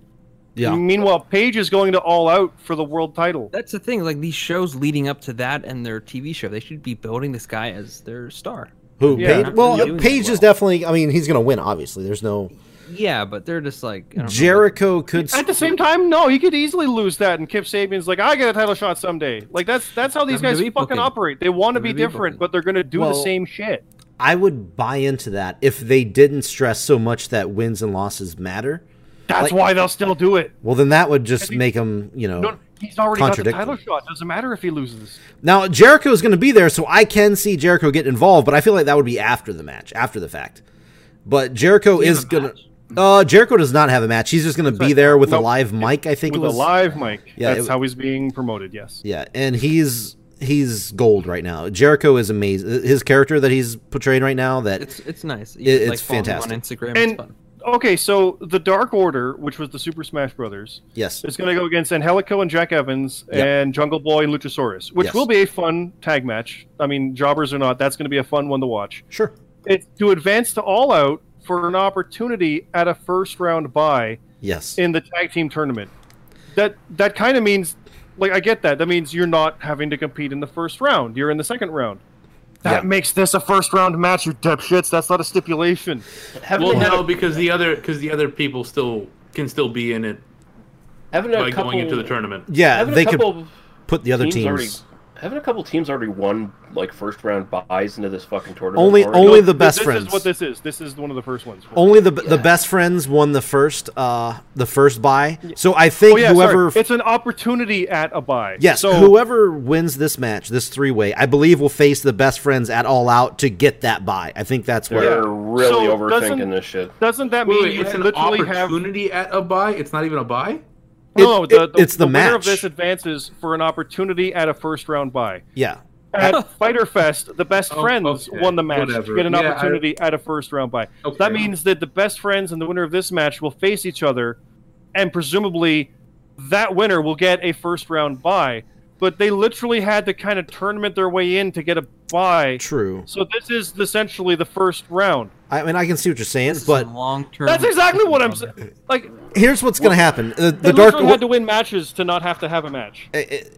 [SPEAKER 5] Yeah.
[SPEAKER 3] Meanwhile, Paige is going to all out for the world title.
[SPEAKER 6] That's the thing. Like these shows leading up to that and their TV show, they should be building this guy as their star.
[SPEAKER 5] Who?
[SPEAKER 3] Yeah.
[SPEAKER 5] Paige?
[SPEAKER 3] Not
[SPEAKER 5] Well,
[SPEAKER 6] really doing that
[SPEAKER 5] Paige is
[SPEAKER 6] well.
[SPEAKER 5] definitely. I mean, he's gonna win. Obviously, there's no
[SPEAKER 6] Yeah, but they're just like I don't know,
[SPEAKER 5] Jericho could.
[SPEAKER 3] At the same time, no, he could easily lose that, and Kip Sabian's like, "I get a title shot someday." Like that's that's how these guys fucking
[SPEAKER 6] WWE booking.
[SPEAKER 3] operate. They want to be
[SPEAKER 6] WWE
[SPEAKER 3] different,
[SPEAKER 6] booking.
[SPEAKER 3] but they're going to do
[SPEAKER 5] Well-
[SPEAKER 3] the same shit.
[SPEAKER 5] I would buy into that if they didn't stress so much that wins and losses matter.
[SPEAKER 3] That's
[SPEAKER 5] Like-
[SPEAKER 3] why they'll still do it.
[SPEAKER 5] Well, then that would just make him, you know.
[SPEAKER 3] No, he's already got the
[SPEAKER 5] Contradictory.
[SPEAKER 3] title shot. Doesn't matter if he loses.
[SPEAKER 5] Now Jericho is going to be there, so I can see Jericho get involved, but I feel like that would be after the match, after the fact. But Jericho is going to. Uh, Jericho does not have a match. He's just going to be there with a
[SPEAKER 3] Nope.
[SPEAKER 5] live mic. I think
[SPEAKER 3] with
[SPEAKER 5] it was
[SPEAKER 3] a live mic.
[SPEAKER 5] Yeah,
[SPEAKER 3] that's
[SPEAKER 5] it-
[SPEAKER 3] how he's being promoted. Yes.
[SPEAKER 5] Yeah, and he's he's gold right now. Jericho is amazing. His character that he's portraying right now that
[SPEAKER 6] It's it's nice. You
[SPEAKER 5] It-
[SPEAKER 6] can,
[SPEAKER 5] it's
[SPEAKER 6] follow him
[SPEAKER 5] fantastic.
[SPEAKER 6] on Instagram. it's
[SPEAKER 3] And
[SPEAKER 6] fun.
[SPEAKER 3] okay, so the Dark Order, which was the Super Smash Brothers,
[SPEAKER 5] yes,
[SPEAKER 3] is going to go against Angelico and Jack Evans
[SPEAKER 5] Yep.
[SPEAKER 3] and Jungle Boy and Luchasaurus, which
[SPEAKER 5] Yes.
[SPEAKER 3] will be a fun tag match. I mean, jobbers or not, that's going to be a fun one to watch.
[SPEAKER 5] sure.
[SPEAKER 3] It's to advance to All Out for an opportunity at a first round bye
[SPEAKER 5] Yes.
[SPEAKER 3] in the tag team tournament. That that kind of means, like, I get that. That means you're not having to compete in the first round. You're in the second round. That
[SPEAKER 5] Yeah.
[SPEAKER 3] makes this a first round match, you dipshits. That's not a stipulation.
[SPEAKER 7] Haven't
[SPEAKER 4] Well,
[SPEAKER 7] they had
[SPEAKER 4] no,
[SPEAKER 7] a,
[SPEAKER 4] because the other because the other people still can still be in it
[SPEAKER 7] haven't a
[SPEAKER 4] by
[SPEAKER 7] couple,
[SPEAKER 4] going into the tournament.
[SPEAKER 5] yeah,
[SPEAKER 7] haven't a
[SPEAKER 5] they could
[SPEAKER 7] couple
[SPEAKER 5] put the other teams.
[SPEAKER 7] already- haven't a couple teams already won like first round buys into this fucking tournament?
[SPEAKER 5] Only-
[SPEAKER 7] already?
[SPEAKER 5] only- the
[SPEAKER 3] th-
[SPEAKER 5] best
[SPEAKER 3] this
[SPEAKER 5] friends.
[SPEAKER 3] is what this is. This is one of the first ones.
[SPEAKER 5] Only the the best friends won the first uh the first buy. So I think
[SPEAKER 3] Oh, yeah,
[SPEAKER 5] whoever
[SPEAKER 3] sorry. It's an opportunity at a buy.
[SPEAKER 5] yes,
[SPEAKER 3] So
[SPEAKER 5] whoever wins this match, this three way, I believe will face the best friends at all out to get that buy. I think that's where
[SPEAKER 7] They're really
[SPEAKER 3] So doesn't-
[SPEAKER 7] overthinking this shit.
[SPEAKER 3] doesn't that mean
[SPEAKER 4] Wait, wait,
[SPEAKER 3] you
[SPEAKER 4] it's an
[SPEAKER 3] literally have
[SPEAKER 4] opportunity at a buy. It's not even a buy.
[SPEAKER 3] no?
[SPEAKER 5] It-
[SPEAKER 3] the,
[SPEAKER 5] it- it's the
[SPEAKER 3] winner of
[SPEAKER 5] match.
[SPEAKER 3] this advances for an opportunity at a first round buy.
[SPEAKER 5] yeah.
[SPEAKER 3] At Fighter Fest, the best
[SPEAKER 4] Oh,
[SPEAKER 3] friends
[SPEAKER 4] okay,
[SPEAKER 3] won the match to
[SPEAKER 4] whatever.
[SPEAKER 3] get an
[SPEAKER 4] Yeah, I-
[SPEAKER 3] opportunity at a first round buy.
[SPEAKER 4] Okay.
[SPEAKER 3] That means that the best friends and the winner of this match will face each other, and presumably that winner will get a first round buy. But they literally had to kind of tournament their way in to get a buy.
[SPEAKER 5] True.
[SPEAKER 3] So this is essentially the first round.
[SPEAKER 5] I mean, I can see what you're saying, but
[SPEAKER 6] long term.
[SPEAKER 3] That's exactly what I'm saying. Like
[SPEAKER 5] here's what's going to happen:
[SPEAKER 3] they
[SPEAKER 5] the, the dark.
[SPEAKER 3] literally had to win matches to not have to have a match.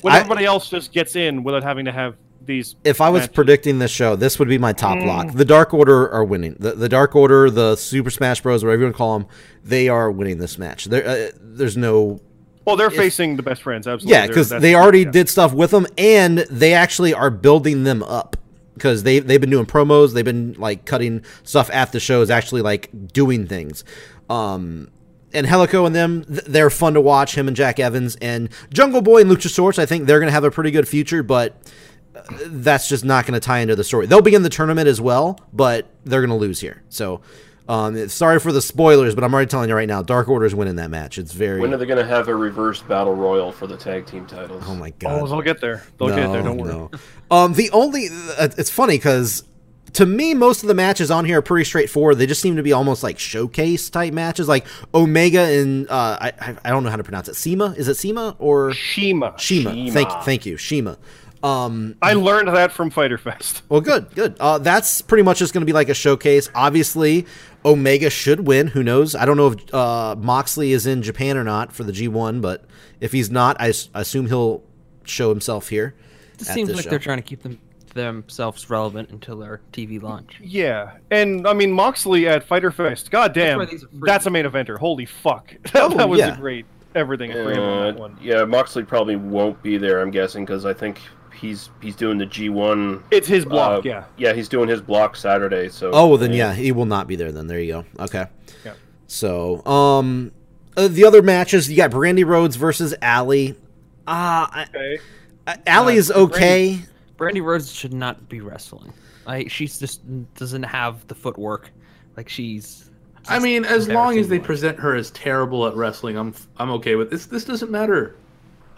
[SPEAKER 3] When
[SPEAKER 5] I-
[SPEAKER 3] everybody else just gets in without having to have these.
[SPEAKER 5] if I was
[SPEAKER 3] matches.
[SPEAKER 5] predicting this show, this would be my top lock. The Dark Order are winning. The, the Dark Order, the Super Smash Bros, whatever you want to call them, they are winning this match. There, uh, there's no
[SPEAKER 3] well, they're facing the best friends. Absolutely.
[SPEAKER 5] yeah,
[SPEAKER 3] They're-
[SPEAKER 5] because
[SPEAKER 3] that's-
[SPEAKER 5] they already
[SPEAKER 3] yeah.
[SPEAKER 5] did stuff with them, and they actually are building them up because they they've been doing promos, they've been like cutting stuff at the shows, actually like doing things. Um, and Helico and them, th- they're fun to watch. Him and Jack Evans and Jungle Boy and Luchasaurus. I think they're gonna have a pretty good future, but uh, that's just not gonna tie into the story. They'll be in the tournament as well, but they're gonna lose here. So. Um, sorry for the spoilers, but I'm already telling you right now, Dark Order's winning that match. It's very.
[SPEAKER 7] When are they going to have a reverse battle royal for the tag team titles?
[SPEAKER 5] oh my god!
[SPEAKER 3] Oh, they'll get there. They'll get there. Don't worry.
[SPEAKER 5] no. Um, the only uh, it's funny because to me, most of the matches on here are pretty straightforward. They just seem to be almost like showcase type matches, like Omega and uh, I- I I don't know how to pronounce it. Sema is it Sema or
[SPEAKER 3] Shima.
[SPEAKER 5] Shima?
[SPEAKER 7] Shima.
[SPEAKER 5] Thank thank you, Shima. Um,
[SPEAKER 3] I learned that from Fighter Fest.
[SPEAKER 5] well, good, good. Uh, that's pretty much just going to be like a showcase. Obviously, Omega should win. Who knows? I don't know if uh, Moxley is in Japan or not for the G1, but if he's not, I, s- assume he'll show himself here.
[SPEAKER 6] It
[SPEAKER 5] at
[SPEAKER 6] seems
[SPEAKER 5] this
[SPEAKER 6] like
[SPEAKER 5] show.
[SPEAKER 6] they're trying to keep them themselves relevant until their TV launch.
[SPEAKER 3] Yeah, and I mean Moxley at Fighter Fest. God damn,
[SPEAKER 6] why
[SPEAKER 3] that's,
[SPEAKER 6] these are free.
[SPEAKER 3] a main eventer. Holy fuck, that,
[SPEAKER 5] Oh,
[SPEAKER 3] that was
[SPEAKER 5] yeah.
[SPEAKER 3] a great everything. free
[SPEAKER 7] Uh,
[SPEAKER 3] event, that one.
[SPEAKER 7] yeah, Moxley probably won't be there. I'm guessing because I think he's he's doing the G1.
[SPEAKER 3] It's his block.
[SPEAKER 7] uh,
[SPEAKER 3] yeah,
[SPEAKER 7] yeah, he's doing his block Saturday. So
[SPEAKER 5] Oh well, then yeah, he will not be there. Then there you go. Okay.
[SPEAKER 3] Yeah.
[SPEAKER 5] So, um, uh, the other matches you got Brandy Rhodes versus Allie. Ah,
[SPEAKER 3] okay.
[SPEAKER 5] uh, Allie is okay.
[SPEAKER 6] Brandy Rhodes should not be wrestling. I she's just doesn't have the footwork. Like she's.
[SPEAKER 4] I mean, as long as they
[SPEAKER 6] embarrassing.
[SPEAKER 4] present her as terrible at wrestling, I'm f- I'm okay with this. This doesn't matter.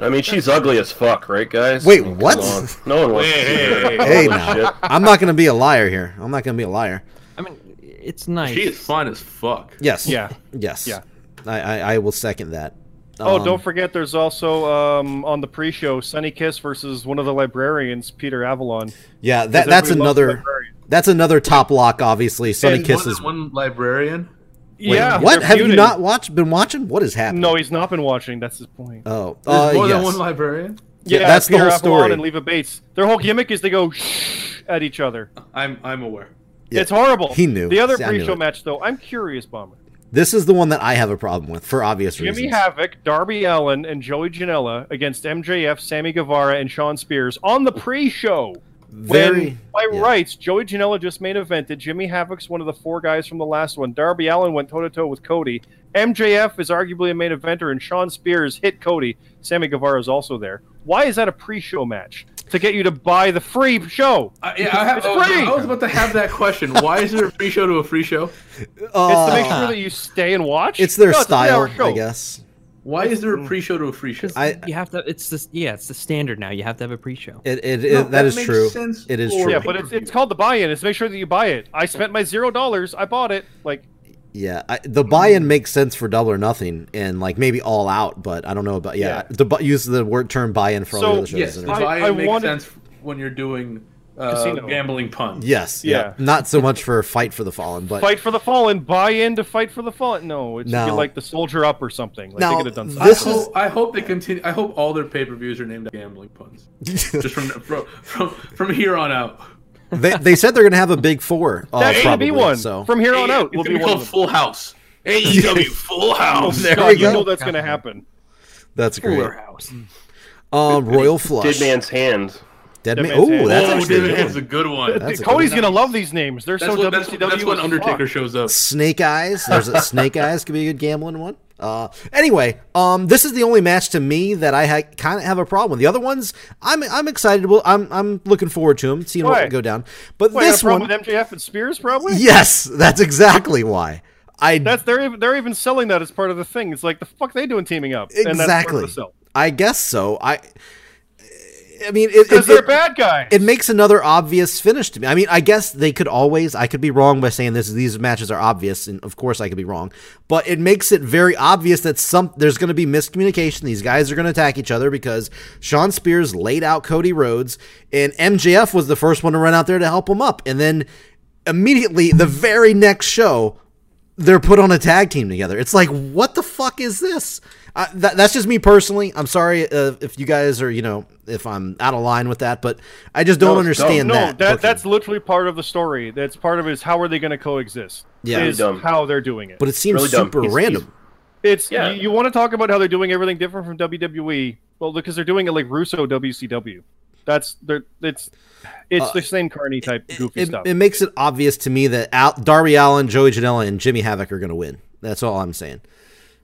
[SPEAKER 7] I mean she's ugly as fuck, right, guys?
[SPEAKER 5] Wait,
[SPEAKER 7] I mean,
[SPEAKER 5] what?
[SPEAKER 7] come on. No one wants to see her.
[SPEAKER 5] Hey,
[SPEAKER 7] Holy
[SPEAKER 5] now.
[SPEAKER 7] shit.
[SPEAKER 5] I'm not going to be a liar here. I'm not going to be a liar.
[SPEAKER 6] I mean, it's nice.
[SPEAKER 4] She is fine as fuck.
[SPEAKER 5] Yes.
[SPEAKER 3] Yeah.
[SPEAKER 5] Yes.
[SPEAKER 3] Yeah.
[SPEAKER 5] I, I, I will second that.
[SPEAKER 3] Oh,
[SPEAKER 5] Um,
[SPEAKER 3] don't forget, there's also um, on the pre-show Sunny Kiss versus one of the librarians, Peter Avalon.
[SPEAKER 5] Yeah, that
[SPEAKER 3] everybody loves
[SPEAKER 5] that's another
[SPEAKER 3] librarians.
[SPEAKER 5] that's another top lock. Obviously, Sunny
[SPEAKER 3] And
[SPEAKER 5] Kiss is.
[SPEAKER 4] one librarian.
[SPEAKER 3] yeah,
[SPEAKER 5] what
[SPEAKER 3] they're
[SPEAKER 5] have you
[SPEAKER 3] feuding.
[SPEAKER 5] not watched? Been watching? What is happening?
[SPEAKER 3] No, he's not been watching. That's his point.
[SPEAKER 5] Oh, uh,
[SPEAKER 4] There's more
[SPEAKER 5] yes.
[SPEAKER 4] than one librarian.
[SPEAKER 5] Yeah, that's the
[SPEAKER 3] Peter
[SPEAKER 5] whole
[SPEAKER 3] Avalon
[SPEAKER 5] story.
[SPEAKER 3] And Leva Bates. Their whole gimmick is they go shh at each other.
[SPEAKER 4] I'm I'm aware.
[SPEAKER 5] Yeah.
[SPEAKER 3] It's horrible.
[SPEAKER 5] He knew.
[SPEAKER 3] The other
[SPEAKER 5] See, I knew
[SPEAKER 3] pre-show
[SPEAKER 5] it.
[SPEAKER 3] match, though, I'm curious, Bomber.
[SPEAKER 5] This is the one that I have a problem with for obvious
[SPEAKER 3] Jimmy
[SPEAKER 5] reasons.
[SPEAKER 3] Havoc, Darby Allen, and Joey Janela against MJF, Sammy Guevara, and Sean Spears on the pre-show.
[SPEAKER 5] Very-
[SPEAKER 3] when, by
[SPEAKER 5] yeah.
[SPEAKER 3] rights, Joey Janela just main evented. Jimmy Havoc's one of the four guys from the last one. Darby Allen went toe to toe with Cody. MJF is arguably a main eventer, and Sean Spears hit Cody. Sammy Guevara is also there. Why is that a pre-show match to get you to buy the free show?
[SPEAKER 4] I, yeah, I, have,
[SPEAKER 3] It's
[SPEAKER 4] I was-
[SPEAKER 3] free!
[SPEAKER 4] I was about to have that question. Why is there a free show to a free show?
[SPEAKER 5] Uh,
[SPEAKER 3] it's to make sure that you stay and watch.
[SPEAKER 5] it's their
[SPEAKER 3] No, a
[SPEAKER 5] style,
[SPEAKER 3] three-hour show.
[SPEAKER 5] I guess.
[SPEAKER 4] Why is there a pre show to a free show?
[SPEAKER 6] Because
[SPEAKER 5] I-
[SPEAKER 6] you have to. It's this. Yeah, it's the standard now. You have to have a pre-show.
[SPEAKER 5] It, it,
[SPEAKER 4] No,
[SPEAKER 5] it that
[SPEAKER 4] that
[SPEAKER 5] is
[SPEAKER 4] makes
[SPEAKER 5] true.
[SPEAKER 4] sense
[SPEAKER 5] It is
[SPEAKER 4] for-
[SPEAKER 5] true.
[SPEAKER 3] Yeah,
[SPEAKER 5] Yeah,
[SPEAKER 3] but it's,
[SPEAKER 4] Pay-per-view.
[SPEAKER 3] it's called the buy-in. It's to make sure that you buy it. I spent my zero dollars. I bought it. Like
[SPEAKER 5] I, the buy-in makes sense for Double or Nothing and like maybe All Out, but I don't know about yeah.
[SPEAKER 3] Yeah.
[SPEAKER 5] The bu- use the word term buy-in for all the
[SPEAKER 3] So-
[SPEAKER 5] other shows.
[SPEAKER 4] yes,
[SPEAKER 5] isn't
[SPEAKER 4] the
[SPEAKER 5] it?
[SPEAKER 3] I-
[SPEAKER 4] buy
[SPEAKER 3] I
[SPEAKER 4] makes
[SPEAKER 3] wanted-
[SPEAKER 4] sense when you're doing uh,
[SPEAKER 3] Casino.
[SPEAKER 4] gambling pun.
[SPEAKER 5] Yes. Yeah.
[SPEAKER 3] Yeah.
[SPEAKER 5] Not so much for Fight for the Fallen, but
[SPEAKER 3] fight for the fallen, buy in to fight for the fallen. No, it should be
[SPEAKER 5] No.
[SPEAKER 3] like the soldier up or something. Like
[SPEAKER 5] Now,
[SPEAKER 3] they could have done
[SPEAKER 5] this
[SPEAKER 3] something.
[SPEAKER 4] I
[SPEAKER 5] is-
[SPEAKER 4] hope, I hope they continue. I hope all their pay per views are named gambling puns. Just from from from, from here on out.
[SPEAKER 5] they, they said they're going to have a big four. Uh,
[SPEAKER 3] That should
[SPEAKER 5] probably,
[SPEAKER 3] be one.
[SPEAKER 5] So
[SPEAKER 3] From here on
[SPEAKER 4] Hey,
[SPEAKER 3] out,
[SPEAKER 4] it's
[SPEAKER 3] will be
[SPEAKER 4] gonna be
[SPEAKER 3] one.
[SPEAKER 4] called
[SPEAKER 3] of them.
[SPEAKER 4] Full House. AEW Full House.
[SPEAKER 5] There
[SPEAKER 3] God,
[SPEAKER 5] we
[SPEAKER 3] you
[SPEAKER 5] go.
[SPEAKER 3] know that's going to happen.
[SPEAKER 5] that's great.
[SPEAKER 6] Cooler house.
[SPEAKER 5] Um, Royal Flush.
[SPEAKER 7] Dead man's hand.
[SPEAKER 5] Dead
[SPEAKER 3] Dead
[SPEAKER 5] Man-
[SPEAKER 3] Man's
[SPEAKER 5] Oh,
[SPEAKER 3] Hand.
[SPEAKER 5] that's
[SPEAKER 4] oh,
[SPEAKER 5] actually a
[SPEAKER 4] David
[SPEAKER 5] good
[SPEAKER 4] Hayes is
[SPEAKER 5] one.
[SPEAKER 4] a good one.
[SPEAKER 5] That's
[SPEAKER 4] That's,
[SPEAKER 5] a good
[SPEAKER 3] Cody's
[SPEAKER 5] one.
[SPEAKER 3] going to love these names. They're so
[SPEAKER 4] what, that's,
[SPEAKER 3] WCW.
[SPEAKER 4] that's when
[SPEAKER 3] as
[SPEAKER 4] Undertaker
[SPEAKER 3] fuck.
[SPEAKER 4] shows up.
[SPEAKER 5] Snake Eyes. There's a Snake Eyes could be a good gambling one. Uh, anyway, um, this is the only match to me that I ha- kind of have a problem with. The other ones, I'm I'm excited. Well, I'm I'm looking forward to them, seeing
[SPEAKER 3] Why?
[SPEAKER 5] what go down. But
[SPEAKER 3] Wait,
[SPEAKER 5] this
[SPEAKER 3] this
[SPEAKER 5] one,
[SPEAKER 3] with MJF and Spears probably.
[SPEAKER 5] yes, that's exactly why. I
[SPEAKER 3] That's they're even, they're even selling that as part of the thing. It's like the fuck they doing teaming up. And that's part of
[SPEAKER 5] exactly.
[SPEAKER 3] the sell.
[SPEAKER 5] I guess so. I. I mean, it, it,
[SPEAKER 3] Because they're
[SPEAKER 5] it-
[SPEAKER 3] bad guys.
[SPEAKER 5] it makes another obvious finish to me. I mean, I guess they could always. I could be wrong by saying this. These matches are obvious, and of course I could be wrong. But it makes it very obvious that some there's going to be miscommunication. These guys are going to attack each other because Sean Spears laid out Cody Rhodes, and MJF was the first one to run out there to help him up. And then immediately, the very next show, they're put on a tag team together. It's like, what the fuck is this? I, that, that's just me personally. I'm sorry uh, if you guys are, you know, if I'm out of line with that, but I just don't
[SPEAKER 7] No, it's dumb.
[SPEAKER 5] understand
[SPEAKER 3] no, that,
[SPEAKER 5] that. booking.
[SPEAKER 3] that's literally part of the story. That's part of it is how are they going to coexist?
[SPEAKER 5] Yeah.
[SPEAKER 3] is
[SPEAKER 7] Dumb.
[SPEAKER 3] how they're doing it.
[SPEAKER 5] but it seems
[SPEAKER 7] really dumb.
[SPEAKER 5] super
[SPEAKER 7] He's- he's-
[SPEAKER 5] random.
[SPEAKER 3] It's
[SPEAKER 7] Yeah.
[SPEAKER 3] you, you want to talk about how they're doing everything different from WWE? Well, because they're doing it like Russo WCW. That's they're it's it's the same Carney type goofy
[SPEAKER 5] Uh, It,
[SPEAKER 3] stuff.
[SPEAKER 5] it makes it obvious to me that Al, Darby Allen, Joey Janela, and Jimmy Havoc are going to win. That's all I'm saying.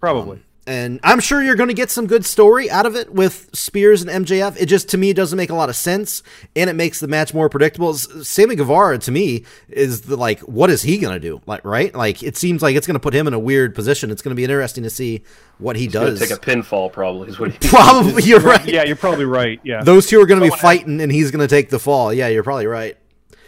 [SPEAKER 3] probably.
[SPEAKER 5] um, And I'm sure you're going to get some good story out of it with Spears and MJF. It just to me doesn't make a lot of sense, and it makes the match more predictable. S- Sammy Guevara to me is the like, what is he going to do? Like, right? Like, it seems like it's going to put him in a weird position. It's going to be interesting to see what he
[SPEAKER 7] Gonna
[SPEAKER 5] does.
[SPEAKER 7] take a pinfall probably is what he
[SPEAKER 5] Probably you're right.
[SPEAKER 3] Yeah, you're probably right. Yeah,
[SPEAKER 5] Those two are going to be fighting, and he's going to take the fall. Yeah, you're probably right.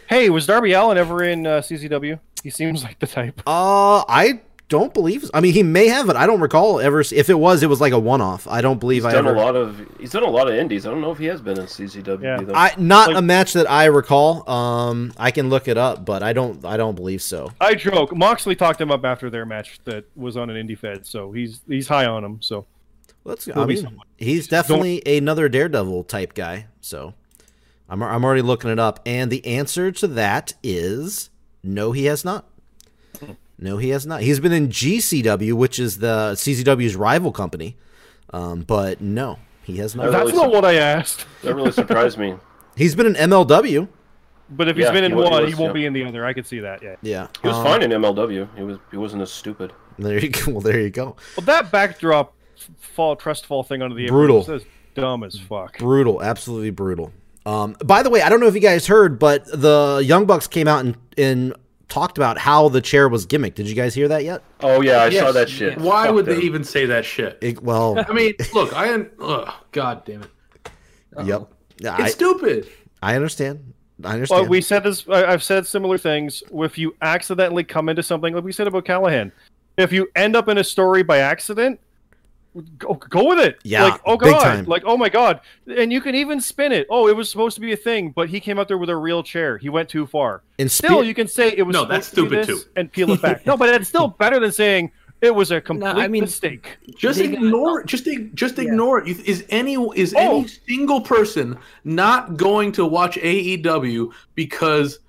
[SPEAKER 3] Hey, was Darby Allen ever in uh, CCW? He seems like the type.
[SPEAKER 5] Uh, I don't believe. I mean, he may have it. I don't recall ever. s- If it was, it was like a one-off. I don't believe I
[SPEAKER 7] He's done
[SPEAKER 5] ever.
[SPEAKER 7] a lot of he's done a lot of indies. I don't know if he has been in CCW
[SPEAKER 3] Yeah.
[SPEAKER 7] though.
[SPEAKER 5] I not
[SPEAKER 3] Like-
[SPEAKER 5] a match that I recall. Um, I can look it up, but I don't. I don't believe so.
[SPEAKER 3] I joke. Moxley talked him up after their match that was on an indie fed, so he's he's high on him. So
[SPEAKER 5] Let's. I
[SPEAKER 3] Will be
[SPEAKER 5] mean,
[SPEAKER 3] someone.
[SPEAKER 5] he's definitely another Daredevil type guy. So, I'm I'm already looking it up, and the answer to that is no. He has not. No, he has not. He's been in GCW, which is the CCW's rival company, um, but no, he has not.
[SPEAKER 7] That
[SPEAKER 3] that's
[SPEAKER 7] really
[SPEAKER 3] not
[SPEAKER 7] sur-
[SPEAKER 3] what I asked.
[SPEAKER 7] that really surprised me.
[SPEAKER 5] He's been in MLW.
[SPEAKER 3] But if he's
[SPEAKER 7] Yeah,
[SPEAKER 3] been in
[SPEAKER 7] he was- he
[SPEAKER 3] one, he,
[SPEAKER 7] was,
[SPEAKER 3] won't
[SPEAKER 7] yeah.
[SPEAKER 3] be in the other. I could see that. Yeah.
[SPEAKER 5] Yeah,
[SPEAKER 7] He was
[SPEAKER 5] um,
[SPEAKER 7] fine in MLW. He was he wasn't as stupid.
[SPEAKER 5] There you go. Well, there you go.
[SPEAKER 3] Well, that backdrop f- fall trust fall thing under the apron
[SPEAKER 5] Brutal.
[SPEAKER 3] says dumb as fuck.
[SPEAKER 5] Brutal, absolutely brutal. Um, by the way, I don't know if you guys heard, but the Young Bucks came out and, and talked about how the chair was gimmicked. Did you guys hear that yet?
[SPEAKER 7] Oh yeah, I saw
[SPEAKER 4] Yes.
[SPEAKER 7] that shit.
[SPEAKER 4] Why
[SPEAKER 7] Fuck
[SPEAKER 4] would
[SPEAKER 7] them.
[SPEAKER 4] they even say that shit?
[SPEAKER 5] It, well,
[SPEAKER 4] I mean, look, I ugh, god damn it,
[SPEAKER 5] yep.
[SPEAKER 4] it's
[SPEAKER 5] I,
[SPEAKER 4] stupid.
[SPEAKER 5] I understand. I understand.
[SPEAKER 3] But we said this. I, I've said similar things. If you accidentally come into something, like we said about Callahan, if you end up in a story by accident, go, go with it.
[SPEAKER 5] Yeah,
[SPEAKER 3] Like oh
[SPEAKER 5] big
[SPEAKER 3] god.
[SPEAKER 5] time.
[SPEAKER 3] Like oh my god. And you can even spin it. Oh, it was supposed to be a thing, but he came out there with a real chair. He went too far.
[SPEAKER 5] and
[SPEAKER 3] Still,
[SPEAKER 5] spe-
[SPEAKER 3] you can say it was
[SPEAKER 4] No,
[SPEAKER 3] supposed
[SPEAKER 4] that's
[SPEAKER 3] to be
[SPEAKER 4] stupid,
[SPEAKER 3] this
[SPEAKER 4] too.
[SPEAKER 3] and peel it back. no, but it's still better than saying it was a complete
[SPEAKER 6] mean-
[SPEAKER 3] mistake.
[SPEAKER 4] Just
[SPEAKER 6] They got-
[SPEAKER 4] ignore it. Just ig- just ignore it. You- Is any is
[SPEAKER 3] Oh.
[SPEAKER 4] any single person not going to watch AEW because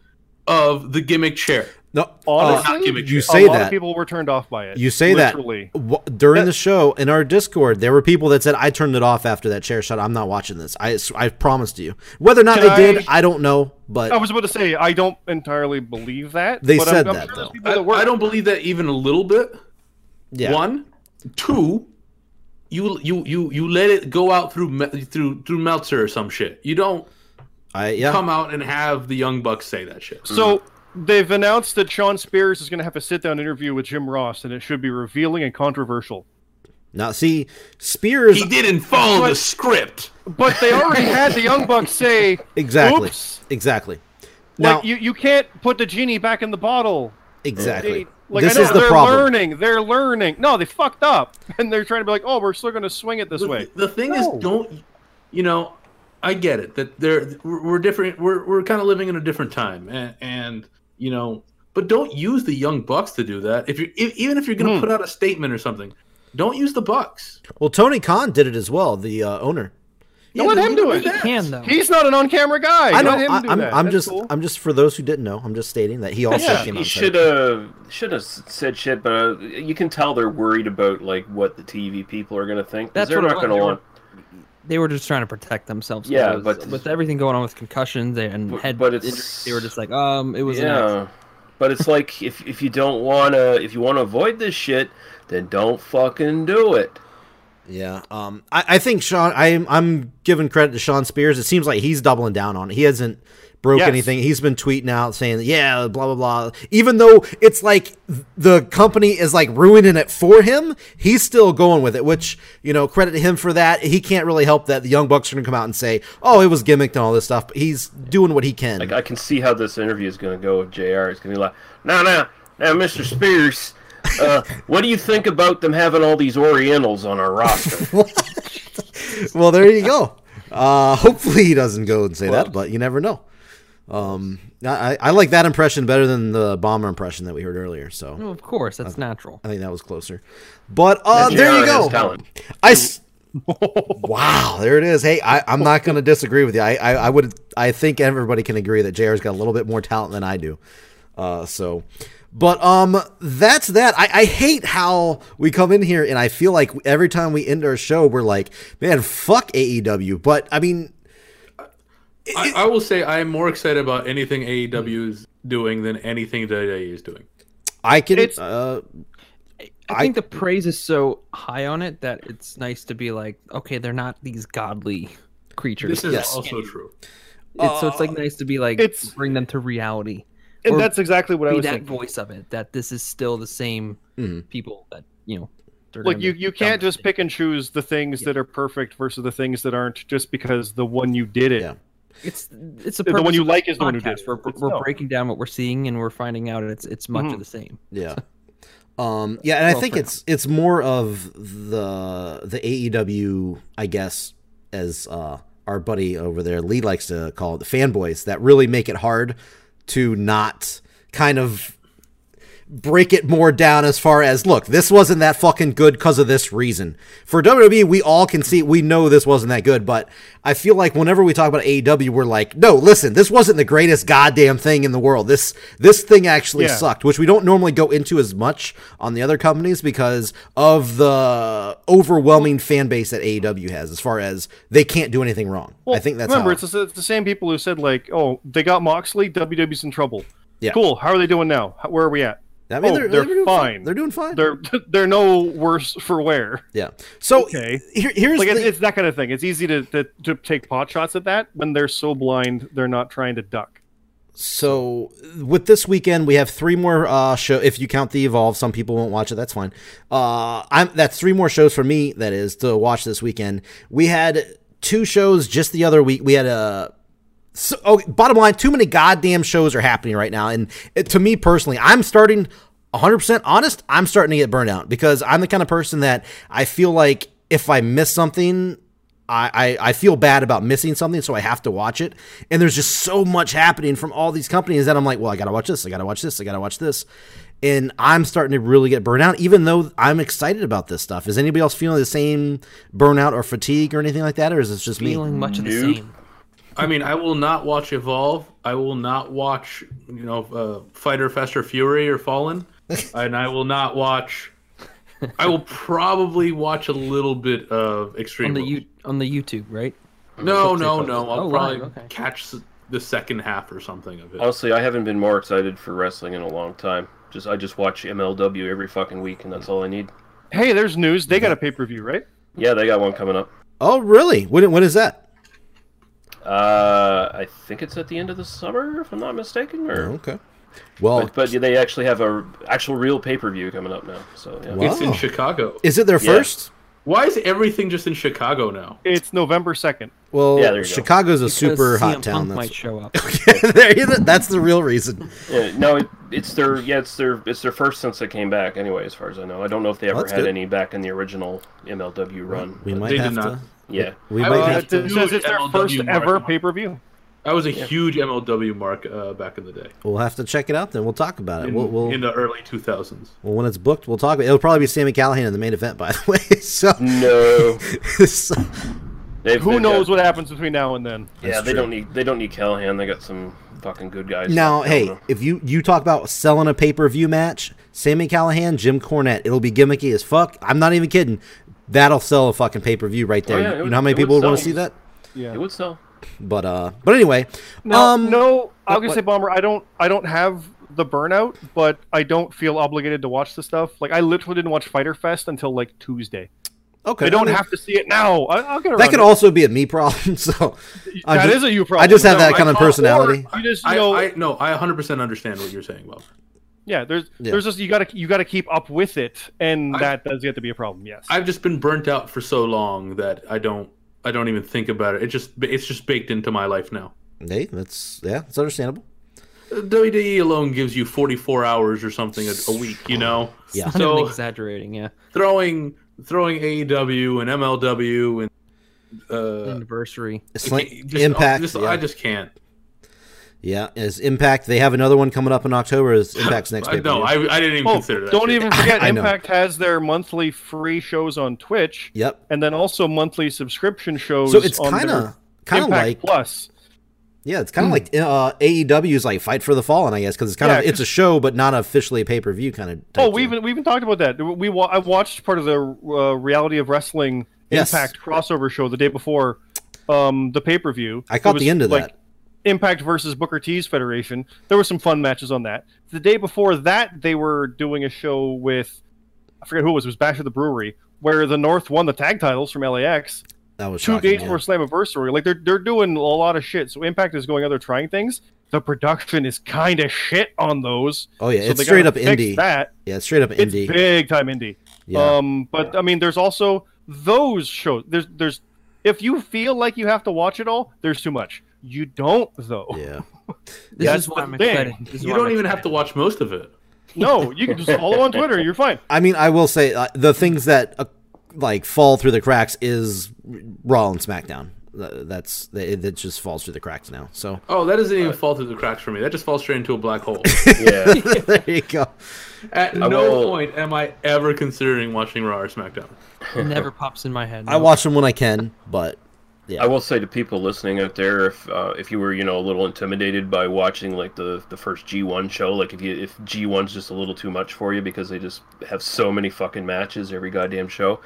[SPEAKER 4] of the gimmick chair?
[SPEAKER 5] no, uh,
[SPEAKER 3] Honestly,
[SPEAKER 4] Not gimmick
[SPEAKER 5] you
[SPEAKER 4] chair.
[SPEAKER 5] say
[SPEAKER 3] a lot
[SPEAKER 5] that.
[SPEAKER 3] of people were turned off by it.
[SPEAKER 5] you say
[SPEAKER 3] literally.
[SPEAKER 5] that w- during
[SPEAKER 3] That-
[SPEAKER 5] the show in our Discord. There were people that said, "I turned it off after that chair shot. I'm not watching this. I s- I promised you." Whether or not
[SPEAKER 3] Can
[SPEAKER 5] they did, I don't know. But
[SPEAKER 3] I was about to say I don't entirely believe that.
[SPEAKER 5] They
[SPEAKER 3] but
[SPEAKER 5] said
[SPEAKER 3] I'm, I'm
[SPEAKER 5] that,
[SPEAKER 3] sure there's
[SPEAKER 5] though.
[SPEAKER 3] people
[SPEAKER 4] I,
[SPEAKER 3] that were.
[SPEAKER 4] I don't believe that even a little bit.
[SPEAKER 5] yeah,
[SPEAKER 4] One, two, you you you you let it go out through Me- through through Meltzer or some shit. You don't
[SPEAKER 5] I, yeah.
[SPEAKER 4] come out and have the Young Bucks say that shit.
[SPEAKER 3] So they've announced that Sean Spears is going to have a sit-down interview with Jim Ross, and it should be revealing and controversial.
[SPEAKER 5] Now see, Spears
[SPEAKER 4] He didn't follow the script.
[SPEAKER 3] But they already had the Young Bucks say
[SPEAKER 5] exactly,
[SPEAKER 3] Oops.
[SPEAKER 5] exactly. Now,
[SPEAKER 3] Like you, you can't put the genie back in the bottle.
[SPEAKER 5] Exactly.
[SPEAKER 3] They- like
[SPEAKER 5] this
[SPEAKER 3] I know
[SPEAKER 5] is the
[SPEAKER 3] they're
[SPEAKER 5] problem.
[SPEAKER 3] learning. They're learning. No, they fucked up, and they're trying to be like, "Oh, we're still going to swing it this
[SPEAKER 4] The-
[SPEAKER 3] way."
[SPEAKER 4] The thing
[SPEAKER 3] No.
[SPEAKER 4] is, don't you know? I get it that there we're we're different. We're we're kind of living in a different time, and, and you know, but don't use the young bucks to do that. If you if, even if you're
[SPEAKER 3] Hmm.
[SPEAKER 4] going to put out a statement or something, don't use the bucks.
[SPEAKER 5] Well, Tony Khan did it as well, the uh, owner.
[SPEAKER 3] Now let him do it.
[SPEAKER 6] He can though.
[SPEAKER 3] He's not an on-camera guy.
[SPEAKER 5] I know.
[SPEAKER 3] Let him
[SPEAKER 5] I,
[SPEAKER 3] do
[SPEAKER 5] am
[SPEAKER 3] that.
[SPEAKER 5] I'm
[SPEAKER 3] That's
[SPEAKER 5] just.
[SPEAKER 3] cool.
[SPEAKER 5] I'm just for those who didn't know. I'm just stating that he also
[SPEAKER 3] Yeah,
[SPEAKER 5] came out. and
[SPEAKER 7] He
[SPEAKER 5] said
[SPEAKER 7] should
[SPEAKER 5] it.
[SPEAKER 7] have should have said shit, but uh, you can tell they're worried about like what the TV people are gonna think. 'cause
[SPEAKER 6] That's
[SPEAKER 7] they're
[SPEAKER 6] what it
[SPEAKER 7] not
[SPEAKER 6] was.
[SPEAKER 7] gonna
[SPEAKER 6] They were-
[SPEAKER 7] want.
[SPEAKER 6] they were just trying to protect themselves. 'cause
[SPEAKER 7] Yeah,
[SPEAKER 6] it was-
[SPEAKER 7] but-
[SPEAKER 6] with everything going on with concussions and
[SPEAKER 7] But-
[SPEAKER 6] head
[SPEAKER 7] but it's-
[SPEAKER 6] injuries, they were just like, um, it was an accident.
[SPEAKER 7] Yeah, but it's like if if you don't wanna if you wanna avoid this shit, then don't fucking do it.
[SPEAKER 5] Yeah. Um. I, I think Sean. I'm. I'm giving credit to Sean Spears. It seems like he's doubling down on it. He hasn't broke
[SPEAKER 3] Yes.
[SPEAKER 5] anything. He's been tweeting out saying, "Yeah, blah blah blah." Even though it's like the company is like ruining it for him, he's still going with it. Which you know, credit to him for that. He can't really help that the young bucks are going to come out and say, "Oh, it was gimmicked and all this stuff," but he's doing what he can.
[SPEAKER 7] Like I can see how this interview is gonna go with Jr. It's gonna be like, no, no, now, Mr. Spears. Uh, what do you think about them having all these Orientals on our roster?
[SPEAKER 5] well, there you go. Uh, hopefully he doesn't go and say that, but you never know. Um, I, I- I like that impression better than the bomber impression that we heard earlier. So
[SPEAKER 6] Well, of course, that's natural.
[SPEAKER 5] I think that was closer. But
[SPEAKER 6] Oh,
[SPEAKER 5] uh,
[SPEAKER 7] And
[SPEAKER 5] there you
[SPEAKER 7] JR has
[SPEAKER 5] go.
[SPEAKER 7] talent.
[SPEAKER 5] I s- wow, there it is. Hey, I, I'm not going to disagree with you. I, I, I would. I think everybody can agree that Jr's got a little bit more talent than I do. Uh, so, but um, that's that. I, I hate how we come in here and I feel like every time we end our show, we're like, man, fuck AEW. But I mean,
[SPEAKER 4] I, I will say I am more excited about anything AEW is doing than anything WWE is doing.
[SPEAKER 5] I can.
[SPEAKER 3] It's-
[SPEAKER 5] uh,
[SPEAKER 6] I think the praise is so high on it that it's nice to be like, okay, they're not these godly creatures.
[SPEAKER 4] This is
[SPEAKER 5] Yes.
[SPEAKER 4] also true.
[SPEAKER 6] It's- so it's like nice to be like
[SPEAKER 3] it's-
[SPEAKER 6] bring them to reality.
[SPEAKER 3] and
[SPEAKER 6] or
[SPEAKER 3] that's exactly what I
[SPEAKER 6] Be
[SPEAKER 3] was
[SPEAKER 6] that
[SPEAKER 3] thinking.
[SPEAKER 6] voice of it that this is still the same people that you know. they're
[SPEAKER 3] Like
[SPEAKER 6] gonna
[SPEAKER 3] you,
[SPEAKER 6] be
[SPEAKER 3] you
[SPEAKER 6] dumb
[SPEAKER 3] can't
[SPEAKER 6] as
[SPEAKER 3] just pick and choose the things that are perfect versus the things that aren't, just because the one you did it
[SPEAKER 5] Yeah.
[SPEAKER 6] It's it's a
[SPEAKER 3] The one
[SPEAKER 6] purpose
[SPEAKER 3] you
[SPEAKER 6] of
[SPEAKER 3] like
[SPEAKER 6] this
[SPEAKER 3] is the one who did
[SPEAKER 6] podcast.
[SPEAKER 3] it.
[SPEAKER 6] We're, we're-
[SPEAKER 3] It's
[SPEAKER 6] we're
[SPEAKER 3] no.
[SPEAKER 6] breaking down what we're seeing and we're finding out it's it's much of the same.
[SPEAKER 3] Mm-hmm.
[SPEAKER 5] Yeah. Um, yeah, and I
[SPEAKER 6] Well,
[SPEAKER 5] think
[SPEAKER 6] for now.
[SPEAKER 5] it's it's more of the the AEW, I guess, as uh, our buddy over there Lee likes to call it, the fanboys that really make it hard to not kind of break it more down as far as look, this wasn't that fucking good because of this reason. For WWE, we all can see we know this wasn't that good, but I feel like whenever we talk about AEW, we're like, no, listen, this wasn't the greatest goddamn thing in the world. This this thing actually
[SPEAKER 3] Yeah.
[SPEAKER 5] sucked, which we don't normally go into as much on the other companies because of the overwhelming fan base that AEW has as far as they can't do anything wrong. I think that's
[SPEAKER 3] remember
[SPEAKER 5] how-
[SPEAKER 3] it's the, it's the same people who said like, "Oh, they got Moxley, WWE's in trouble."
[SPEAKER 5] Yeah.
[SPEAKER 3] Cool. How are they doing now? How, where are we at?
[SPEAKER 5] I mean,
[SPEAKER 3] oh,
[SPEAKER 5] they're,
[SPEAKER 3] they're
[SPEAKER 5] doing
[SPEAKER 3] fine.
[SPEAKER 5] They're doing fine.
[SPEAKER 3] They're they're no worse for wear.
[SPEAKER 5] yeah. So
[SPEAKER 3] Okay.
[SPEAKER 5] here, here's
[SPEAKER 3] Like it's,
[SPEAKER 5] the,
[SPEAKER 3] it's that kind of thing. It's easy to, to to take pot shots at that when they're so blind they're not trying to duck.
[SPEAKER 5] So with this weekend, we have three more uh, show. If you count the Evolve, some people won't watch it. That's fine. Uh, I'm that's three more shows for me. That is to watch this weekend. We had two shows just the other week. We had a. So, okay, bottom line, too many goddamn shows are happening right now, and it, to me personally, I'm starting 100% honest. I'm starting to get burned out because I'm the kind of person that I feel like if I miss something, I, I, I feel bad about missing something, so I have to watch it. And there's just so much happening from all these companies that I'm like, well, I gotta watch this, I gotta watch this, I gotta watch this. And I'm starting to really get burned out, even though I'm excited about this stuff. Is anybody else feeling the same burnout or fatigue or anything like that, or is this just me?
[SPEAKER 6] Feeling much of the
[SPEAKER 7] Nope.
[SPEAKER 6] same.
[SPEAKER 4] I mean, I will not watch Evolve. I will not watch, you know, uh, Fighter Fest or Fury or Fallen, and I will not watch. I will probably watch a little bit of Extreme.
[SPEAKER 6] On the
[SPEAKER 4] Rules.
[SPEAKER 6] you on the YouTube, right?
[SPEAKER 4] no, no,
[SPEAKER 6] Click
[SPEAKER 4] no.
[SPEAKER 6] on
[SPEAKER 4] I'll
[SPEAKER 6] it. Oh,
[SPEAKER 4] probably
[SPEAKER 6] live, okay.
[SPEAKER 4] catch s- the second half or something of it.
[SPEAKER 5] Oh,
[SPEAKER 7] Honestly, I haven't been more excited for wrestling in a long time. Just I just watch MLW every fucking week, and that's all I need.
[SPEAKER 3] Hey, there's news. They got a pay per view, right?
[SPEAKER 7] Yeah, they got one coming up.
[SPEAKER 5] Oh, really? When, when is that?
[SPEAKER 7] Uh, I think it's at the end of the summer, if I'm not mistaken. Or
[SPEAKER 5] Okay. Well,
[SPEAKER 7] but, but they actually have a actual real pay per view coming up now. So yeah.
[SPEAKER 5] Wow.
[SPEAKER 4] It's in Chicago.
[SPEAKER 5] is it their
[SPEAKER 7] Yeah.
[SPEAKER 5] first?
[SPEAKER 4] Why is everything just in Chicago now?
[SPEAKER 3] It's November second.
[SPEAKER 5] Well,
[SPEAKER 7] Yeah, there you go.
[SPEAKER 5] Chicago's a super
[SPEAKER 6] Because
[SPEAKER 5] hot
[SPEAKER 6] CM
[SPEAKER 5] town.
[SPEAKER 6] Punk
[SPEAKER 5] That's,
[SPEAKER 6] might show up.
[SPEAKER 5] There you go. that's the real reason.
[SPEAKER 7] Yeah, no, it, it's their yeah, it's their it's their first since they came back. Anyway, as far as I know, I don't know if they ever
[SPEAKER 5] That's
[SPEAKER 7] had
[SPEAKER 5] good.
[SPEAKER 7] any back in the original MLW run.
[SPEAKER 5] We
[SPEAKER 7] but
[SPEAKER 5] might
[SPEAKER 4] did
[SPEAKER 5] have
[SPEAKER 4] not.
[SPEAKER 5] to.
[SPEAKER 7] yeah,
[SPEAKER 5] We
[SPEAKER 4] I
[SPEAKER 5] might
[SPEAKER 4] would-
[SPEAKER 5] have
[SPEAKER 3] It
[SPEAKER 5] to.
[SPEAKER 4] Huge
[SPEAKER 3] says it's their first
[SPEAKER 4] MLW
[SPEAKER 3] ever
[SPEAKER 4] mark.
[SPEAKER 3] pay per view.
[SPEAKER 4] I was a huge MLW mark uh, back in the day,
[SPEAKER 5] We'll have to check it out. Then we'll talk about it.
[SPEAKER 4] in,
[SPEAKER 5] Uh, we'll, we'll,
[SPEAKER 4] in the early 2000s.
[SPEAKER 5] well, when it's booked, we'll talk about it. It'll probably be Sammy Callahan in the main event, by the way. So,
[SPEAKER 7] no,
[SPEAKER 5] so-
[SPEAKER 7] they've-
[SPEAKER 3] Who
[SPEAKER 7] they've
[SPEAKER 3] knows
[SPEAKER 7] got-
[SPEAKER 3] what happens between now and then?
[SPEAKER 7] Yeah,
[SPEAKER 5] That's
[SPEAKER 7] they
[SPEAKER 5] true.
[SPEAKER 7] don't need they don't need Callahan. They got some fucking good guys.
[SPEAKER 5] now,
[SPEAKER 7] I don't
[SPEAKER 5] hey,
[SPEAKER 7] know.
[SPEAKER 5] if you you talk about selling a pay per view match, Sammy Callahan, Jim Cornette, it'll be gimmicky as fuck. I'm not even kidding. That'll sell a fucking pay per view right there.
[SPEAKER 7] Oh, yeah, it
[SPEAKER 5] you
[SPEAKER 7] would-
[SPEAKER 5] know how many
[SPEAKER 7] it would
[SPEAKER 5] people would want to
[SPEAKER 7] sell.
[SPEAKER 5] see that?
[SPEAKER 7] it would sell.
[SPEAKER 5] But uh, but anyway,
[SPEAKER 3] No,
[SPEAKER 5] um,
[SPEAKER 3] no. I was gonna
[SPEAKER 5] what-
[SPEAKER 3] say bomber. I don't. I don't have the burnout, but I don't feel obligated to watch the stuff. Like I literally didn't watch Fighter Fest until like Tuesday.
[SPEAKER 5] okay,
[SPEAKER 3] I don't
[SPEAKER 5] mean,
[SPEAKER 3] have to see it now. I, I'll get around.
[SPEAKER 5] That could
[SPEAKER 3] it.
[SPEAKER 5] also be a me problem. So I'm
[SPEAKER 3] That
[SPEAKER 5] just-
[SPEAKER 3] is a you problem.
[SPEAKER 5] I just
[SPEAKER 3] No,
[SPEAKER 5] have that
[SPEAKER 3] I-
[SPEAKER 5] kind of
[SPEAKER 4] or-
[SPEAKER 5] personality.
[SPEAKER 3] You just you
[SPEAKER 4] I,
[SPEAKER 3] know.
[SPEAKER 4] I no, I 100% understand what you're saying, Bob.
[SPEAKER 3] yeah. There's
[SPEAKER 5] Yeah.
[SPEAKER 3] there's just you gotta you gotta keep up with it, and
[SPEAKER 4] I-
[SPEAKER 3] that does get to be a problem. Yes.
[SPEAKER 4] I've just been burnt out for so long that I don't I don't even think about it. It just it's just baked into my life now.
[SPEAKER 5] Hey, that's yeah, it's understandable.
[SPEAKER 4] WWE E alone gives you 44 hours or something a, a week, you know.
[SPEAKER 5] Yeah.
[SPEAKER 6] Not even
[SPEAKER 4] So
[SPEAKER 6] exaggerating, yeah.
[SPEAKER 4] throwing throwing AEW and MLW and uh
[SPEAKER 6] Anniversary.
[SPEAKER 5] It's like
[SPEAKER 4] just- oh, uh,
[SPEAKER 5] impact.
[SPEAKER 4] just-
[SPEAKER 5] yeah.
[SPEAKER 4] I just can't.
[SPEAKER 5] yeah, is impact. They have another one coming up in October. Is impact's next
[SPEAKER 4] I,
[SPEAKER 5] pay
[SPEAKER 4] no, I, I didn't even
[SPEAKER 3] Oh,
[SPEAKER 4] consider that.
[SPEAKER 3] don't
[SPEAKER 4] shit.
[SPEAKER 3] even forget,
[SPEAKER 5] I know.
[SPEAKER 3] Impact has their monthly free shows on Twitch,
[SPEAKER 5] Yep.
[SPEAKER 3] and then also monthly subscription shows.
[SPEAKER 5] So it's
[SPEAKER 3] on
[SPEAKER 5] kind of
[SPEAKER 3] their
[SPEAKER 5] kind of
[SPEAKER 3] Impact
[SPEAKER 5] like
[SPEAKER 3] Plus.
[SPEAKER 5] yeah, it's
[SPEAKER 3] Hmm.
[SPEAKER 5] kind of like uh, AEW's like Fight for the Fallen, I guess, because it's kind
[SPEAKER 3] Yeah,
[SPEAKER 5] of it's a show but not officially a pay per view kind of.
[SPEAKER 3] Oh, we even we even talked about that. We wa- I watched part of the uh, reality of wrestling
[SPEAKER 5] Yes.
[SPEAKER 3] Impact crossover show the day before um, the pay per view.
[SPEAKER 5] I caught the end of that.
[SPEAKER 3] Impact versus Booker T's Federation. There were some fun matches on that. The day before that, they were doing a show with I forget who it was. It was Bash at the Brewery, where the North won the tag titles from LAX.
[SPEAKER 5] That was
[SPEAKER 3] two
[SPEAKER 5] shocking,
[SPEAKER 3] days
[SPEAKER 5] yeah.
[SPEAKER 3] before Slammiversary. Like they're they're doing a lot of shit. So Impact is going out there trying things. The production is kind of shit on those.
[SPEAKER 5] Oh yeah,
[SPEAKER 3] So
[SPEAKER 5] it's
[SPEAKER 3] they
[SPEAKER 5] straight up
[SPEAKER 3] gotta fix
[SPEAKER 5] indie.
[SPEAKER 3] That
[SPEAKER 5] Yeah, it's straight up
[SPEAKER 3] it's
[SPEAKER 5] indie.
[SPEAKER 3] big time indie.
[SPEAKER 5] Yeah.
[SPEAKER 3] Um, but I mean, there's also those shows. There's there's if you feel like you have to watch it all, there's too much. You don't though.
[SPEAKER 5] Yeah.
[SPEAKER 6] This
[SPEAKER 3] That's
[SPEAKER 6] is why
[SPEAKER 3] the
[SPEAKER 6] I'm
[SPEAKER 3] thing.
[SPEAKER 6] excited. This is
[SPEAKER 4] You
[SPEAKER 6] why
[SPEAKER 4] don't
[SPEAKER 6] I'm
[SPEAKER 4] even
[SPEAKER 6] excited.
[SPEAKER 4] have to watch most of it.
[SPEAKER 3] No, you can just follow on Twitter. You're fine.
[SPEAKER 5] I mean, I will say uh, the things that uh, like fall through the cracks is Raw and SmackDown. Th- That's it, that just falls through the cracks now. So
[SPEAKER 4] Oh, that doesn't even fall through the cracks for me. That just falls straight into a black hole.
[SPEAKER 7] Yeah.
[SPEAKER 5] there you go.
[SPEAKER 4] At
[SPEAKER 7] I
[SPEAKER 4] no
[SPEAKER 7] will-
[SPEAKER 4] point am I ever considering watching Raw or SmackDown.
[SPEAKER 6] It never pops in my head.
[SPEAKER 5] I watch them when I can, but
[SPEAKER 7] I will say to people listening out there, if uh, if you were you know a little intimidated by watching like the the first G one show, like if you if G one's just a little too much for you because they just have so many fucking matches every goddamn show,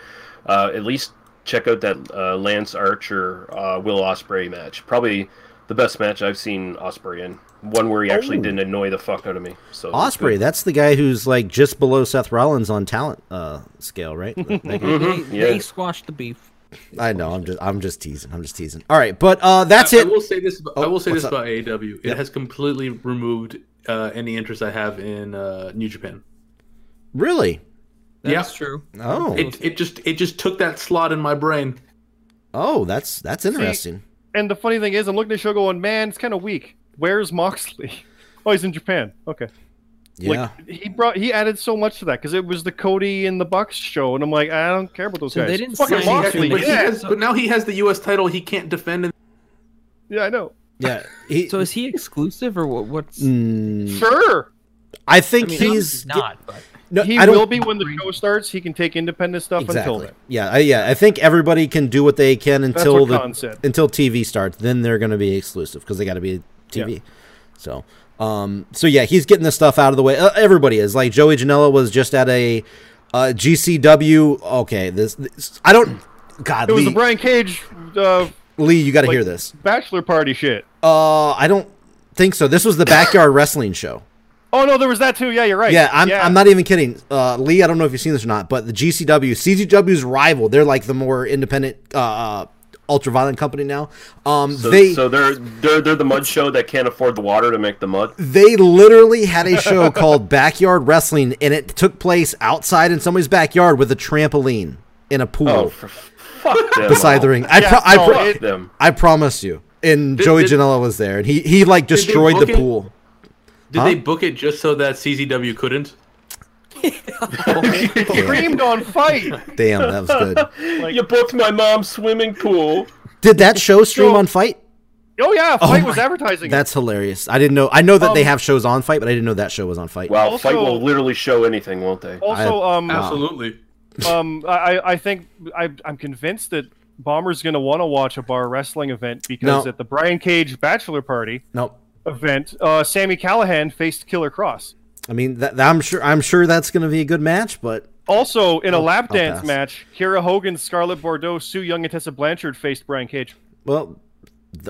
[SPEAKER 7] uh, at least check out that uh, Lance Archer uh, Will Osprey match. Probably the best match I've seen Osprey in. One where he actually
[SPEAKER 5] Oh.
[SPEAKER 7] didn't annoy the fuck out of me. So that's
[SPEAKER 5] Osprey,
[SPEAKER 7] good.
[SPEAKER 5] that's the guy who's like just below Seth Rollins on talent uh, scale, right? That- that guy.
[SPEAKER 6] They,
[SPEAKER 3] Mm-hmm.
[SPEAKER 7] Mm-hmm. yeah.
[SPEAKER 6] they squash the beef.
[SPEAKER 5] I know. I'm just I'm just teasing. I'm just teasing. All right, but uh, that's
[SPEAKER 4] I,
[SPEAKER 5] it.
[SPEAKER 4] I will say this. About, I
[SPEAKER 5] Oh,
[SPEAKER 4] will say
[SPEAKER 5] what's
[SPEAKER 4] this
[SPEAKER 5] up?
[SPEAKER 4] about AEW. It has completely removed uh, any interest I have in uh, New Japan.
[SPEAKER 5] Really?
[SPEAKER 6] That's true.
[SPEAKER 5] Oh,
[SPEAKER 4] It, it just it just took that slot in my brain.
[SPEAKER 5] oh, that's that's interesting.
[SPEAKER 3] And the funny thing is, I'm looking at the show going, man, it's kind of weak. Where's Moxley? Oh, he's in Japan. Okay.
[SPEAKER 5] yeah.
[SPEAKER 3] Like he brought, he added so much to that because it was the Cody and the Bucks show, and I'm like, I don't care about those
[SPEAKER 6] So
[SPEAKER 3] guys.
[SPEAKER 6] they didn't
[SPEAKER 3] Fucking
[SPEAKER 6] sign
[SPEAKER 4] He has-
[SPEAKER 3] Moxley.
[SPEAKER 4] but, he
[SPEAKER 3] yeah.
[SPEAKER 4] has- but now he has the U.S. title. He can't defend. In,
[SPEAKER 3] yeah, I know.
[SPEAKER 5] yeah. He,
[SPEAKER 6] So is he exclusive or what, what's?
[SPEAKER 5] Mm,
[SPEAKER 3] Sure,
[SPEAKER 5] I think
[SPEAKER 6] I mean,
[SPEAKER 5] he's
[SPEAKER 6] not. But
[SPEAKER 5] No,
[SPEAKER 3] he
[SPEAKER 5] I don't,
[SPEAKER 3] will be when the show starts. He can take independent stuff until
[SPEAKER 5] exactly.
[SPEAKER 3] then.
[SPEAKER 5] Yeah, I, yeah. I think everybody can do what they can
[SPEAKER 3] That's
[SPEAKER 5] until
[SPEAKER 3] what
[SPEAKER 5] the
[SPEAKER 3] Khan said.
[SPEAKER 5] until TV starts. Then they're going to be exclusive because they got to be TV. So, um, so yeah, he's getting this stuff out of the way. Uh, everybody is like Joey Janela was just at a uh, GCW. Okay, this, this I don't. God,
[SPEAKER 3] It was
[SPEAKER 5] Lee,
[SPEAKER 3] the Brian Cage uh,
[SPEAKER 5] Lee, you got to
[SPEAKER 3] like-
[SPEAKER 5] hear this.
[SPEAKER 3] bachelor party shit.
[SPEAKER 5] Uh, I don't think so. This was the backyard wrestling show.
[SPEAKER 3] Oh no, there was that too. Yeah, you're right.
[SPEAKER 5] Yeah, I'm, I'm not even kidding. Uh, Lee, I don't know if you've seen this or not, but the GCW, CGW's rival, they're like the more independent, uh, uh, ultraviolent company now. Um,
[SPEAKER 7] So,
[SPEAKER 5] they
[SPEAKER 7] so they're they're they're the mud show that can't afford the water to make the mud.
[SPEAKER 5] they literally had a show called Backyard Wrestling, and it took place outside in somebody's backyard with a trampoline in a pool
[SPEAKER 7] Oh, for, fuck them.
[SPEAKER 5] beside
[SPEAKER 7] all.
[SPEAKER 5] the ring. I,
[SPEAKER 3] Yeah,
[SPEAKER 5] pro- I,
[SPEAKER 3] no,
[SPEAKER 5] pro-
[SPEAKER 7] Fuck
[SPEAKER 3] It-
[SPEAKER 7] them.
[SPEAKER 5] I promise you. And Joey
[SPEAKER 4] did-
[SPEAKER 5] Janela was there, and he he like
[SPEAKER 4] they
[SPEAKER 5] destroyed the
[SPEAKER 4] book it?
[SPEAKER 5] pool.
[SPEAKER 4] did
[SPEAKER 5] Huh?
[SPEAKER 4] they book it just so that CZW couldn't?
[SPEAKER 3] screamed on fight.
[SPEAKER 5] Damn, that was good.
[SPEAKER 7] you booked my mom's swimming pool.
[SPEAKER 5] Did that show stream
[SPEAKER 3] So-
[SPEAKER 5] on Fight?
[SPEAKER 3] Oh yeah, fight
[SPEAKER 5] Oh
[SPEAKER 3] was
[SPEAKER 5] my-
[SPEAKER 3] advertising. it.
[SPEAKER 5] That's hilarious. I didn't know. I know that they
[SPEAKER 3] Um,
[SPEAKER 5] have shows on Fight, but I didn't know that show was on Fight.
[SPEAKER 7] Wow,
[SPEAKER 3] Also-
[SPEAKER 7] Fight will literally show anything, won't they?
[SPEAKER 3] Also, um,
[SPEAKER 4] Absolutely.
[SPEAKER 3] um, I, I think I, I'm convinced that Bomber's going to want to watch a bar wrestling event because
[SPEAKER 5] No.
[SPEAKER 3] at the Brian Cage Bachelor Party
[SPEAKER 5] Nope.
[SPEAKER 3] event, uh, Sammy Callahan faced Killer Cross.
[SPEAKER 5] I mean, that, that- I'm sure. I'm sure that's going to be a good match, but
[SPEAKER 3] Also, in a lap
[SPEAKER 5] I'll
[SPEAKER 3] dance
[SPEAKER 5] pass.
[SPEAKER 3] match, Kira Hogan, Scarlett Bordeaux, Sue Young, and Tessa Blanchard faced Brian Cage.
[SPEAKER 5] Oh, well,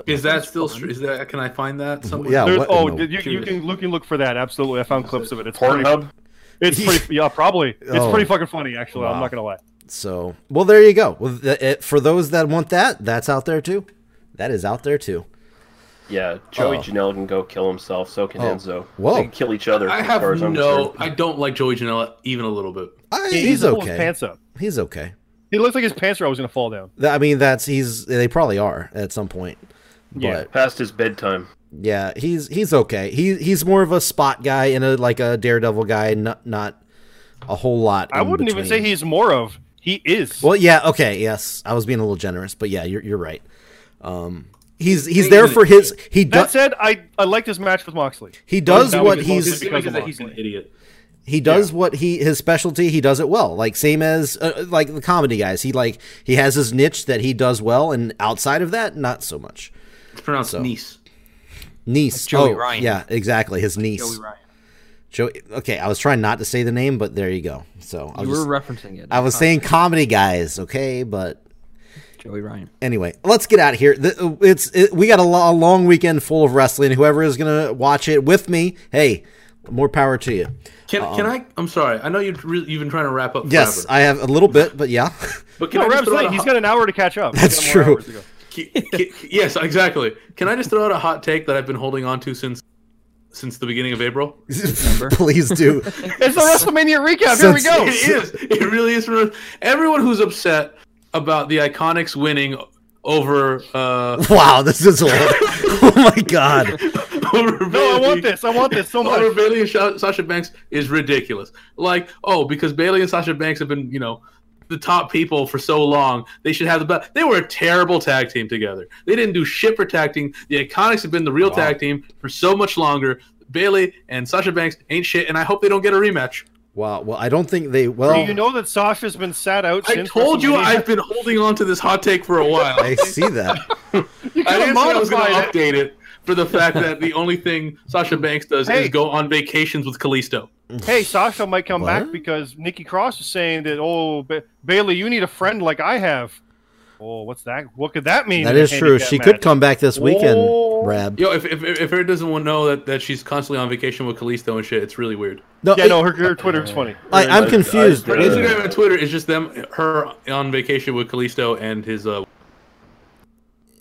[SPEAKER 4] Is that still? str- Is that? Can I find that somewhere?
[SPEAKER 5] Mm-hmm. Yeah.
[SPEAKER 3] There's,
[SPEAKER 5] what in
[SPEAKER 3] oh,
[SPEAKER 5] the-
[SPEAKER 3] did you, you can look and look for that. Absolutely, I found clips of it. It's pretty,
[SPEAKER 7] Pornhub.
[SPEAKER 3] it's pretty, yeah, probably. It's
[SPEAKER 5] Oh.
[SPEAKER 3] pretty fucking funny, actually. I'm
[SPEAKER 5] Wow.
[SPEAKER 3] not gonna lie.
[SPEAKER 5] so well, there you go. Well, th- it, for those that want that, that's out there too. That is out there too.
[SPEAKER 7] Yeah, Joey
[SPEAKER 5] Oh.
[SPEAKER 7] Janela can go kill himself. So can Enzo.
[SPEAKER 5] Whoa.
[SPEAKER 7] They can kill each other.
[SPEAKER 4] I
[SPEAKER 7] as
[SPEAKER 4] have
[SPEAKER 7] far as I'm
[SPEAKER 4] no.
[SPEAKER 7] concerned.
[SPEAKER 4] I don't like Joey Janela even a little bit.
[SPEAKER 5] I,
[SPEAKER 3] He-
[SPEAKER 5] he's,
[SPEAKER 3] gonna pull his
[SPEAKER 5] okay.
[SPEAKER 3] pants up.
[SPEAKER 5] He's okay.
[SPEAKER 3] He looks like his pants are always gonna fall down.
[SPEAKER 5] Th- I mean, that's he's. They probably are at some point.
[SPEAKER 3] Yeah.
[SPEAKER 5] But
[SPEAKER 7] Past his bedtime.
[SPEAKER 5] yeah, he's he's okay. He he's more of a spot guy and a like a daredevil guy, not not a whole lot.
[SPEAKER 3] I
[SPEAKER 5] in
[SPEAKER 3] wouldn't even say
[SPEAKER 5] between.
[SPEAKER 3] he's more of. He is.
[SPEAKER 5] Well, yeah, okay, yes, I was being a little generous, but yeah, you're you're right. Um, he's he's
[SPEAKER 4] Wait
[SPEAKER 5] there
[SPEAKER 4] a minute.
[SPEAKER 5] for his he
[SPEAKER 3] That
[SPEAKER 5] does
[SPEAKER 3] said, I I like this match with Moxley.
[SPEAKER 5] he does
[SPEAKER 3] that
[SPEAKER 5] what
[SPEAKER 3] was
[SPEAKER 5] he's
[SPEAKER 3] Just because of
[SPEAKER 4] he's an
[SPEAKER 3] Moxley.
[SPEAKER 4] idiot.
[SPEAKER 5] he does what he his specialty he does it well like same as uh, like the comedy guys he like he has his niche that he does well and outside of that not so much
[SPEAKER 4] It's pronounced niece.
[SPEAKER 5] niece
[SPEAKER 6] Joey
[SPEAKER 5] oh,
[SPEAKER 6] Ryan.
[SPEAKER 5] yeah exactly his niece
[SPEAKER 6] Joey Ryan.
[SPEAKER 5] Joey- okay I was trying not to say the name but there you go so I
[SPEAKER 6] You
[SPEAKER 5] was just-
[SPEAKER 6] were referencing it.
[SPEAKER 5] I was saying comedy guys okay but
[SPEAKER 6] Joey Ryan.
[SPEAKER 5] anyway, let's get out of here. The- It's it, we got a, lo- a long weekend full of wrestling. Whoever is gonna watch it with me, hey, more power to you.
[SPEAKER 4] Can, can I? I'm sorry. I know you re, you've been trying to wrap up.
[SPEAKER 5] um, Yes,
[SPEAKER 4] forever,
[SPEAKER 5] I have a little bit, but yeah,
[SPEAKER 4] but can
[SPEAKER 3] No,
[SPEAKER 4] I just
[SPEAKER 3] Rab's
[SPEAKER 4] throw out
[SPEAKER 3] right.
[SPEAKER 4] a
[SPEAKER 3] He's
[SPEAKER 4] hot-
[SPEAKER 3] got an hour to catch up. He's
[SPEAKER 5] That's
[SPEAKER 3] got more
[SPEAKER 5] true.
[SPEAKER 3] hours to go.
[SPEAKER 4] Ki- ki- yes, exactly. Can I just throw out a hot take that I've been holding on to since since the beginning of April?
[SPEAKER 5] please do.
[SPEAKER 3] It's the WrestleMania recap. Here we go.
[SPEAKER 4] It is. It really is. Everyone who's upset about the Iconics winning over uh,
[SPEAKER 5] Wow, this is old. oh my god.
[SPEAKER 4] over
[SPEAKER 3] No, I want
[SPEAKER 4] Bayley.
[SPEAKER 3] this. I want this so
[SPEAKER 4] Over
[SPEAKER 3] much.
[SPEAKER 4] Bailey and Sha- Sasha Banks is ridiculous. Like, oh, because Bailey and Sasha Banks have been, you know, the top people for so long, they should have the best. They were a terrible tag team together. They didn't do shit for tag team. The Iconics have been the real tag team for so much longer. Bailey and Sasha Banks ain't shit, and I hope they don't get a rematch.
[SPEAKER 5] Wow. Well, I don't think they. Well,
[SPEAKER 3] Do you know that Sasha's been sat out
[SPEAKER 4] I
[SPEAKER 3] since
[SPEAKER 4] told you
[SPEAKER 3] WrestleMania?
[SPEAKER 4] I've been holding on to this hot take for a while.
[SPEAKER 5] I see that.
[SPEAKER 4] I didn't say I was going to
[SPEAKER 3] modified
[SPEAKER 4] update it for the fact that the only thing Sasha Banks does
[SPEAKER 3] Hey.
[SPEAKER 4] is go on vacations with Kalisto.
[SPEAKER 3] Hey, Sasha might come back
[SPEAKER 5] What?
[SPEAKER 3] because Nikki Cross is saying that. Oh, ba- Bailey, you need a friend like I have. Oh, what's that? What could that mean?
[SPEAKER 5] That
[SPEAKER 3] in a
[SPEAKER 5] is true.
[SPEAKER 3] handicap
[SPEAKER 5] She
[SPEAKER 3] match?
[SPEAKER 5] could come back this weekend,
[SPEAKER 3] Whoa.
[SPEAKER 5] Rab.
[SPEAKER 4] Yo, if if if Eric doesn't want to know that, that she's constantly on vacation with Kalisto and shit, it's really weird.
[SPEAKER 5] No,
[SPEAKER 3] Yeah,
[SPEAKER 5] it-
[SPEAKER 3] no, her, her Twitter is funny.
[SPEAKER 5] I, I'm
[SPEAKER 7] I-
[SPEAKER 5] confused.
[SPEAKER 7] I-
[SPEAKER 4] Her
[SPEAKER 7] Yeah.
[SPEAKER 4] Instagram and Twitter is just them her on vacation with Kalisto and his uh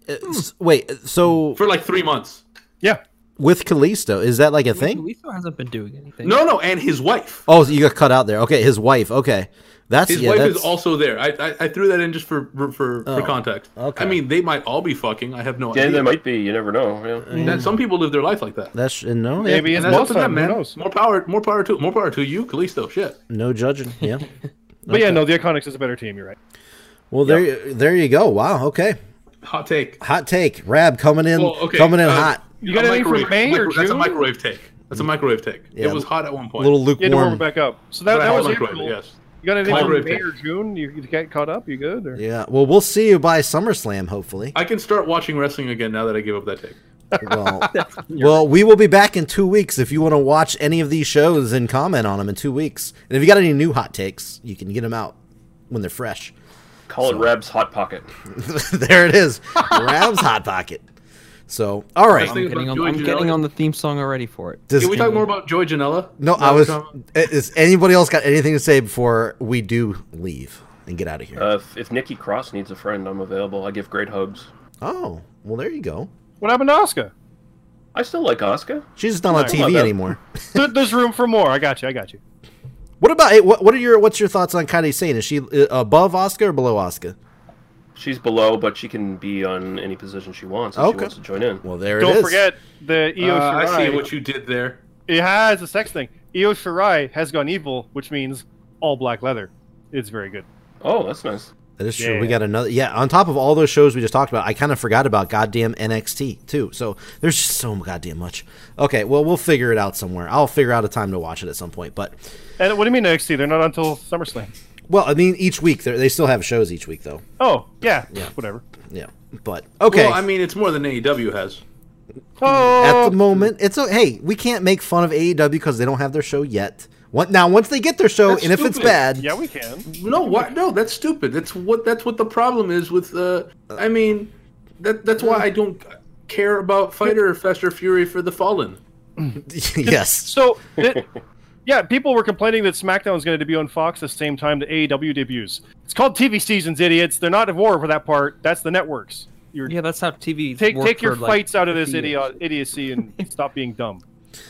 [SPEAKER 5] It's- Wait, so
[SPEAKER 4] for like three months.
[SPEAKER 3] Yeah,
[SPEAKER 5] with Kalisto, is that like a thing?
[SPEAKER 6] Lethal hasn't been doing anything.
[SPEAKER 4] No, no, and his wife.
[SPEAKER 5] Oh, so you got cut out there. Okay, his wife. Okay, that's
[SPEAKER 4] His
[SPEAKER 5] yeah.
[SPEAKER 4] wife
[SPEAKER 5] that's, Oh,
[SPEAKER 4] is also there. I, I I threw that in just for for for, for context.
[SPEAKER 5] okay.
[SPEAKER 4] I mean, they might all be fucking. I have no
[SPEAKER 7] Yeah,
[SPEAKER 4] idea.
[SPEAKER 7] there might be. You never know. Yeah.
[SPEAKER 4] That some people live their life like that.
[SPEAKER 5] that's uh, no, yeah,
[SPEAKER 3] maybe it's
[SPEAKER 4] And that's
[SPEAKER 3] both of
[SPEAKER 4] up to them,
[SPEAKER 3] them. Who
[SPEAKER 4] man.
[SPEAKER 3] knows?
[SPEAKER 4] More power, more power to more power to you, Kalisto. Shit.
[SPEAKER 5] no judging. Yeah.
[SPEAKER 3] But yeah, no, the Iconics is a better team. You're right.
[SPEAKER 5] Well, there, there you go. Wow. Okay.
[SPEAKER 4] Hot take.
[SPEAKER 5] Hot take. Rab coming in,
[SPEAKER 4] Well, okay,
[SPEAKER 5] coming in
[SPEAKER 4] uh,
[SPEAKER 5] hot.
[SPEAKER 3] You got anything from May or
[SPEAKER 4] micro- That's a
[SPEAKER 3] June?
[SPEAKER 4] microwave take. That's a microwave take.
[SPEAKER 5] Yeah.
[SPEAKER 4] It was hot at one
[SPEAKER 5] A
[SPEAKER 4] point.
[SPEAKER 5] little
[SPEAKER 3] You had to warm it
[SPEAKER 5] lukewarm.
[SPEAKER 3] back up. So
[SPEAKER 4] But
[SPEAKER 3] that,
[SPEAKER 4] I
[SPEAKER 3] that
[SPEAKER 4] had
[SPEAKER 3] was
[SPEAKER 4] microwave,
[SPEAKER 3] April.
[SPEAKER 4] Yes.
[SPEAKER 3] You got anything from
[SPEAKER 4] Microwave
[SPEAKER 3] May
[SPEAKER 4] pick.
[SPEAKER 3] or June? You you get caught up? You good? Or?
[SPEAKER 5] Yeah. Well, we'll see you by SummerSlam, hopefully.
[SPEAKER 4] I can start watching wrestling again now that I gave up that take.
[SPEAKER 5] Well, well, we will be back in two weeks. If you want to watch any of these shows and comment on them in two weeks, and if you got any new hot takes, you can get them out when they're fresh.
[SPEAKER 7] Call it Rab's hot pocket.
[SPEAKER 5] there it is, Rab's hot pocket. So, all right.
[SPEAKER 6] I'm getting, on, I'm getting on the theme song already for it.
[SPEAKER 5] Does-
[SPEAKER 4] Can we talk more about Joy Janela?
[SPEAKER 5] no, I was.
[SPEAKER 4] Drama?
[SPEAKER 5] Is anybody else got anything to say before we do leave and get out of here?
[SPEAKER 7] Uh, if, if Nikki Cross needs a friend, I'm available. I give great hugs.
[SPEAKER 5] oh, well, there you go.
[SPEAKER 3] What happened to Asuka?
[SPEAKER 7] I still like Oscar.
[SPEAKER 5] She's just not on
[SPEAKER 7] on,
[SPEAKER 5] TV
[SPEAKER 7] that-
[SPEAKER 5] anymore.
[SPEAKER 3] There- There's room for more. I got you. I got you.
[SPEAKER 5] What about it? What, what are your What's your thoughts on Kaede Sane? Is she uh, above Oscar or below Oscar?
[SPEAKER 7] She's below, but she can be on any position she wants if
[SPEAKER 5] Okay.
[SPEAKER 7] she wants to join in.
[SPEAKER 5] Well, there it
[SPEAKER 3] Don't
[SPEAKER 5] is.
[SPEAKER 3] forget the Io
[SPEAKER 4] Uh,
[SPEAKER 3] Shirai.
[SPEAKER 4] I see what you did there.
[SPEAKER 3] It has a sex thing. Io Shirai has gone evil, which means all black leather. It's very good.
[SPEAKER 7] Oh, that's nice.
[SPEAKER 5] That is true.
[SPEAKER 3] Yeah.
[SPEAKER 5] We got another. Yeah, on top of all those shows we just talked about, I kind of forgot about goddamn NXT too. So there's just so goddamn much. Okay, well we'll figure it out somewhere. I'll figure out a time to watch it at some point. But
[SPEAKER 3] And what do you mean NXT? They're not until SummerSlam.
[SPEAKER 5] well, I mean, each week they're- they still have shows each week though.
[SPEAKER 3] Oh yeah, whatever.
[SPEAKER 5] Yeah, but okay.
[SPEAKER 4] Well, I mean, it's more than AEW has.
[SPEAKER 3] Oh,
[SPEAKER 5] at the moment, it's a, hey, we can't make fun of AEW because they don't have their show yet. What now? Once they get their show,
[SPEAKER 4] That's
[SPEAKER 5] and if it's
[SPEAKER 4] stupid.
[SPEAKER 5] bad,
[SPEAKER 3] yeah, we can.
[SPEAKER 4] No, what? No, that's stupid. That's what. That's what the problem is with. Uh, I mean, that that's why I don't care about Fighter Fest or Fury for the Fallen.
[SPEAKER 5] yes,
[SPEAKER 3] So, th- yeah, people were complaining that SmackDown is going to be on Fox the same time the AEW debuts. It's called TV seasons, idiots. They're not at war for that part. That's the networks. You're,
[SPEAKER 6] Yeah, that's how TV.
[SPEAKER 3] take
[SPEAKER 6] worked
[SPEAKER 3] take your
[SPEAKER 6] for, like,
[SPEAKER 3] fights out of this
[SPEAKER 6] 50 years.
[SPEAKER 3] idiot, idiocy and stop being dumb.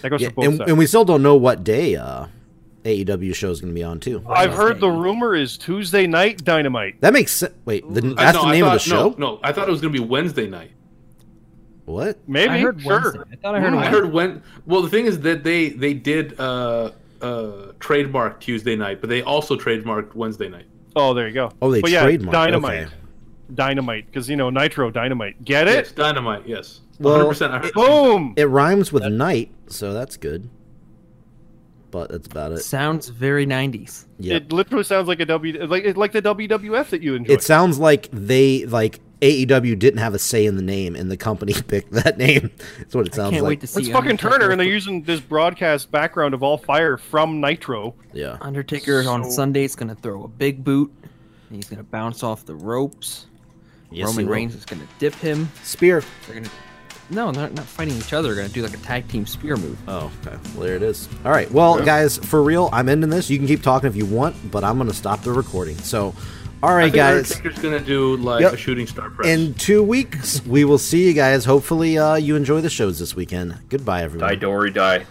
[SPEAKER 3] That goes
[SPEAKER 5] yeah,
[SPEAKER 3] for both
[SPEAKER 5] and,
[SPEAKER 3] sides.
[SPEAKER 5] and we still don't know what day uh, AEW show is going to be on too.
[SPEAKER 3] I've heard the rumor is Tuesday night Dynamite.
[SPEAKER 5] That makes sense. Wait, the,
[SPEAKER 4] I-
[SPEAKER 5] that's
[SPEAKER 4] no,
[SPEAKER 5] the
[SPEAKER 4] I
[SPEAKER 5] name of the
[SPEAKER 4] thought-
[SPEAKER 5] show.
[SPEAKER 4] No, no, I thought it was going to be Wednesday night.
[SPEAKER 5] What?
[SPEAKER 3] Maybe
[SPEAKER 6] I heard
[SPEAKER 3] sure. Mm,
[SPEAKER 6] Wednesday. I thought I heard.
[SPEAKER 4] I
[SPEAKER 6] Wednesday.
[SPEAKER 4] heard when. Well, the thing is that they they did uh, uh, trademark Tuesday night, but they also trademarked Wednesday night.
[SPEAKER 3] Oh, there you go.
[SPEAKER 5] Oh, they
[SPEAKER 3] but yeah,
[SPEAKER 5] trademarked,
[SPEAKER 3] Dynamite.
[SPEAKER 5] okay.
[SPEAKER 3] Dynamite, because you know Nitro Dynamite. Get it?
[SPEAKER 4] Yes, dynamite. Yes,
[SPEAKER 5] Well,
[SPEAKER 4] 100%. I heard,
[SPEAKER 3] Boom.
[SPEAKER 5] It rhymes with night, so that's good. But that's about it.
[SPEAKER 6] Sounds very 90s.
[SPEAKER 5] Yeah. It,
[SPEAKER 3] It literally sounds like a W, like it's like the WWF that you enjoy.
[SPEAKER 5] sounds like they like AEW didn't have a say in the name, and the company picked that name. That's what it sounds
[SPEAKER 6] Can't
[SPEAKER 5] like.
[SPEAKER 6] wait to see.
[SPEAKER 3] it's fucking
[SPEAKER 6] Undertaker
[SPEAKER 3] Turner, and they're
[SPEAKER 6] with
[SPEAKER 3] using this broadcast background of all fire from Nitro.
[SPEAKER 5] yeah.
[SPEAKER 6] Undertaker on Sunday is gonna throw a big boot, and he's gonna bounce off the ropes.
[SPEAKER 5] Yes, he
[SPEAKER 6] Roman
[SPEAKER 5] will.
[SPEAKER 6] Reigns is gonna dip him.
[SPEAKER 5] Spear.
[SPEAKER 6] They're gonna. No, they're not fighting each other. They're gonna do like a tag team spear move.
[SPEAKER 5] Oh, okay. Well, there it is. All right. Well, guys, for real, I'm ending this. You can keep talking if you want, but I'm gonna stop the recording. So, all
[SPEAKER 4] I
[SPEAKER 5] right,
[SPEAKER 4] think
[SPEAKER 5] guys.
[SPEAKER 4] Undertaker's going to do like
[SPEAKER 5] Yep.
[SPEAKER 4] a shooting star press.
[SPEAKER 5] In two weeks, we will see you guys. Hopefully, uh, you enjoy the shows this weekend. Goodbye, everyone.
[SPEAKER 7] Die, Dory, die.